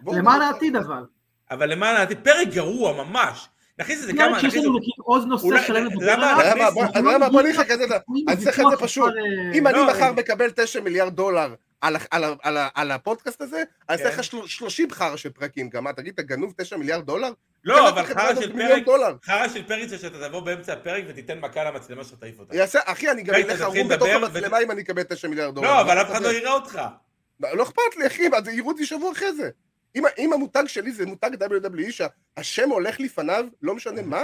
[SPEAKER 2] בואו
[SPEAKER 4] למען
[SPEAKER 2] נעשה-
[SPEAKER 4] העתיד אבל.
[SPEAKER 3] אבל למען העתיד, פרק גרוע ממש. נכניס
[SPEAKER 2] לא,
[SPEAKER 3] את זה
[SPEAKER 4] פרק
[SPEAKER 3] כמה,
[SPEAKER 4] שיש
[SPEAKER 3] נכניס
[SPEAKER 4] לנו
[SPEAKER 3] את
[SPEAKER 4] נגיד עוד נושא
[SPEAKER 3] אולי-
[SPEAKER 4] שלם
[SPEAKER 3] למה-
[SPEAKER 4] לדבר עליו.
[SPEAKER 2] אתה יודע מה,
[SPEAKER 3] להכניס-
[SPEAKER 2] בוא- אתה
[SPEAKER 4] לא
[SPEAKER 2] יודע מה, בוא נחכה את זה, אני צריך את זה פשוט. אם
[SPEAKER 4] אם
[SPEAKER 2] אני
[SPEAKER 3] לא,
[SPEAKER 2] מחר
[SPEAKER 3] אני-
[SPEAKER 2] מקבל 9 מיליארד דולר על ה- על ה- על ה- על הפודקאסט הזה, אני אעשה
[SPEAKER 3] כן.
[SPEAKER 2] לך של- 30 חרא של פרקים גם, מה, תגיד, אתה גנוב 9 מיליארד דולר?
[SPEAKER 3] לא,
[SPEAKER 2] תן
[SPEAKER 3] אבל
[SPEAKER 2] לך
[SPEAKER 3] חרא
[SPEAKER 2] חברה
[SPEAKER 3] של
[SPEAKER 2] מיליון
[SPEAKER 3] פרק,
[SPEAKER 2] דולר.
[SPEAKER 3] חרא של פרק זה שאתה תבוא באמצע הפרק ותיתן מכה למצלמה שלך, תעיף אותה.
[SPEAKER 2] יעשה, אחי, אני גם
[SPEAKER 3] רגע,
[SPEAKER 2] אלך
[SPEAKER 3] תתחיל
[SPEAKER 2] ערום בתוך
[SPEAKER 3] לדבר ו-
[SPEAKER 2] המצלמה אם אני אקבל 9 מיליארד דולר.
[SPEAKER 3] לא,
[SPEAKER 2] אני
[SPEAKER 3] אבל אף אחד
[SPEAKER 2] מדבר.
[SPEAKER 3] לא יראה אותך.
[SPEAKER 2] לא אכפת לי, אחי, אז יראו אותי שבוע אחרי זה. אם, אם המותג שלי זה מותג WWE, שהשם הולך לפניו, לא משנה מה,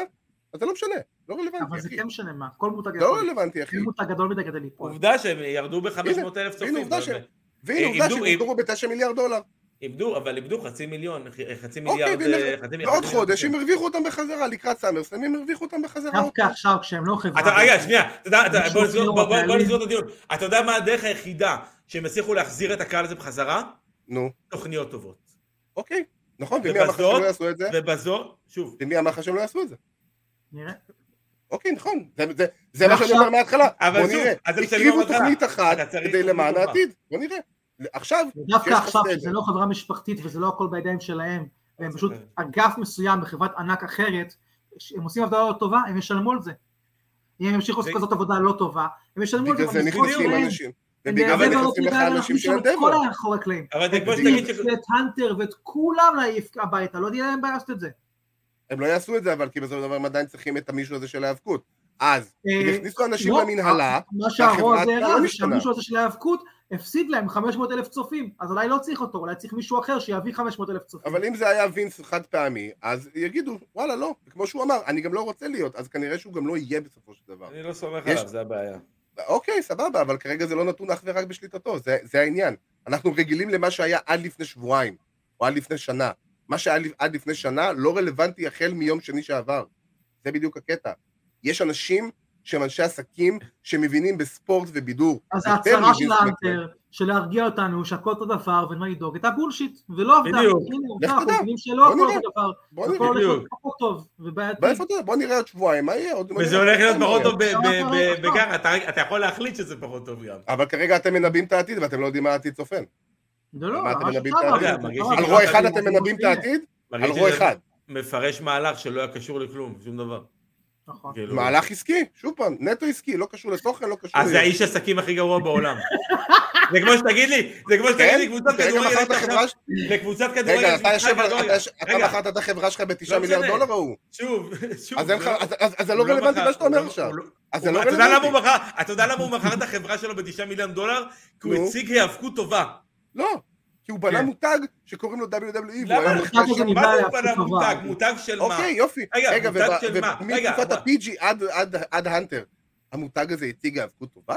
[SPEAKER 2] אז זה לא משנה, לא
[SPEAKER 4] אבל
[SPEAKER 2] רלוונטי,
[SPEAKER 4] זה
[SPEAKER 2] אחי.
[SPEAKER 4] כן משנה מה, כל מותג
[SPEAKER 2] זה
[SPEAKER 4] יכול.
[SPEAKER 2] לא רלוונטי, אחי.
[SPEAKER 4] אין מותג גדול מדי כדי ליפול.
[SPEAKER 3] עובדה שהם ירדו ב-500 אלף
[SPEAKER 2] הנה,
[SPEAKER 3] צופים.
[SPEAKER 2] עובדה ש... והנה,
[SPEAKER 3] אה,
[SPEAKER 2] עובדה
[SPEAKER 3] איבדו-
[SPEAKER 2] שהם ימכרו ב-9 מיליארד דולר.
[SPEAKER 3] איבדו, אבל איבדו חצי מיליון, חצי
[SPEAKER 2] אוקיי,
[SPEAKER 3] מיליארד, אה,
[SPEAKER 2] ואם-
[SPEAKER 3] חצי מיליארד.
[SPEAKER 2] ועוד חודש הם הרוויחו אותם בחזרה, לקראת סאמרסלאם הם הרוויחו אותם בחזרה.
[SPEAKER 3] נכון.
[SPEAKER 2] עוד
[SPEAKER 4] דווקא עכשיו כשהם לא חברה.
[SPEAKER 3] אתה, אה, רגע, שנייה, אתה יודע, אתה- בוא
[SPEAKER 4] מישהו
[SPEAKER 3] נסגור-
[SPEAKER 4] הופיעו
[SPEAKER 3] בוא- בוא- בוא
[SPEAKER 4] הבעלים.
[SPEAKER 3] נסגור את הדיון. אתה יודע מה הדרך היחידה שהם יצליחו להחזיר את הקהל הזה בחזרה?
[SPEAKER 2] נו,
[SPEAKER 3] תוכניות טובות.
[SPEAKER 2] אוקיי. נכון, ומי אמר לך שהם
[SPEAKER 3] ובזאת-
[SPEAKER 2] לא יעשו את זה?
[SPEAKER 3] ובזו, שוב,
[SPEAKER 2] ומי אמר לך שהם לא יעשו את זה?
[SPEAKER 4] נראה.
[SPEAKER 2] אוקיי, נכון. זה- זה- זה מה שאני
[SPEAKER 4] ועכשיו-
[SPEAKER 2] אומר מההתחלה.
[SPEAKER 3] אבל
[SPEAKER 2] בוא
[SPEAKER 3] שוב,
[SPEAKER 2] נראה.
[SPEAKER 3] אז זה מה שאני
[SPEAKER 2] הקריבו
[SPEAKER 3] אומר בהתחלה.
[SPEAKER 2] תוכנית אחת
[SPEAKER 3] אתה צריך
[SPEAKER 2] כדי
[SPEAKER 3] תוכנית
[SPEAKER 2] למען
[SPEAKER 3] טובה.
[SPEAKER 2] העתיד. בוא נראה. עכשיו,
[SPEAKER 4] דווקא
[SPEAKER 2] שיש לך
[SPEAKER 4] עכשיו
[SPEAKER 2] סדר.
[SPEAKER 4] שזה לא חברה משפחתית וזה לא הכל בידיים שלהם, והם פשוט אגף מסוים בחברת ענק אחרת, הם עושים עבודה לא טובה, הם ישלמו על זה. אם הם ימשיכו לעשות
[SPEAKER 3] זה-
[SPEAKER 4] כזאת עבודה לא טובה, הם ישלמו על זה.
[SPEAKER 2] בגלל זה
[SPEAKER 4] במשכורת
[SPEAKER 2] נכנסים
[SPEAKER 4] שלהם.
[SPEAKER 2] אנשים.
[SPEAKER 4] הם
[SPEAKER 2] ובגלל זה
[SPEAKER 4] בעבר לא
[SPEAKER 2] נכנסים לך
[SPEAKER 4] כדאי
[SPEAKER 2] אנשים
[SPEAKER 4] להכניס
[SPEAKER 2] של
[SPEAKER 4] שם את כל
[SPEAKER 2] הדמו.
[SPEAKER 4] האחורי הקלעים.
[SPEAKER 3] אבל זה כמו
[SPEAKER 2] אוקיי, בדיוק.
[SPEAKER 3] שתגיד ש...
[SPEAKER 4] ואת האנטר ואת כולם להעיף הביתה, לא תהיה להם בעיה לעשות את זה.
[SPEAKER 2] הם לא יעשו את זה, אבל כי בסופו של דבר הם עדיין צריכים את המישהו הזה של ההיאבקות. אז, אם
[SPEAKER 4] אה,
[SPEAKER 2] יכניסו אנשים
[SPEAKER 4] לא,
[SPEAKER 2] למנהלה,
[SPEAKER 4] מה
[SPEAKER 2] והחברה
[SPEAKER 4] שהרוע הזה
[SPEAKER 2] עצמה
[SPEAKER 4] הראה
[SPEAKER 2] לא
[SPEAKER 4] זה
[SPEAKER 2] משתנה.
[SPEAKER 4] שהמישהו הזה של ההיאבקות הפסיד להם 500 אלף צופים, אז אולי לא צריך אותו, אולי צריך מישהו אחר שיביא 500 אלף צופים.
[SPEAKER 2] אבל אם זה היה וינס חד פעמי, אז יגידו, וואלה, לא. כמו שהוא אמר, אני גם לא רוצה להיות, אז כנראה שהוא גם לא יהיה בסופו של דבר.
[SPEAKER 3] אני לא סומך
[SPEAKER 2] יש-
[SPEAKER 3] עליו, זה הבעיה.
[SPEAKER 2] אוקיי, סבבה, אבל כרגע זה לא נתון אך ורק בשליטתו, זה, זה העניין. אנחנו רגילים למה שהיה עד לפני שבועיים, או עד לפני שנה. מה שהיה לפ- עד לפני שנה לא רלוונטי החל מיום שני שעבר. זה בדיוק הקטע. יש אנשים שהם אנשי עסקים שמבינים בספורט ובידור.
[SPEAKER 4] אז
[SPEAKER 2] יותר
[SPEAKER 4] ההצהרה של
[SPEAKER 2] מווינס מקמן.
[SPEAKER 4] האנטר, של להרגיע אותנו שהכל אותו דבר ואין מה לדאוג, הייתה בולשיט, ולא עבדה.
[SPEAKER 3] בדיוק.
[SPEAKER 2] לך
[SPEAKER 4] הנה, אנחנו
[SPEAKER 2] תדע.
[SPEAKER 4] מבינים שלא
[SPEAKER 2] בוא
[SPEAKER 4] הכל
[SPEAKER 2] נראה.
[SPEAKER 4] אותו דבר,
[SPEAKER 2] בוא
[SPEAKER 4] הכל הולך
[SPEAKER 2] נראה,
[SPEAKER 4] להיות
[SPEAKER 3] בדיוק.
[SPEAKER 4] פחות טוב ובעייתי.
[SPEAKER 2] בוא נראה, בוא נראה עוד שבועיים, מה יהיה? עוד- בוא
[SPEAKER 3] וזה
[SPEAKER 2] נראה.
[SPEAKER 3] הולך להיות פחות טוב ב-
[SPEAKER 4] עכשיו
[SPEAKER 3] ב-
[SPEAKER 4] אנחנו
[SPEAKER 3] ב-
[SPEAKER 4] לא
[SPEAKER 3] בגר, אתה- אתה יכול להחליט שזה פחות טוב גם.
[SPEAKER 2] אבל כרגע אתם מנבאים את העתיד ואתם לא יודעים מה העתיד צופן.
[SPEAKER 4] זה לא,
[SPEAKER 2] מה אתם
[SPEAKER 4] ממש
[SPEAKER 2] מנבאים
[SPEAKER 4] סבבה,
[SPEAKER 2] את
[SPEAKER 4] זה
[SPEAKER 3] העתיד?
[SPEAKER 4] סבבה.
[SPEAKER 3] על
[SPEAKER 2] על
[SPEAKER 3] כן,
[SPEAKER 2] רוע
[SPEAKER 3] אה, אבל
[SPEAKER 2] אחד
[SPEAKER 4] זה
[SPEAKER 2] אתם
[SPEAKER 4] לא
[SPEAKER 2] מנבאים את
[SPEAKER 4] משנה.
[SPEAKER 2] העתיד? על
[SPEAKER 3] מרגיש
[SPEAKER 2] רוע
[SPEAKER 3] שזה
[SPEAKER 2] אחד.
[SPEAKER 3] מפרש מהלך שלא היה קשור לכלום, שום דבר.
[SPEAKER 4] נכון.
[SPEAKER 3] כאילו.
[SPEAKER 2] מהלך עסקי, שוב פעם, נטו עסקי, לא קשור לתוכן, לא קשור...
[SPEAKER 3] אז זה האיש עסקים הכי גרוע בעולם. זה כמו שתגיד לי, זה כמו שתגיד
[SPEAKER 2] כן,
[SPEAKER 3] לי, קבוצת
[SPEAKER 2] רגע
[SPEAKER 3] כדורגל,
[SPEAKER 2] מכרת
[SPEAKER 3] יש
[SPEAKER 2] החברה
[SPEAKER 3] עכשיו,
[SPEAKER 2] ש-
[SPEAKER 3] לקבוצת כדורגל,
[SPEAKER 2] רגע,
[SPEAKER 3] יש
[SPEAKER 2] אתה יושב,
[SPEAKER 3] משחק
[SPEAKER 2] על-
[SPEAKER 3] כדורגל.
[SPEAKER 2] אתה יש- אתה
[SPEAKER 3] רגע,
[SPEAKER 2] מכרת את החברה שלך בתשעה
[SPEAKER 3] לא
[SPEAKER 2] מיליארד
[SPEAKER 3] משנה.
[SPEAKER 2] דולר ההוא.
[SPEAKER 3] שוב, שוב.
[SPEAKER 2] אז אין לך-
[SPEAKER 3] הוא
[SPEAKER 2] אז- אז אז זה לא
[SPEAKER 3] הוא
[SPEAKER 2] רלוונטי
[SPEAKER 3] מכר,
[SPEAKER 2] מה שאתה אומר
[SPEAKER 3] הוא
[SPEAKER 2] עכשיו.
[SPEAKER 3] לא- הוא
[SPEAKER 2] אז
[SPEAKER 3] לא-
[SPEAKER 2] זה לא
[SPEAKER 3] אתה יודע למה הוא
[SPEAKER 2] רלוונטי.
[SPEAKER 3] מכר, אתה יודע למה הוא מכר את החברה שלו בתשעה מיליון דולר? כי הוא
[SPEAKER 2] נו.
[SPEAKER 3] הציג היאבקות טובה.
[SPEAKER 2] לא, כי הוא בנה
[SPEAKER 3] כן.
[SPEAKER 2] מותג שקוראים לו WWE.
[SPEAKER 3] למה
[SPEAKER 2] והוא היה
[SPEAKER 3] לא
[SPEAKER 2] מכר
[SPEAKER 4] ככה זה
[SPEAKER 2] שם-
[SPEAKER 4] נבנה?
[SPEAKER 3] מה זה הוא
[SPEAKER 4] היאבקות
[SPEAKER 3] בנה
[SPEAKER 4] טובה.
[SPEAKER 3] מותג? מותג של מה?
[SPEAKER 2] אוקיי, יופי.
[SPEAKER 3] רגע,
[SPEAKER 2] רגע,
[SPEAKER 3] מותג של מה? רגע,
[SPEAKER 2] ומתקופת
[SPEAKER 3] מה?
[SPEAKER 2] הפיג'י עד- עד- עד האנטר, המותג הזה הציג היאבקות טובה?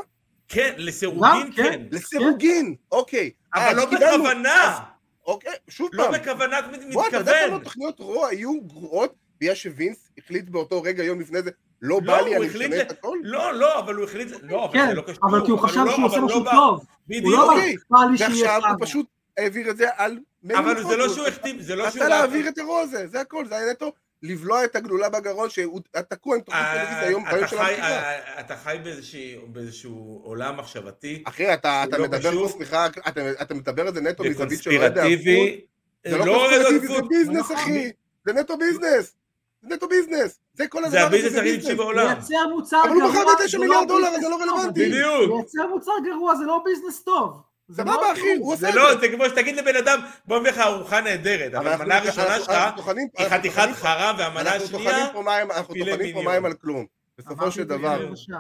[SPEAKER 3] כן, לסירוגין
[SPEAKER 4] גם, כן.
[SPEAKER 3] כן.
[SPEAKER 2] לסירוגין, אוקיי. אה,
[SPEAKER 3] אבל לא
[SPEAKER 2] קיבלנו- אז-
[SPEAKER 3] בכוונה,
[SPEAKER 2] אוקיי, שוב
[SPEAKER 3] לא
[SPEAKER 2] פעם.
[SPEAKER 3] בכוונת
[SPEAKER 2] בוא, אתה יודע כמה
[SPEAKER 3] מתכוון.
[SPEAKER 2] תוכניות רו היו גרועות, בגלל שווינס החליט באותו רגע, יום לפני זה, לא
[SPEAKER 3] לא,
[SPEAKER 2] בא לי,
[SPEAKER 3] הוא
[SPEAKER 2] אני
[SPEAKER 3] החליט
[SPEAKER 2] משנה
[SPEAKER 3] ל-
[SPEAKER 2] את הכל?
[SPEAKER 3] לא, לא, אבל הוא החליט, לא, אבל
[SPEAKER 4] כן,
[SPEAKER 3] זה לא קשור.
[SPEAKER 4] אבל כי הוא חשב
[SPEAKER 3] לא-
[SPEAKER 4] שהוא עושה
[SPEAKER 3] אבל לא
[SPEAKER 4] משהו
[SPEAKER 3] בא-
[SPEAKER 4] טוב. הוא
[SPEAKER 3] בדיוק.
[SPEAKER 4] לא אמר,
[SPEAKER 2] אוקיי.
[SPEAKER 4] בא לי שיהיה
[SPEAKER 2] ועכשיו
[SPEAKER 4] סאגה.
[SPEAKER 2] הוא פשוט העביר את זה על...
[SPEAKER 3] אבל זה לא
[SPEAKER 2] הוא-
[SPEAKER 3] שהוא החתים, זה לא שהוא...
[SPEAKER 2] רצה להעביר את הרוע הזה, זה הכל, זה היה נטו לבלוע את הגלולה בגרון, שהוא תקוע עם תוכנית טלוויזיה היום,
[SPEAKER 3] אה, אתה
[SPEAKER 2] ביום של
[SPEAKER 3] חי-
[SPEAKER 2] המכירה.
[SPEAKER 3] אה, אתה חי באיזושהי- באיזשהו עולם מחשבתי,
[SPEAKER 2] אחי, אתה
[SPEAKER 3] הוא
[SPEAKER 2] אתה
[SPEAKER 3] לא
[SPEAKER 2] מדבר
[SPEAKER 3] קשור.
[SPEAKER 2] פה, סליחה, אתה- אתה מדבר על זה נטו מזווית של אוהד האבקות.
[SPEAKER 3] וקונספירטיבי.
[SPEAKER 2] זה לא
[SPEAKER 3] אוהד
[SPEAKER 2] קונספירטיבי, זה
[SPEAKER 3] האבקות.
[SPEAKER 2] ביזנס,
[SPEAKER 4] נכון.
[SPEAKER 2] אחי. זה נטו ביזנס. זה נטו ביזנס. זה כל הדבר
[SPEAKER 3] זה
[SPEAKER 2] הזה,
[SPEAKER 3] הביזנס הכי טיפשי בעולם.
[SPEAKER 4] לייצר מוצר
[SPEAKER 2] אבל הוא מכר
[SPEAKER 4] גרוע,
[SPEAKER 2] בתשע
[SPEAKER 4] זה לא
[SPEAKER 2] מיליארד דולר,
[SPEAKER 4] ביזנס
[SPEAKER 2] זה לא
[SPEAKER 4] טוב,
[SPEAKER 2] רלוונטי.
[SPEAKER 4] אדוני.
[SPEAKER 3] בדיוק.
[SPEAKER 4] לייצר מוצר גרוע זה לא ביזנס טוב. זה מאוד
[SPEAKER 2] סבבה, אחי,
[SPEAKER 4] ברור.
[SPEAKER 2] הוא עושה
[SPEAKER 3] זה
[SPEAKER 2] את
[SPEAKER 3] לא, זה כמו שתגיד לבן אדם, בוא נביא לך ארוחה נהדרת, אבל
[SPEAKER 2] אנחנו-
[SPEAKER 3] המנה הראשונה
[SPEAKER 2] אנחנו-
[SPEAKER 3] שלך
[SPEAKER 2] אנחנו טוחנים-
[SPEAKER 3] היא
[SPEAKER 2] אנחנו
[SPEAKER 3] חתיכת
[SPEAKER 2] טוחנים-
[SPEAKER 3] חרא, והמנה
[SPEAKER 2] אנחנו טוחנים
[SPEAKER 3] השנייה,
[SPEAKER 2] פה מים- אנחנו
[SPEAKER 3] פילה
[SPEAKER 2] טוחנים פה
[SPEAKER 3] מיניון.
[SPEAKER 2] מים על כלום. בסופו
[SPEAKER 4] אמרתי
[SPEAKER 2] של
[SPEAKER 4] את זה
[SPEAKER 2] דבר,
[SPEAKER 4] בבקשה.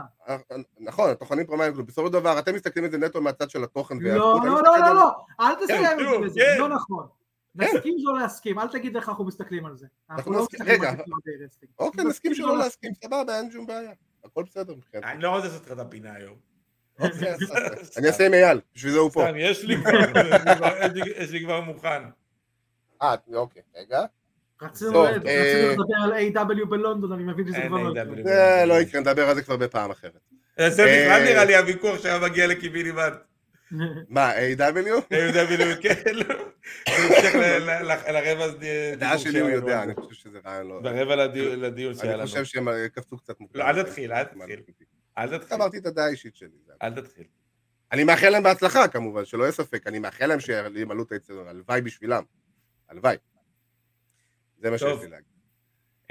[SPEAKER 2] נכון, טוחנים פה מים על כלום. בסופו של דבר, אתם מסתכלים על זה נטו מהצד של התוכן.
[SPEAKER 4] לא,
[SPEAKER 2] והאיכות. אני
[SPEAKER 4] לא,
[SPEAKER 2] מסתכל
[SPEAKER 4] לא,
[SPEAKER 2] על-
[SPEAKER 4] לא, לא, אל תסיים
[SPEAKER 3] כן,
[SPEAKER 4] את זה, זה
[SPEAKER 3] כן.
[SPEAKER 4] לא נכון. נסכים שלא להסכים, אל תגיד איך אנחנו מסתכלים על זה. אנחנו לא
[SPEAKER 2] נסכים-
[SPEAKER 4] מסתכלים
[SPEAKER 2] רגע.
[SPEAKER 4] על זה כמו די רסטינג.
[SPEAKER 2] אוקיי, נסכים שלא להסכים, סבבה, אין שום בעיה. הכל בסדר מבחינתי.
[SPEAKER 3] אני לא רוצה לעשות לך את הפינה היום.
[SPEAKER 2] אוקיי, אז- אז- אני אעשה עם אייל, בשביל זה הוא פה.
[SPEAKER 3] סתם, יש לי כבר, יש לי- יש לי כבר מוכן.
[SPEAKER 2] אה, אוקיי, רגע.
[SPEAKER 4] רצינו
[SPEAKER 2] טוב,
[SPEAKER 4] רצינו
[SPEAKER 2] אה,
[SPEAKER 4] לדבר על A.W. בלונדון, אני מבין שזה
[SPEAKER 3] אין
[SPEAKER 4] כבר לא
[SPEAKER 3] A.W.
[SPEAKER 4] יקרה.
[SPEAKER 2] זה לא יקרה, נדבר על זה כבר בפעם אחרת.
[SPEAKER 3] זה
[SPEAKER 2] אה,
[SPEAKER 3] בכלל נראה לי הוויכוח שהיה מגיע לקיבינימט.
[SPEAKER 2] מה, A.W?
[SPEAKER 3] יהודה בנימין, כן, לא. זה המשך ל- ל- ל- לרבע
[SPEAKER 2] הדעה
[SPEAKER 3] הדיון
[SPEAKER 2] שלי הוא יודע, אני חושב שזה רעיון לא...
[SPEAKER 3] ברבע לדיון לדיון שהיה
[SPEAKER 2] אני
[SPEAKER 3] לנו.
[SPEAKER 2] חושב שהם אה, קפצו קצת מוקדם.
[SPEAKER 3] לא, אל תתחיל, אל תתחיל. אל תתחיל,
[SPEAKER 2] אמרתי את הדעה האישית שלי. זה
[SPEAKER 3] אל תתחיל.
[SPEAKER 2] אני מאחל להם בהצלחה כמובן, שלא יהיה ספק, אני מאחל להם שימלאו את היצר, הלוואי בשבילם, הלוואי. זה מה
[SPEAKER 3] טוב.
[SPEAKER 2] שיש לי להגיד.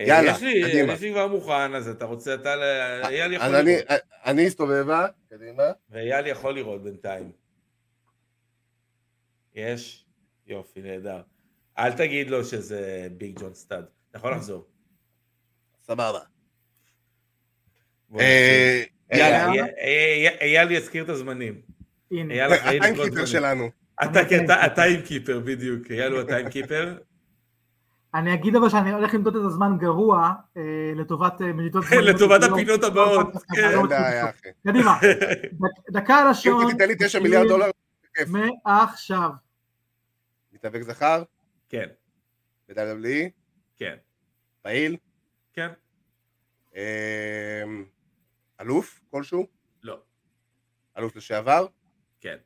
[SPEAKER 3] אה,
[SPEAKER 2] יאללה,
[SPEAKER 3] יש לי-
[SPEAKER 2] קדימה. אה,
[SPEAKER 3] יש לי כבר מוכן, אז אתה רוצה, אתה, ל- אייל יכול
[SPEAKER 2] אז אני-
[SPEAKER 3] לראות.
[SPEAKER 2] אני הסתובבה, קדימה.
[SPEAKER 3] ואייל יכול לראות בינתיים. יש? יופי, נהדר. אל תגיד לו שזה ביג ג'ון סטאד. אתה יכול לחזור.
[SPEAKER 2] סבבה.
[SPEAKER 3] בוא נתחיל.
[SPEAKER 2] אה, יאללה.
[SPEAKER 3] אייל- אייל- אה, אייל יזכיר את הזמנים.
[SPEAKER 4] הנה,
[SPEAKER 3] אייל אחראי לקרוא
[SPEAKER 2] הטיימקיפר
[SPEAKER 3] זמנים.
[SPEAKER 2] שלנו.
[SPEAKER 3] אתה כן, אתה- אתה עם קיפר, בדיוק. אייל הוא הטיים קיפר.
[SPEAKER 4] אני אגיד אבל שאני הולך למדוד את הזמן גרוע אה, לטובת אה, מדידות
[SPEAKER 3] כן,
[SPEAKER 4] זמניות.
[SPEAKER 3] לטובת
[SPEAKER 4] לא-
[SPEAKER 3] הפינות הבאות,
[SPEAKER 4] לא-
[SPEAKER 3] כן.
[SPEAKER 4] לא-
[SPEAKER 2] אין בעיה, אחי.
[SPEAKER 4] קדימה, דק- דקה על
[SPEAKER 2] אם
[SPEAKER 4] השעון,
[SPEAKER 2] תיתן לי 9 מיליארד דולר, כיף.
[SPEAKER 4] מעכשיו.
[SPEAKER 2] מתאבק זכר,
[SPEAKER 3] כן,
[SPEAKER 2] ב-WWE,
[SPEAKER 3] כן,
[SPEAKER 2] פעיל,
[SPEAKER 3] כן.
[SPEAKER 2] אמ, אלוף כלשהו,
[SPEAKER 3] לא,
[SPEAKER 2] אלוף לשעבר,
[SPEAKER 3] כן,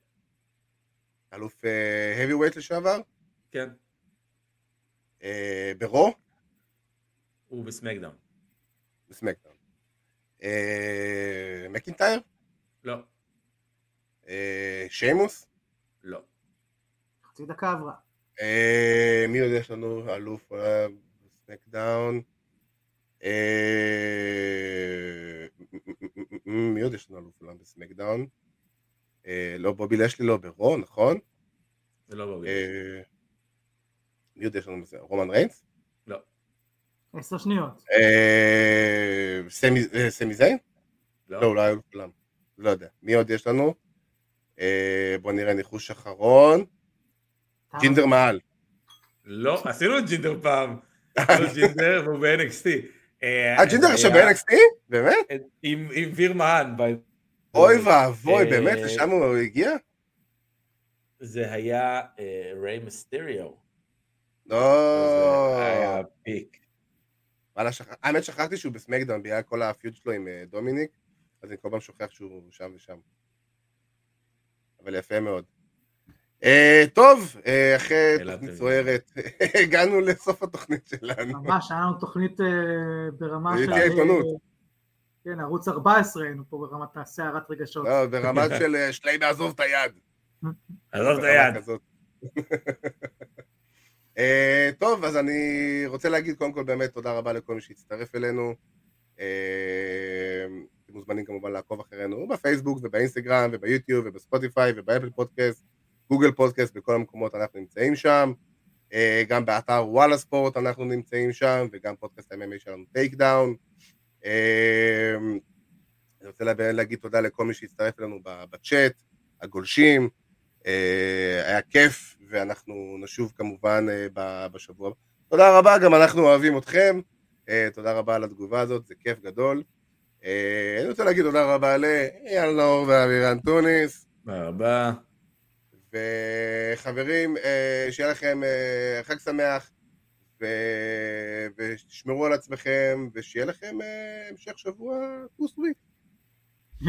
[SPEAKER 2] אלוף heavyweight לשעבר,
[SPEAKER 3] כן.
[SPEAKER 2] אה, ברו,
[SPEAKER 3] הוא בסמקדאון.
[SPEAKER 2] בסמקדאון. אה, מקינטייר,
[SPEAKER 3] לא,
[SPEAKER 2] אה, שיימוס,
[SPEAKER 3] לא.
[SPEAKER 4] חצי דקה עברה.
[SPEAKER 2] אה, מי עוד יש לנו? אלוף אה, סמקדאון. אה, מי עוד יש לנו אלוף עולם בסמקדאון? אה, לא, בובי לשלי לא ברו, נכון?
[SPEAKER 3] זה לא ברור.
[SPEAKER 2] אה, מי עוד יש לנו בזה? רומן ריינס?
[SPEAKER 4] עשר שניות.
[SPEAKER 2] אה, סמי- אה, סמי זיין? לא,
[SPEAKER 3] לא,
[SPEAKER 2] אולי היו כולם. לא יודע. מי עוד יש לנו? אה, בוא נראה, ניחוש אחרון.
[SPEAKER 4] תם.
[SPEAKER 2] ג'ינדר מעל.
[SPEAKER 3] לא. עשינו את ג'ינדר פעם. עשינו את ג'ינדר והוא ב-NXT.
[SPEAKER 2] אה, ג'ינדר עכשיו ב-NXT? באמת?
[SPEAKER 3] עם עם ויר מהן. ב-
[SPEAKER 2] אוי ואבוי,
[SPEAKER 3] אה,
[SPEAKER 2] באמת? לשם הוא הגיע?
[SPEAKER 3] זה היה אה, ריי מיסטריו.
[SPEAKER 2] לא.
[SPEAKER 3] זה אה, היה פיק.
[SPEAKER 2] וואלה, שכח- האמת שכחתי שהוא בסמקדאון בגלל כל הפיוד שלו עם אה, דומיניק, אז אני כל פעם שוכח שהוא שם ושם. אבל יפה מאוד. אה, טוב, אה, אחרי
[SPEAKER 3] שאלה
[SPEAKER 2] תוכנית
[SPEAKER 3] טובה.
[SPEAKER 2] סוערת, הגענו לסוף התוכנית שלנו.
[SPEAKER 4] ממש, היה לנו תוכנית אה, ברמה
[SPEAKER 2] זה
[SPEAKER 4] של...
[SPEAKER 2] תהיה עיתונות.
[SPEAKER 4] כן, ערוץ 14 היינו פה ברמת הסערת רגשות.
[SPEAKER 2] לא, ברמה של אה, שליימי עזוב את היד.
[SPEAKER 3] עזוב את
[SPEAKER 2] ברמה
[SPEAKER 3] היד.
[SPEAKER 2] כזאת. אה, טוב, אז אני רוצה להגיד קודם כל באמת תודה רבה לכל מי שהצטרף אלינו. אה, אתם מוזמנים כמובן לעקוב אחרינו בפייסבוק ובאינסטגרם וביוטיוב ובספוטיפיי ובאפל פודקאסט, גוגל פודקאסט, בכל המקומות אנחנו נמצאים שם. אה, גם באתר וואלה ספורט אנחנו נמצאים שם, וגם פודקאסט ה-MMA שלנו טייק דאון. אה, אני רוצה לה- להגיד תודה לכל מי שהצטרף אלינו ב- בצ'אט, הגולשים, אה, היה כיף, ואנחנו נשוב כמובן אה, ב- בשבוע. תודה רבה, גם אנחנו אוהבים אתכם. אה, תודה רבה על התגובה הזאת, זה כיף גדול. אה, אני רוצה להגיד תודה רבה לאייל נאור ואבירן טוניס.
[SPEAKER 3] תודה רבה.
[SPEAKER 2] וחברים, אה, שיהיה לכם אה, חג שמח, ו... ושמרו על עצמכם, ושיהיה לכם אה, המשך שבוע פוסט וויק.